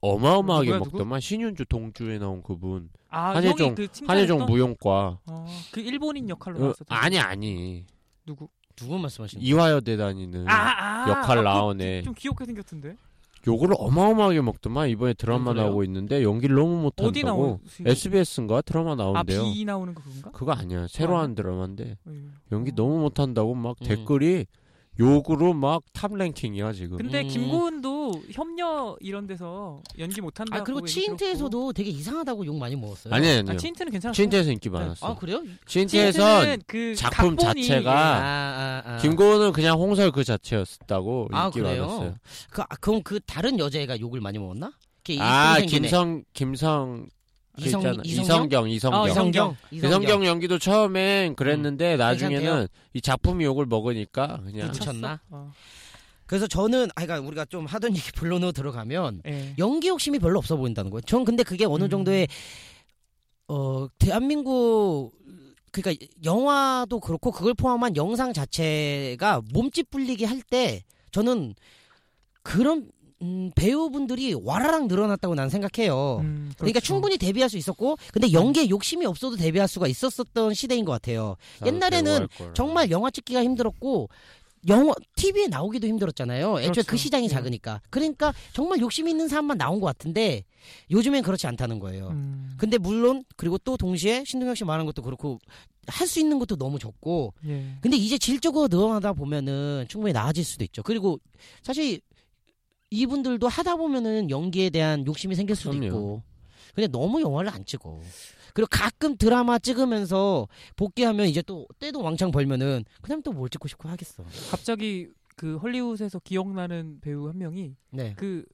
Speaker 3: 어마어마하게
Speaker 2: 누구야, 누구?
Speaker 3: 먹더만 신윤주 동주에 나온 그분
Speaker 2: 아,
Speaker 3: 한예종-
Speaker 2: 형이 그 팀장
Speaker 3: 한예종
Speaker 2: 했던?
Speaker 3: 무용과
Speaker 2: 어, 그 일본인 역할로
Speaker 3: 어,
Speaker 2: 나왔었던
Speaker 3: 아니 아니
Speaker 2: 누구
Speaker 1: 누구 말씀하시는
Speaker 3: 이화여대 다니는
Speaker 2: 아, 아,
Speaker 3: 역할
Speaker 2: 아, 그-
Speaker 3: 나오네
Speaker 2: 좀 귀엽게 생겼던데
Speaker 3: 욕을 어마어마하게 먹더만 이번에 드라마
Speaker 1: 음, 그래요?
Speaker 3: 나오고 있는데 연기를 너무
Speaker 2: 어디 나오는
Speaker 3: 못한다고 SBS인가 드라마 나온대요
Speaker 2: 아비 나오는 거 그건가
Speaker 3: 그거 아니야 새로 한 드라마인데
Speaker 2: 예.
Speaker 3: 연기
Speaker 2: 어.
Speaker 3: 너무 못한다고 막
Speaker 1: 음.
Speaker 3: 댓글이 욕으로 막 탑 랭킹이야 지금
Speaker 2: 근데
Speaker 1: 음.
Speaker 2: 김고은도 협력 이런 데서 연기 못한다고
Speaker 1: 아 그리고
Speaker 2: 얘기 들었고.
Speaker 1: 치인트에서도 되게 이상하다고 욕 많이 먹었어요 네.
Speaker 3: 아니 아니요
Speaker 2: 아, 치인트는 괜찮았어
Speaker 1: 그
Speaker 3: 치인트에서 인기 많았어
Speaker 1: 아 그래요?
Speaker 3: 치인트에서
Speaker 2: 그
Speaker 3: 작품
Speaker 2: 각본이
Speaker 3: 자체가
Speaker 1: 아, 아아아
Speaker 3: 아, 김고은은 그냥 홍설 그 자체였다고
Speaker 1: 아,
Speaker 3: 인기
Speaker 1: 그래요?
Speaker 3: 많았어요.
Speaker 1: 그, 아, 그럼 그 다른 여자애가 욕을 많이 먹었나? 걔
Speaker 3: 아
Speaker 1: 이동생이네.
Speaker 3: 김성 김성 그
Speaker 1: 이성-
Speaker 3: 있잖아.
Speaker 1: 이성경?
Speaker 3: 이성경 이성경
Speaker 2: 어, 이성-
Speaker 1: 이성경.
Speaker 3: 이성경 연기도 처음엔 그랬는데 나중에는 이 작품이 욕을 먹으니까 그냥
Speaker 1: 그쵸. 미쳤나?
Speaker 2: 어.
Speaker 1: 그래서 저는 아 그러니까 우리가 좀 하던 얘기 본론으로 들어가면
Speaker 2: 예.
Speaker 1: 연기 욕심이 별로 없어 보인다는 거예요. 전 근데 그게 어느
Speaker 2: 음.
Speaker 1: 정도의 어 대한민국 그러니까 영화도 그렇고 그걸 포함한 영상 자체가 몸집 불리기 할 때 저는 그런 음, 배우분들이 와라락 늘어났다고 난 생각해요.
Speaker 2: 음,
Speaker 1: 그러니까
Speaker 2: 그렇죠. 음.
Speaker 1: 충분히 데뷔할 수 있었고 근데 연기에 욕심이 없어도 데뷔할 수가 있었었던 시대인 것 같아요. 옛날에는 정말 영화 찍기가 힘들었고 영화 TV에 나오기도 힘들었잖아요. 애초에 그
Speaker 2: 그렇죠.
Speaker 1: 시장이
Speaker 2: 예.
Speaker 1: 작으니까. 그러니까 정말 욕심 있는 사람만 나온 것 같은데 요즘엔 그렇지 않다는 거예요.
Speaker 2: 음,
Speaker 1: 근데 물론 그리고 또 동시에 신동엽 씨 말한 것도 그렇고 할 수 있는 것도 너무 적고
Speaker 2: 예.
Speaker 1: 근데 이제 질적으로 늘어나다 보면은 충분히 나아질 수도 있죠. 그리고 사실 이분들도 하다 보면은 연기에 대한 욕심이 생길 수도
Speaker 3: 그럼요.
Speaker 1: 있고. 근데 너무 영화를 안 찍어. 그리고 가끔 드라마 찍으면서 복귀하면 이제 또 때도 왕창 벌면은 그다음 에 또 뭘 찍고 싶고 하겠어.
Speaker 2: 갑자기 그 헐리우드에서 기억나는 배우 한 명이
Speaker 1: 네.
Speaker 2: 그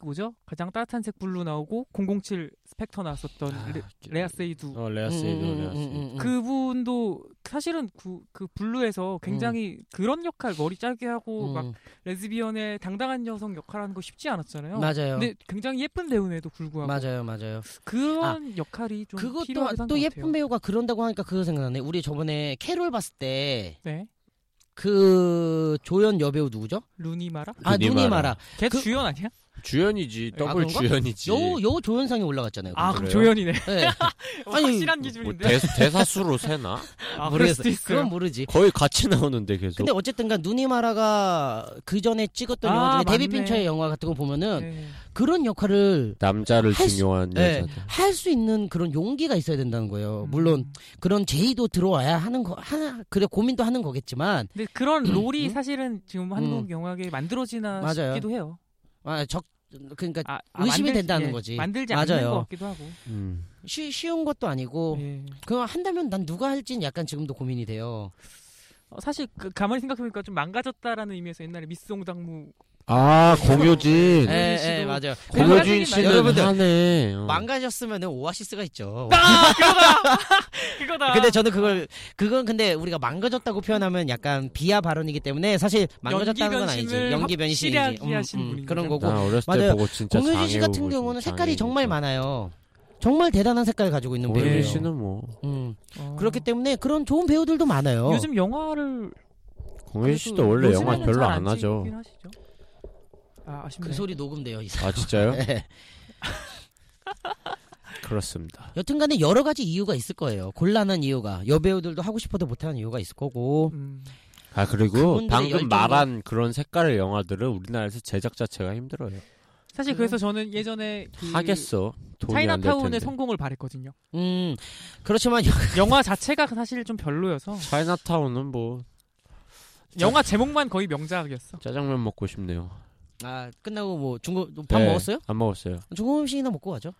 Speaker 2: 뭐죠? 가장 따뜻한 색 블루 나오고 007 스펙터 나왔었던 레, 레아 세이두
Speaker 3: 어 레아
Speaker 1: 음,
Speaker 3: 세이도 레아 세이도
Speaker 2: 그분도 사실은 그, 그 블루에서 굉장히
Speaker 3: 음.
Speaker 2: 그런 역할 머리 짧게 하고 막
Speaker 1: 음,
Speaker 2: 레즈비언의 당당한 여성 역할하는 거 쉽지 않았잖아요.
Speaker 1: 맞아요.
Speaker 2: 근데 굉장히 예쁜 배우에도 불구하고
Speaker 1: 맞아요, 맞아요.
Speaker 2: 그런 역할이 좀
Speaker 1: 그것
Speaker 2: 필요하긴
Speaker 1: 또한
Speaker 2: 한
Speaker 1: 또
Speaker 2: 것
Speaker 1: 예쁜
Speaker 2: 같아요.
Speaker 1: 배우가 그런다고 하니까 그거 생각나네. 우리 저번에 캐롤 봤을
Speaker 2: 네
Speaker 1: 때 그 조연 여배우 누구죠?
Speaker 2: 루니 마라
Speaker 1: 아
Speaker 3: 누니
Speaker 1: 누니
Speaker 3: 마라.
Speaker 1: 마라.
Speaker 2: 걔
Speaker 1: 그-
Speaker 2: 주연 아니야?
Speaker 3: 주연이지
Speaker 2: 아,
Speaker 3: 더블
Speaker 1: 그런가?
Speaker 3: 주연이지
Speaker 1: 요, 요 조연상에 올라갔잖아요.
Speaker 2: 아
Speaker 3: 그래요?
Speaker 2: 그럼 조연이네
Speaker 1: 네. [laughs] 아니,
Speaker 2: 확실한
Speaker 3: 뭐
Speaker 2: 기준인데
Speaker 3: 대,
Speaker 1: [laughs]
Speaker 3: 대사수로 세나
Speaker 2: 아, 그럴 수도
Speaker 1: 모르겠어요.
Speaker 2: 있어요 그
Speaker 1: 그건 모르지.
Speaker 3: 거의 같이 나오는데 계속
Speaker 1: 근데 어쨌든간 누니마라가 그 전에 찍었던
Speaker 2: 아,
Speaker 1: 영화 중에 데뷔
Speaker 2: 맞네.
Speaker 1: 핀처의 영화 같은 거 보면은
Speaker 2: 네.
Speaker 1: 그런 역할을
Speaker 3: 남자를
Speaker 1: 할 수-
Speaker 3: 중요한
Speaker 1: 네.
Speaker 3: 여자들
Speaker 1: 할 수 있는 그런 용기가 있어야 된다는 거예요.
Speaker 2: 음.
Speaker 1: 물론 그런 제의도 들어와야 하는 거 하나 그래 고민도 하는 거겠지만
Speaker 2: 근데 그런 롤이
Speaker 1: 음?
Speaker 2: 사실은 지금 한국 영화계 만들어지나
Speaker 1: 맞아요.
Speaker 2: 싶기도 해요.
Speaker 1: 아, 적 그러니까
Speaker 2: 아,
Speaker 1: 의심이
Speaker 2: 만들지-
Speaker 1: 된다는
Speaker 2: 예,
Speaker 1: 거지.
Speaker 2: 만들지
Speaker 1: 맞아요. 어.
Speaker 2: 않는 것 같기도 하고.
Speaker 3: 음.
Speaker 1: 쉬, 쉬운 것도 아니고
Speaker 2: 예.
Speaker 1: 그거 한다면 난 누가 할진 약간 지금도 고민이 돼요.
Speaker 2: 어, 사실 그, 가만히 생각해보니까 좀 망가졌다라는 의미에서 옛날에 미스 홍당무
Speaker 3: 아 공효진
Speaker 2: 네.
Speaker 1: 예,
Speaker 2: 씨도
Speaker 1: 예, 맞아요.
Speaker 3: 공효진
Speaker 2: 공효진
Speaker 3: 씨는
Speaker 1: 여러분들,
Speaker 3: 하네 어.
Speaker 1: 망가졌으면은 오아시스가 있죠. [laughs]
Speaker 2: 그거다.
Speaker 1: 어. 근데 저는 그걸 그건 근데 우리가 망가졌다고 표현하면 약간 비하 발언이기 때문에 사실 망가졌다는 건 아니지
Speaker 2: 변신을
Speaker 1: 연기 변신이지 음,
Speaker 2: 확실하게 하신 분인
Speaker 1: 그런
Speaker 2: 거죠.
Speaker 1: 거고
Speaker 3: 나 어렸을 때
Speaker 1: 맞아요.
Speaker 3: 보고 진짜
Speaker 1: 공효진 씨
Speaker 3: 장애우
Speaker 1: 같은
Speaker 3: 보고
Speaker 1: 경우는
Speaker 3: 진짜
Speaker 1: 색깔이 정말
Speaker 3: 장애우
Speaker 1: 많아요. 정말 대단한 색깔을 가지고 있는
Speaker 3: 보고.
Speaker 1: 배우예요.
Speaker 3: 공효진 씨는 뭐
Speaker 1: 음,
Speaker 2: 어.
Speaker 1: 그렇기 때문에 그런 좋은 배우들도 많아요.
Speaker 2: 요즘 영화를
Speaker 3: 공효진 씨도
Speaker 2: 그래도
Speaker 3: 원래 영화
Speaker 2: 요즘에는
Speaker 3: 별로
Speaker 2: 잘
Speaker 3: 안 하죠
Speaker 2: 찍긴 하시죠. 아, 아쉽네.
Speaker 1: 그 소리 녹음돼요, 이 사람.
Speaker 3: 아 진짜요?
Speaker 1: [laughs] 네.
Speaker 3: 그렇습니다
Speaker 1: 여튼간에 여러 가지 이유가 있을 거예요. 곤란한 이유가 여배우들도 하고 싶어도 못하는 이유가 있을 거고.
Speaker 2: 음.
Speaker 3: 아 그리고
Speaker 1: 그분들의
Speaker 3: 방금
Speaker 1: 열정과-
Speaker 3: 말한 그런 색깔의 영화들은 우리나라에서 제작 자체가 힘들어요.
Speaker 2: 사실 그래서 저는 예전에 그
Speaker 3: 하겠어. 돈이 안될 텐데.
Speaker 2: 차이나타운의 성공을 바랬거든요.
Speaker 1: 음, 그렇지만
Speaker 2: 영화 자체가 사실 좀 별로여서
Speaker 3: 차이나타운은 뭐
Speaker 2: 영화 제목만 거의 명작이었어.
Speaker 3: 짜장면 먹고 싶네요.
Speaker 1: 아 끝나고 뭐 중국 밥
Speaker 3: 네,
Speaker 1: 먹었어요?
Speaker 3: 안 먹었어요.
Speaker 1: 중국 음식이나 먹고 가죠.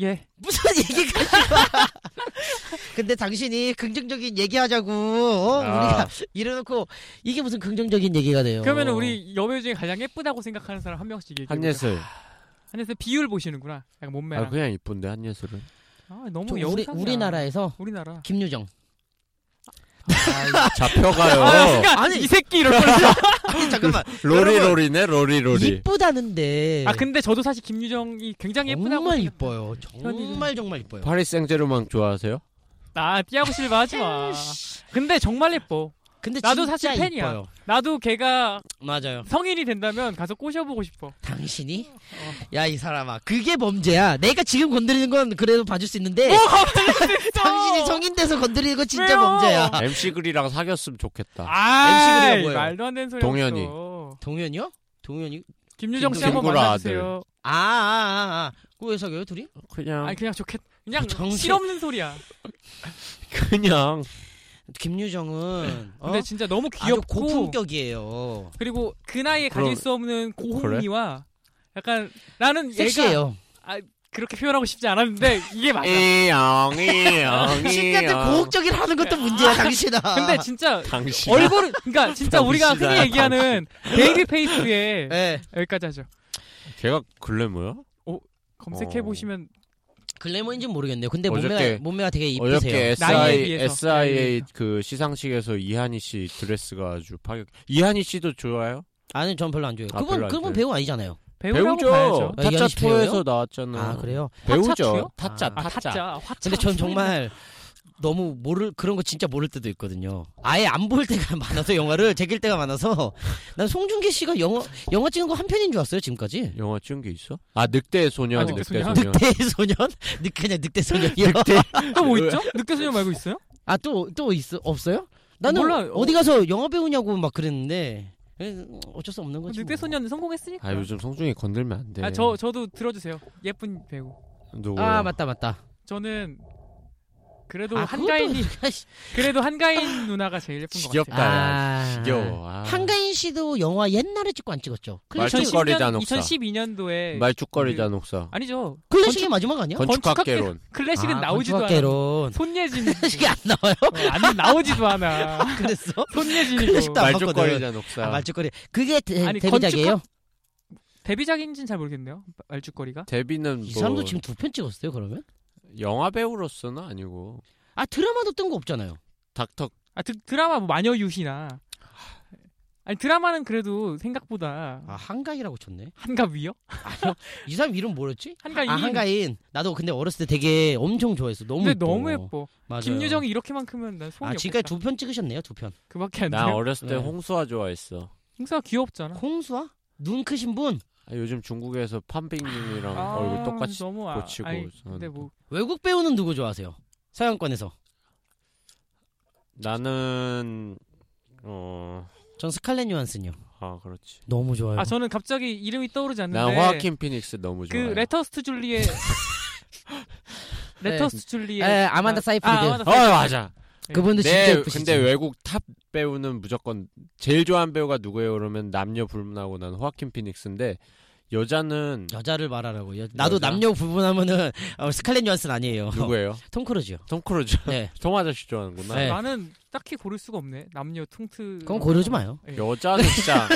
Speaker 2: 예.
Speaker 1: 무슨 [laughs] 얘기가 [laughs] 근데 당신이 긍정적인 얘기하자고 어?
Speaker 3: 아.
Speaker 1: 우리가 이래놓고 이게 무슨 긍정적인 얘기가 돼요?
Speaker 2: 그러면 우리 여배우 중에 가장 예쁘다고 생각하는 사람 한 명씩 얘기해.
Speaker 3: 한예슬.
Speaker 2: 한예슬 비율 보시는구나. 약간 몸매랑.
Speaker 3: 아 그냥 이쁜데 한예슬은.
Speaker 2: 아,
Speaker 1: 좀
Speaker 2: 너무
Speaker 1: 우리
Speaker 2: 여우상이야.
Speaker 1: 우리나라에서
Speaker 2: 우리나라.
Speaker 1: [laughs] 김유정 [laughs]
Speaker 3: 잡혀가요.
Speaker 2: 아니 이 새끼 이럴 뻔했어.
Speaker 1: 아니 음, 잠깐만 [laughs]
Speaker 3: 로리
Speaker 1: 여러분,
Speaker 3: 로리네 로리 로리.
Speaker 1: 이쁘다는데
Speaker 2: 아 근데 저도 사실 김유정이 굉장히 예쁘다고.
Speaker 1: 정말
Speaker 2: 생각-
Speaker 1: 이뻐요 정말 정말 이뻐요
Speaker 3: 파리 생제르맹 좋아하세요?
Speaker 2: 아 띠아고 실바 하지 마. 근데 정말 예뻐.
Speaker 1: 근데
Speaker 2: 나도
Speaker 1: 진짜
Speaker 2: 사실 팬이야.
Speaker 1: 이뻐요.
Speaker 2: 나도 걔가
Speaker 1: 맞아요
Speaker 2: 성인이 된다면 가서 꼬셔보고 싶어.
Speaker 1: 당신이 야 이 사람아 그게 범죄야 내가 지금 건드리는 건 그래도 봐줄 수 있는데 당신이 성인 돼서 건드리는 거 진짜
Speaker 2: 왜요?
Speaker 1: 범죄야
Speaker 2: 아.
Speaker 3: MC 그리랑 사귀었으면 좋겠다.
Speaker 2: 아,
Speaker 1: MC 그래요, 뭐예요?
Speaker 2: 말도 안 되는 소리
Speaker 3: 동현이.
Speaker 2: 없어.
Speaker 1: 동현이요? 동현이
Speaker 2: 김유정 씨 한번
Speaker 3: 김구라
Speaker 2: 만나주세요.
Speaker 1: 아, 아아아아 그왜 사귀어요 둘이?
Speaker 3: 그냥
Speaker 2: 아니 그냥 좋겠. 그냥
Speaker 1: 정신-
Speaker 2: 실없는 소리야.
Speaker 3: 그냥
Speaker 1: 김유정은 어?
Speaker 2: 근데 진짜 너무
Speaker 1: 아주
Speaker 2: 귀엽고
Speaker 1: 고품격이에요.
Speaker 2: 그리고 그 나이에
Speaker 3: 그럼-
Speaker 2: 가질 수 없는 고흥미와 약간 나는 얘가
Speaker 1: 섹시해요.
Speaker 2: 아, 그렇게 표현하고 싶지 않았는데 이게 맞아.
Speaker 3: 예. 이영 이영
Speaker 1: 신기한데
Speaker 3: 이영
Speaker 1: 고혹적인 하는 것도 문제야 예, 어. 네. 당신아.
Speaker 2: 근데 진짜
Speaker 3: 당신
Speaker 2: 얼굴은 그러니까 진짜 우리가 흔히
Speaker 3: 당신아,
Speaker 2: 얘기하는 데일리 페이스에
Speaker 1: 예.
Speaker 2: 여기까지 하죠.
Speaker 3: 걔가 근래 뭐야?
Speaker 2: 검색해 보시면
Speaker 1: 글래머인지는 모르겠네요. 근데
Speaker 3: 어저께-
Speaker 1: 몸매가 몸매가 되게 이쁘세요. 네.
Speaker 3: 어저께
Speaker 2: 나이에
Speaker 3: SI,
Speaker 2: 비해서. 나이에
Speaker 3: SIA
Speaker 2: 비해서.
Speaker 3: 그 시상식에서 이한희 씨 드레스가 아주 파격. 이한희 씨도 좋아요?
Speaker 1: 아니 전 별로 안 좋아해요.
Speaker 3: 아, 별로
Speaker 1: 그분
Speaker 3: 안
Speaker 1: 그분
Speaker 3: 좋아해요?
Speaker 1: 배우 아니잖아요.
Speaker 2: 배우라고
Speaker 3: 배우죠.
Speaker 2: 봐야죠.
Speaker 1: 아, 이한희
Speaker 3: 타짜
Speaker 1: 씨 배우예요?
Speaker 3: 2에서 나왔잖아.
Speaker 1: 아 그래요?
Speaker 3: 배우죠.
Speaker 2: 타짜투요?
Speaker 3: 타짜,
Speaker 1: 아,
Speaker 2: 아,
Speaker 3: 타짜.
Speaker 2: 타짜, 화짜.
Speaker 1: 근데 전 정말 너무 모를 그런 거 진짜 모를 때도 있거든요. 아예 안 볼 때가 [laughs] 많아서 영화를 제길 때가 많아서 난 송중기 씨가 영화 영화 찍은 거 한 편인 줄 알았어요 지금까지. [laughs]
Speaker 3: 영화 찍은 게 있어? 아 늑대 소녀,
Speaker 2: 아, 늑대
Speaker 3: 늑대
Speaker 2: 소녀.
Speaker 3: 소녀.
Speaker 1: 늑대 소년? 늑 그냥 늑대 소년이요.
Speaker 2: 또뭐
Speaker 1: 그
Speaker 2: 있죠? 늑대소녀 말고 있어요?
Speaker 1: 아 또 또 있어 없어요? 나는
Speaker 2: 몰라.
Speaker 1: 어디 가서 영화 배우냐고 막 그랬는데 음, 어쩔 수 없는 거지.
Speaker 2: 늑대소녀는 성공했으니까.
Speaker 3: 아 요즘 송중이 건들면 안 돼.
Speaker 1: 네.
Speaker 2: 아, 저 저도 들어주세요. 예쁜 배우.
Speaker 3: 누구?
Speaker 1: 뭐. 아 맞다 맞다.
Speaker 2: 저는 그래도
Speaker 1: 아,
Speaker 2: 한가인이
Speaker 1: 그것도- 아이씨.
Speaker 2: 그래도 한가인 누나가 제일 예쁜 것
Speaker 3: 지겹다.
Speaker 2: 같아요.
Speaker 1: 아.
Speaker 3: 지겨워. 아.
Speaker 1: 한가인 씨도 영화 옛날에 찍고 안 찍었죠. 클래식
Speaker 3: 말죽- 말죽거리다, 녹사.
Speaker 2: 2012년도에
Speaker 3: 말죽거리다 녹사.
Speaker 2: 아니죠.
Speaker 1: 클래식의 마지막 아니야?
Speaker 3: 건축학개론.
Speaker 2: 클래식은
Speaker 1: 아,
Speaker 2: 나오지도 않아.
Speaker 1: 건축학개론.
Speaker 2: 손예진
Speaker 1: 클래식이 안 나와요?
Speaker 2: 어, 안
Speaker 1: [laughs]
Speaker 2: 나오지도 않아. [laughs]
Speaker 1: 그랬어?
Speaker 2: 손예진이고
Speaker 1: 클래식도 안 봤거든.
Speaker 3: 말죽거리다 녹사.
Speaker 1: 아, 말죽거리. 그게 데,
Speaker 2: 아니,
Speaker 1: 데뷔작이에요?
Speaker 2: 데뷔작인지는 잘 모르겠네요. 말죽거리가.
Speaker 3: 데뷔는 뭐
Speaker 1: 이 사람도 지금 두 편 찍었어요, 그러면?
Speaker 3: 영화 배우로서는 아니고
Speaker 1: 아, 드라마도 뜬 거 없잖아요.
Speaker 3: 닥터
Speaker 2: 아 드, 드라마 뭐 마녀 유희나. 아니 드라마는 그래도 생각보다
Speaker 1: 아, 한가인이라고 쳤네. 아,
Speaker 2: 한가 위요?
Speaker 1: 이 사람 이름 뭐였지?
Speaker 2: 한가인.
Speaker 1: 아, 한가인. 나도 근데 어렸을 때 되게 엄청 좋아했어. 너무
Speaker 2: 근데
Speaker 1: 예뻐.
Speaker 2: 너무 예뻐.
Speaker 1: 뭐. 맞아요.
Speaker 2: 김유정이 이렇게만큼은 난 소문이
Speaker 1: 아, 지금까지
Speaker 2: 없겠다.
Speaker 1: 두 편 찍으셨네요, 두 편.
Speaker 2: 그밖에 안
Speaker 3: 나
Speaker 2: 돼요.
Speaker 3: 어렸을 때
Speaker 1: 네.
Speaker 3: 홍수아 좋아했어.
Speaker 2: 홍수가
Speaker 1: 음.
Speaker 2: 귀엽잖아.
Speaker 1: 홍수아? 눈 크신 분?
Speaker 3: 아, 요즘 중국에서 판빙님이랑
Speaker 2: 아,
Speaker 3: 얼굴 똑같이
Speaker 2: 너무 아,
Speaker 3: 고치고
Speaker 2: 아니,
Speaker 1: 어,
Speaker 2: 근데 뭐
Speaker 1: 외국 배우는 누구 좋아하세요? 서양권에서.
Speaker 3: 나는 어아 아,
Speaker 1: 전 스칼렛 요한슨요.
Speaker 3: 그렇지.
Speaker 1: 너무 좋아요.
Speaker 2: 아 저는 갑자기 이름이 떠오르지
Speaker 3: 난
Speaker 2: 않는데
Speaker 3: 화아킴 피닉스 너무
Speaker 2: 그
Speaker 3: 좋아해.
Speaker 2: 레터스트 줄리에 [laughs] 레터스트 줄리에
Speaker 1: 네. 에, 예, 아만다
Speaker 2: 아,
Speaker 1: 사이프리드.
Speaker 2: 아, 아만다
Speaker 3: 어
Speaker 2: 사이프리드.
Speaker 3: 맞아.
Speaker 1: 그분도 진짜
Speaker 3: 네,
Speaker 1: 예쁘시죠.
Speaker 3: 근데 외국 탑 배우는 무조건 제일 좋아하는 배우가 누구예요? 그러면 남녀 불문하고 난 화아킴 피닉스인데 여자는
Speaker 1: 여자를 말하라고. 여, 나도
Speaker 3: 여자?
Speaker 1: 남녀 구분하면은 어, 스칼렛 요한슨 아니에요.
Speaker 3: 누구예요?
Speaker 1: [laughs] 톰 크루즈요.
Speaker 3: 톰 크루즈. [laughs]
Speaker 1: 네.
Speaker 3: 톰 아저씨 좋아하는구나.
Speaker 1: 네.
Speaker 2: 나는 딱히 고를 수가 없네 남녀 퉁트
Speaker 1: 그건 고르지 마요.
Speaker 2: 예.
Speaker 3: 여자는
Speaker 1: [laughs]
Speaker 3: 진짜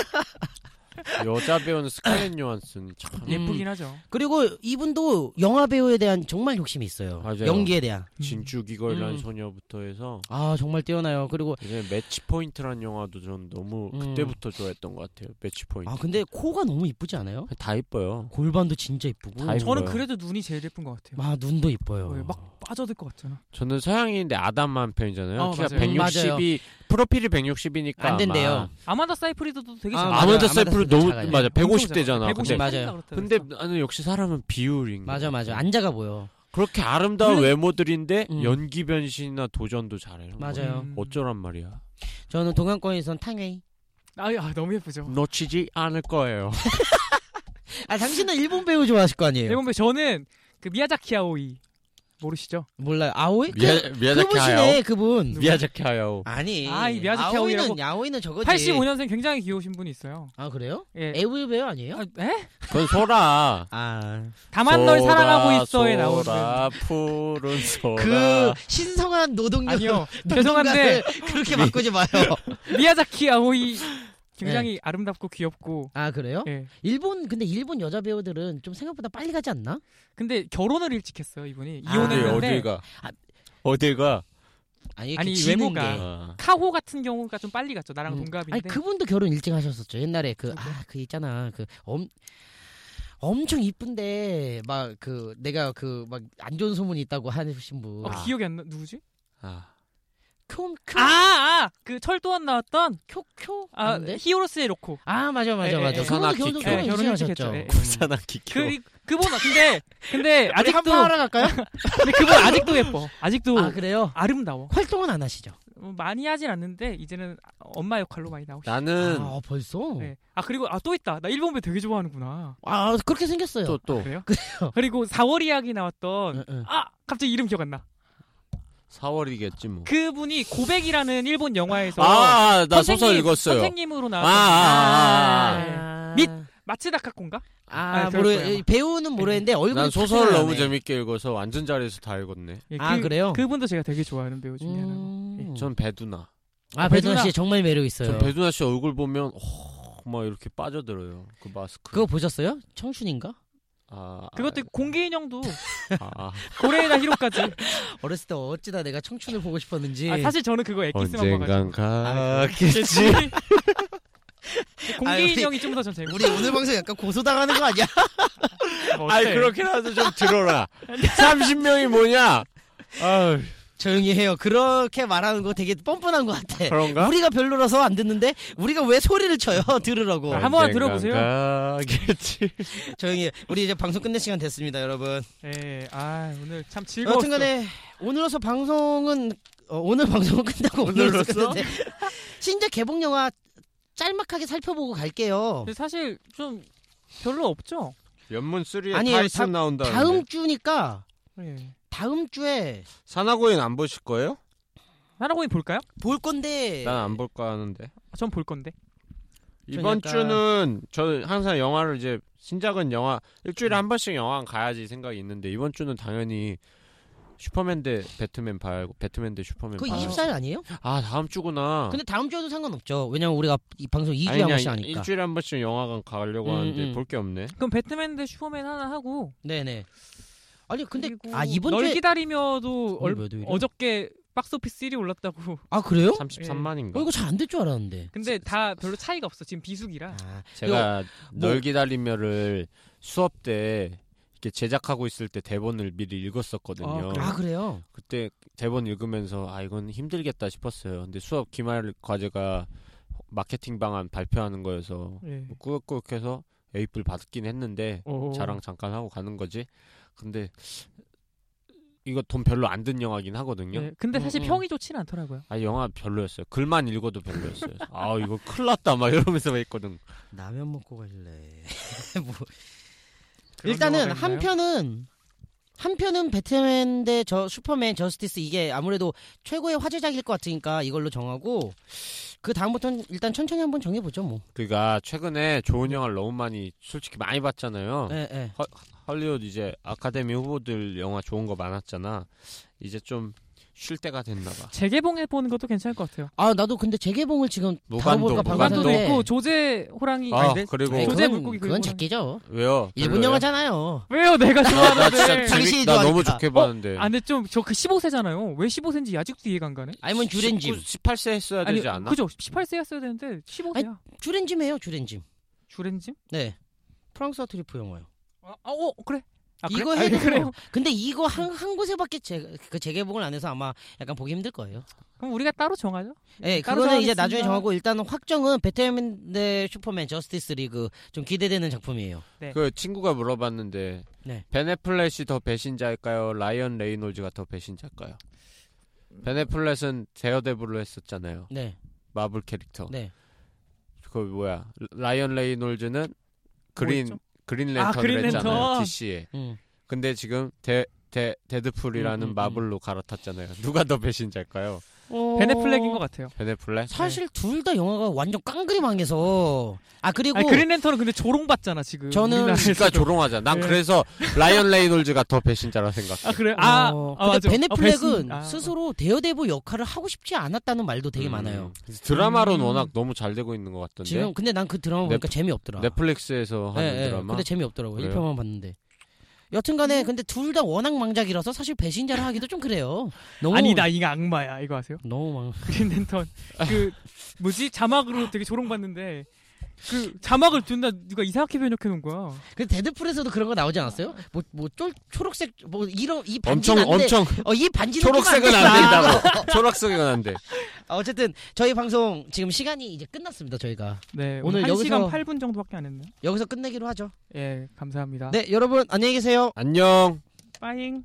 Speaker 3: 여자 배우는 스칼렛 요한슨이 참
Speaker 1: 예.
Speaker 2: 예쁘긴 하죠
Speaker 1: 그리고 이분도 영화 배우에 대한 정말 욕심이 있어요.
Speaker 3: 맞아요.
Speaker 1: 연기에 대한.
Speaker 3: 진주 기걸란
Speaker 1: 음.
Speaker 3: 소녀부터 해서
Speaker 1: 아 정말 뛰어나요. 그리고
Speaker 3: 이제 매치 포인트란 영화도 전 너무
Speaker 1: 음.
Speaker 3: 그때부터 좋아했던 것 같아요. 매치 포인트.
Speaker 1: 아 근데 코가 너무 이쁘지 않아요?
Speaker 3: 다 이뻐요.
Speaker 1: 골반도 진짜 이쁘고.
Speaker 3: 다 이뻐요.
Speaker 2: 저는 그래도 눈이 제일 예쁜 것 같아요
Speaker 1: 아 눈도 이뻐요.
Speaker 2: 예, 막 빠져들 것 같잖아
Speaker 3: 저는 서양인인데 아담한 편이잖아요.
Speaker 2: 어,
Speaker 3: 키가
Speaker 2: 맞아요.
Speaker 3: 162 프로필이 160이니까
Speaker 1: 음, 안 된대요.
Speaker 2: 아마다 사이프리드도 되게
Speaker 1: 아,
Speaker 2: 작아
Speaker 1: 맞아.
Speaker 3: 아마다
Speaker 1: 아마다
Speaker 3: 사이프로
Speaker 1: 사이프로
Speaker 3: 너무
Speaker 1: 작아요.
Speaker 3: 맞아.
Speaker 2: 네. 엄청 작아.
Speaker 3: 150대잖아.
Speaker 2: 150
Speaker 3: 근데
Speaker 1: 맞아요.
Speaker 2: 살인가 그렇죠, 그렇다
Speaker 3: 근데
Speaker 2: 그랬어.
Speaker 3: 나는 역시 사람은
Speaker 1: 음.
Speaker 3: 비율인 거
Speaker 1: 맞아 맞아. 안 작아 보여.
Speaker 3: 그렇게 아름다운
Speaker 2: 그래-
Speaker 3: 외모들인데
Speaker 1: 음.
Speaker 3: 연기 변신이나 도전도 잘해요.
Speaker 1: 맞아요.
Speaker 2: 음.
Speaker 3: 어쩌란 말이야.
Speaker 1: 저는 동양권에선 탕웨이.
Speaker 2: 아, 아 너무
Speaker 3: 음,
Speaker 2: 예쁘죠
Speaker 3: 놓치지 않을 거예요.
Speaker 1: 아
Speaker 2: [laughs]
Speaker 1: 당신은 일본 배우 좋아하실 거
Speaker 3: 예.
Speaker 1: 아니에요?
Speaker 2: 일본 배 저는 그 미야자키 아오이 모르시죠
Speaker 1: 몰라요. 아오이? 그-
Speaker 3: 미야자키
Speaker 1: 그분이네
Speaker 3: 하야오.
Speaker 1: 그분.
Speaker 3: 미야자키 하야오.
Speaker 1: 아니.
Speaker 2: 아, 이 미야자키
Speaker 1: 아오이는
Speaker 2: 아오이라고.
Speaker 1: 야오이는 저거지.
Speaker 2: 85년생 굉장히 귀여우신 분이 있어요
Speaker 1: 아 그래요?
Speaker 2: 예.
Speaker 1: 에브 배우 아니에요?
Speaker 2: 아, 에?
Speaker 3: 그건 소라.
Speaker 1: 아.
Speaker 2: 다만 널 사랑하고 있어에
Speaker 3: [laughs]
Speaker 2: 나오는
Speaker 3: 소라 푸른 소라
Speaker 1: 그 신성한 [laughs] 노동력
Speaker 2: 아니요 죄송한데
Speaker 1: 노동자를 그렇게 바꾸지 마요.
Speaker 2: 미야자키 아오이 굉장히
Speaker 1: 네.
Speaker 2: 아름답고 귀엽고
Speaker 1: 아 그래요?
Speaker 2: 예.
Speaker 1: 일본 근데 일본 여자 배우들은 좀 생각보다 빨리 가지 않나?
Speaker 2: 근데 결혼을 일찍 했어요 이분이
Speaker 1: 아.
Speaker 3: 어디
Speaker 2: 이혼했는데
Speaker 3: 네, 어딜 가
Speaker 1: 아.
Speaker 3: 어딜 가
Speaker 1: 아니, 이렇게
Speaker 2: 아니,
Speaker 1: 지는
Speaker 2: 외모가.
Speaker 1: 게.
Speaker 3: 아.
Speaker 2: 카호 같은 경우가 좀 빨리 갔죠 나랑
Speaker 1: 음.
Speaker 2: 동갑인데
Speaker 1: 아니 그분도 결혼 일찍 하셨었죠. 옛날에 그 아 그
Speaker 2: 누구?
Speaker 1: 있잖아 그 엄 엄청 이쁜데 막 그 내가 그 막 안 좋은 소문이 있다고 하신 분.
Speaker 2: 어, 기억이 안 나 누구지?
Speaker 3: 아.
Speaker 1: 쿄, 쿄,
Speaker 2: 아그 철도원 나왔던
Speaker 1: 쿄, 쿄.
Speaker 2: 아,
Speaker 1: 아, 데
Speaker 2: 히오로스의 로코
Speaker 1: 아 맞아
Speaker 2: 예,
Speaker 1: 맞아
Speaker 2: 예,
Speaker 1: 맞아.
Speaker 2: 예.
Speaker 1: 그분도
Speaker 3: 사나키
Speaker 1: 결혼
Speaker 3: 쿄.
Speaker 1: 결혼
Speaker 2: 예,
Speaker 1: 일찍
Speaker 2: 결혼 일찍
Speaker 1: 하셨죠.
Speaker 2: 했죠. 예.
Speaker 3: 국산한 기교
Speaker 2: 그 그분 근데 근데
Speaker 1: 우리
Speaker 2: 아직도
Speaker 1: 한번 하러 갈까요?
Speaker 2: 근데 그분 아직도 예뻐 아직도
Speaker 1: 아 그래요?
Speaker 2: 아, 름다워뭐
Speaker 1: 활동은 안 하시죠?
Speaker 2: 많이 하진 않는데 이제는 엄마 역할로 많이 나오시죠
Speaker 3: 나는
Speaker 1: 아 벌써?
Speaker 2: 네. 아 그리고 아 또 있다 나 일본 배 되게 좋아하는구나
Speaker 1: 아 그렇게 생겼어요.
Speaker 3: 또 또
Speaker 2: 그래요? 그리고 4월 이야기 나왔던
Speaker 1: 응, 응.
Speaker 2: 아 갑자기 이름 기억 안 나.
Speaker 3: 사 4월이겠지 뭐.
Speaker 2: 그분이 고백이라는 일본 영화에서
Speaker 3: 아, 아, 나 소설
Speaker 2: 선생님,
Speaker 3: 읽었어요.
Speaker 2: 선생님으로
Speaker 3: 아,
Speaker 2: 나왔던
Speaker 3: 아,
Speaker 2: 아, 아. 밑. 마츠다 카콘가?
Speaker 1: 아,
Speaker 2: 아, 그럴
Speaker 1: 모르
Speaker 2: 거예요, 아마.
Speaker 1: 배우는 모르겠는데 얼굴
Speaker 3: 난 소설
Speaker 2: 네.
Speaker 3: 너무 재밌게 읽어서 완전 잘해서 다 읽었네.
Speaker 2: 예,
Speaker 1: 아, 그래요? 음.
Speaker 2: 그분도 제가 되게 좋아하는 배우 중에 하나고. 예.
Speaker 3: 전 배두나.
Speaker 1: 아 배두나
Speaker 2: 배두나.
Speaker 1: 씨 정말 매력 있어요.
Speaker 2: 네.
Speaker 3: 전 배두나 씨 얼굴 보면 오, 막 이렇게 빠져들어요. 그 마스크.
Speaker 1: 그거 보셨어요? 청춘인가?
Speaker 3: 아,
Speaker 2: 그것도 공기인형도 [laughs]
Speaker 3: 아, 아.
Speaker 2: 고레이나 히로까지.
Speaker 1: 어렸을 때 어찌나 내가 청춘을 보고 싶었는지.
Speaker 2: 아, 사실 저는 그거 엑기스만 봐가지고.
Speaker 3: 어, 언젠간
Speaker 1: 아,
Speaker 3: 가겠지.
Speaker 1: [laughs] 아유, 우리-
Speaker 2: 공기인형이 좀 더전
Speaker 1: [laughs]
Speaker 2: 재밌어.
Speaker 1: 우리 오늘 방송 약간 고소당하는 거 아니야?
Speaker 3: 아이 그렇긴 하죠. 좀 들어라. [laughs] 30명이 뭐냐? 아유,
Speaker 1: [laughs] 조용히 해요. 그렇게 말하는 거 되게 뻔뻔한 것 같아.
Speaker 3: 그런가?
Speaker 1: 우리가 별로라서 안 듣는데 우리가 왜 소리를 쳐요? [laughs] 네, 들으라고.
Speaker 2: 아, 한번 들어보세요.
Speaker 3: 언젠간 가겠지.
Speaker 1: 조용히 해요. 우리 이제 방송 끝낼 시간 됐습니다, 여러분.
Speaker 2: 예, 아 오늘 참 즐거웠어.
Speaker 1: 여튼간에 오늘로서 방송은 어, 오늘 방송은 끝나고 오늘로서 끝는데 [laughs] 신작 개봉 영화 짤막하게 살펴보고 갈게요.
Speaker 2: 근데 사실 좀 별로 없죠.
Speaker 3: 연문 3에
Speaker 1: 아니,
Speaker 3: 타이슨
Speaker 1: 다-
Speaker 3: 나온다.
Speaker 1: 다음 주니까
Speaker 2: 예.
Speaker 1: 다음 주에
Speaker 3: 산하고인 안 보실 거예요?
Speaker 2: 하나고인 볼까요? 아,
Speaker 1: 볼 건데
Speaker 3: 난 안 볼까 하는데.
Speaker 2: 전 볼 건데.
Speaker 3: 이번
Speaker 1: 약간-
Speaker 3: 주는 저 항상 영화를 이제 신작은 영화 일주일에 한 번씩 영화관 가야지 생각이 있는데 이번 주는 당연히 슈퍼맨 대 배트맨 봐야 하고 배트맨 대 슈퍼맨
Speaker 1: 그거
Speaker 3: 봐야
Speaker 1: 24일 아니에요?
Speaker 3: 아 다음 주구나.
Speaker 1: 근데 다음 주에도 상관없죠. 왜냐면 우리가 이 방송 2주에
Speaker 3: 아니,
Speaker 1: 한
Speaker 3: 아니,
Speaker 1: 번씩 하니까.
Speaker 3: 일주일에 한 번씩 영화관 가려고
Speaker 1: 음,
Speaker 3: 하는데
Speaker 1: 음.
Speaker 3: 볼 게 없네.
Speaker 2: 그럼 배트맨 대 슈퍼맨 하나 하고.
Speaker 1: 네네. 아니 근데
Speaker 2: 그리고
Speaker 1: 아 이번
Speaker 2: 널
Speaker 1: 주에
Speaker 2: 기다리며도
Speaker 1: 오늘
Speaker 2: 얼,
Speaker 1: 몇 월요일이야?
Speaker 2: 어저께 박스오피스 1위 올랐다고. [laughs]
Speaker 1: 아 그래요?
Speaker 3: 33만인가?
Speaker 1: 어, 이거 잘 안 될 줄 알았는데.
Speaker 2: 근데 다 별로 차이가 없어. 지금 비수기라.
Speaker 1: 아,
Speaker 3: 제가
Speaker 1: 뭐-
Speaker 3: 널 기다리며를 수업 때 이렇게 제작하고 있을 때 대본을 미리 읽었었거든요.
Speaker 2: 아,
Speaker 1: 아 그래요?
Speaker 3: 그때 대본 읽으면서 아 이건 힘들겠다 싶었어요. 근데 수업 기말 과제가 마케팅 방안 발표하는 거여서
Speaker 2: 예. 어.
Speaker 3: 꾸역꾸역해서 에이플 받긴 했는데
Speaker 1: 뭐
Speaker 2: 오.
Speaker 3: 자랑 잠깐 하고 가는 거지. 근데 이거 돈 별로 안 든 영화긴 하거든요.
Speaker 2: 예. 근데 사실
Speaker 1: 음, 음.
Speaker 2: 평이 좋진 않더라고요.
Speaker 3: 아 영화 별로였어요. 글만 읽어도 별로였어요. 아 이거 큰일 났다 막 이러면서 했거든.
Speaker 1: 라면 먹고 갈래. [laughs] 뭐.
Speaker 2: 그런
Speaker 1: 일단은
Speaker 2: 영화가 있나요?
Speaker 1: 한 편은 한 편은 배트맨 대 저 슈퍼맨 저스티스 이게 아무래도 최고의 화제작일 것 같으니까 이걸로 정하고 그 다음부터는 일단 천천히 한번 정해 보죠 뭐.
Speaker 3: 그러니까 최근에 좋은 영화를 너무 많이 솔직히 많이 봤잖아요.
Speaker 2: 네.
Speaker 1: 예, 예.
Speaker 3: 할리우드 이제 아카데미 후보들 영화 좋은 거 많았잖아. 이제 좀 쉴 때가 됐나 봐.
Speaker 2: 재개봉해 보는 것도 괜찮을 것 같아요.
Speaker 1: 아 나도 근데 재개봉을 지금
Speaker 3: 무간도,
Speaker 1: 다볼까
Speaker 3: 무간도.
Speaker 2: 무관도도
Speaker 1: 방관도
Speaker 2: 있고 조제 호랑이
Speaker 3: 아
Speaker 2: 아닌데?
Speaker 3: 그리고
Speaker 2: 네, 조제
Speaker 1: 그건,
Speaker 2: 물고기
Speaker 1: 그건
Speaker 2: 그거는-
Speaker 1: 작게죠.
Speaker 3: 왜요?
Speaker 1: 일본
Speaker 3: 별로예요?
Speaker 1: 영화잖아요.
Speaker 2: 왜요? 내가
Speaker 3: 나, 나 진짜
Speaker 2: 좋아하는데.
Speaker 1: 재밌-
Speaker 3: 재미,
Speaker 1: 당신이
Speaker 3: 나 너무
Speaker 1: 좋아하니까.
Speaker 3: 좋게 봤는데.
Speaker 2: 아 근데 좀 저 그 15세잖아요. 왜 15세인지 아직도 이해가 안 가네.
Speaker 1: 아니면 뭐 주렌짐.
Speaker 3: 18세 했어야 되지 않아?
Speaker 2: 그죠? 18세였어야 되는데 15세야.
Speaker 1: 주렌짐이에요, 주렌짐.
Speaker 2: 주렌짐?
Speaker 1: 네. 프랑스와 트리프 영화요.
Speaker 2: 아, 아, 어 그래. 아, 그래?
Speaker 1: 이거
Speaker 2: 아,
Speaker 1: 해도
Speaker 2: 그래요?
Speaker 1: 근데 이거 한, 한 곳에밖에 재, 그 재개봉을 안 해서 아마 약간 보기 힘들 거예요.
Speaker 2: 그럼 우리가 따로 정하죠.
Speaker 1: 예, 네,
Speaker 2: 따로
Speaker 1: 그거는 이제
Speaker 2: 정하겠습니다.
Speaker 1: 나중에 정하고 일단 확정은 배트맨 대 슈퍼맨 저스티스 리그 좀 기대되는 작품이에요.
Speaker 3: 그 친구가 물어봤는데
Speaker 1: 네.
Speaker 3: 베네플렛이 더 배신자일까요? 라이언 레이놀즈가 더 배신자일까요? 베네플렛은 데어데블로 했었잖아요.
Speaker 1: 네,
Speaker 3: 마블 캐릭터.
Speaker 1: 네.
Speaker 3: 그 뭐야? 라이언 레이놀즈는 그린
Speaker 2: 했죠?
Speaker 3: 그린
Speaker 2: 아,
Speaker 3: 랜턴을
Speaker 2: 그린
Speaker 3: 했잖아요.
Speaker 2: 랜턴.
Speaker 3: DC에.
Speaker 1: 음.
Speaker 3: 근데 지금 데, 데, 데드풀이라는
Speaker 1: 음, 음, 음.
Speaker 3: 마블로 갈아탔잖아요. [laughs] 누가 더 배신자일까요?
Speaker 1: 어.
Speaker 2: 베네플렉인 것 같아요.
Speaker 3: 베네플렛?
Speaker 1: 사실 둘 다 영화가 완전 깡그리 망해서 아 그리고
Speaker 2: 아니, 그린랜턴은 근데 조롱받잖아 지금.
Speaker 1: 저는 [laughs] 네.
Speaker 2: 우리나라에서.
Speaker 3: 진짜 조롱하자. 난
Speaker 2: 예.
Speaker 3: 그래서 라이언 레이놀즈가 더 배신자라
Speaker 2: 아
Speaker 3: 생각해.
Speaker 2: 그래. 아,
Speaker 1: 어,
Speaker 2: 아
Speaker 1: 근데
Speaker 2: 맞아.
Speaker 1: 베네플렉은
Speaker 2: 아, 배신- 아,
Speaker 1: 스스로 데어데브 역할을 하고 싶지 않았다는 말도 되게
Speaker 3: 음.
Speaker 1: 많아요.
Speaker 3: 드라마로는
Speaker 2: 음.
Speaker 3: 워낙 너무 잘 되고 있는 것 같던데.
Speaker 1: 지금 근데 난 그 드라마 보니까 재미없더라.
Speaker 3: 넷플릭스에서 하는
Speaker 1: 예, 예.
Speaker 3: 드라마.
Speaker 1: 근데 재미없더라고요.
Speaker 3: 그래요?
Speaker 1: 1편만 봤는데. 여튼간에 근데 둘 다 워낙 망작이라서 사실 배신자를 하기도 좀 그래요. 너무
Speaker 2: 아니다 이거 악마야 이거 아세요? [laughs]
Speaker 1: 너무 망.
Speaker 2: 그린랜턴 그 뭐지 자막으로 되게 조롱받는데 그 자막을 둔다 누가 이상하게 변역해 놓은 거야.
Speaker 1: 그 데드풀에서도 그런 거 나오지 않았어요? 뭐뭐쫄 초록색 뭐 이런 이 반지
Speaker 3: 엄청 엄청
Speaker 1: 어이 반지
Speaker 3: 초록색은 안 된다고. [laughs] 초록색은 안 돼.
Speaker 1: 아, 어쨌든 저희 방송 지금 시간이 이제 끝났습니다. 저희가
Speaker 2: 네
Speaker 1: 오늘
Speaker 2: 오늘 1
Speaker 1: 여기서-
Speaker 2: 시간 8분 정도밖에 안 했네요.
Speaker 1: 여기서 끝내기로 하죠.
Speaker 2: 예 감사합니다.
Speaker 1: 네 여러분 안녕히 계세요.
Speaker 3: 안녕.
Speaker 2: 빠잉.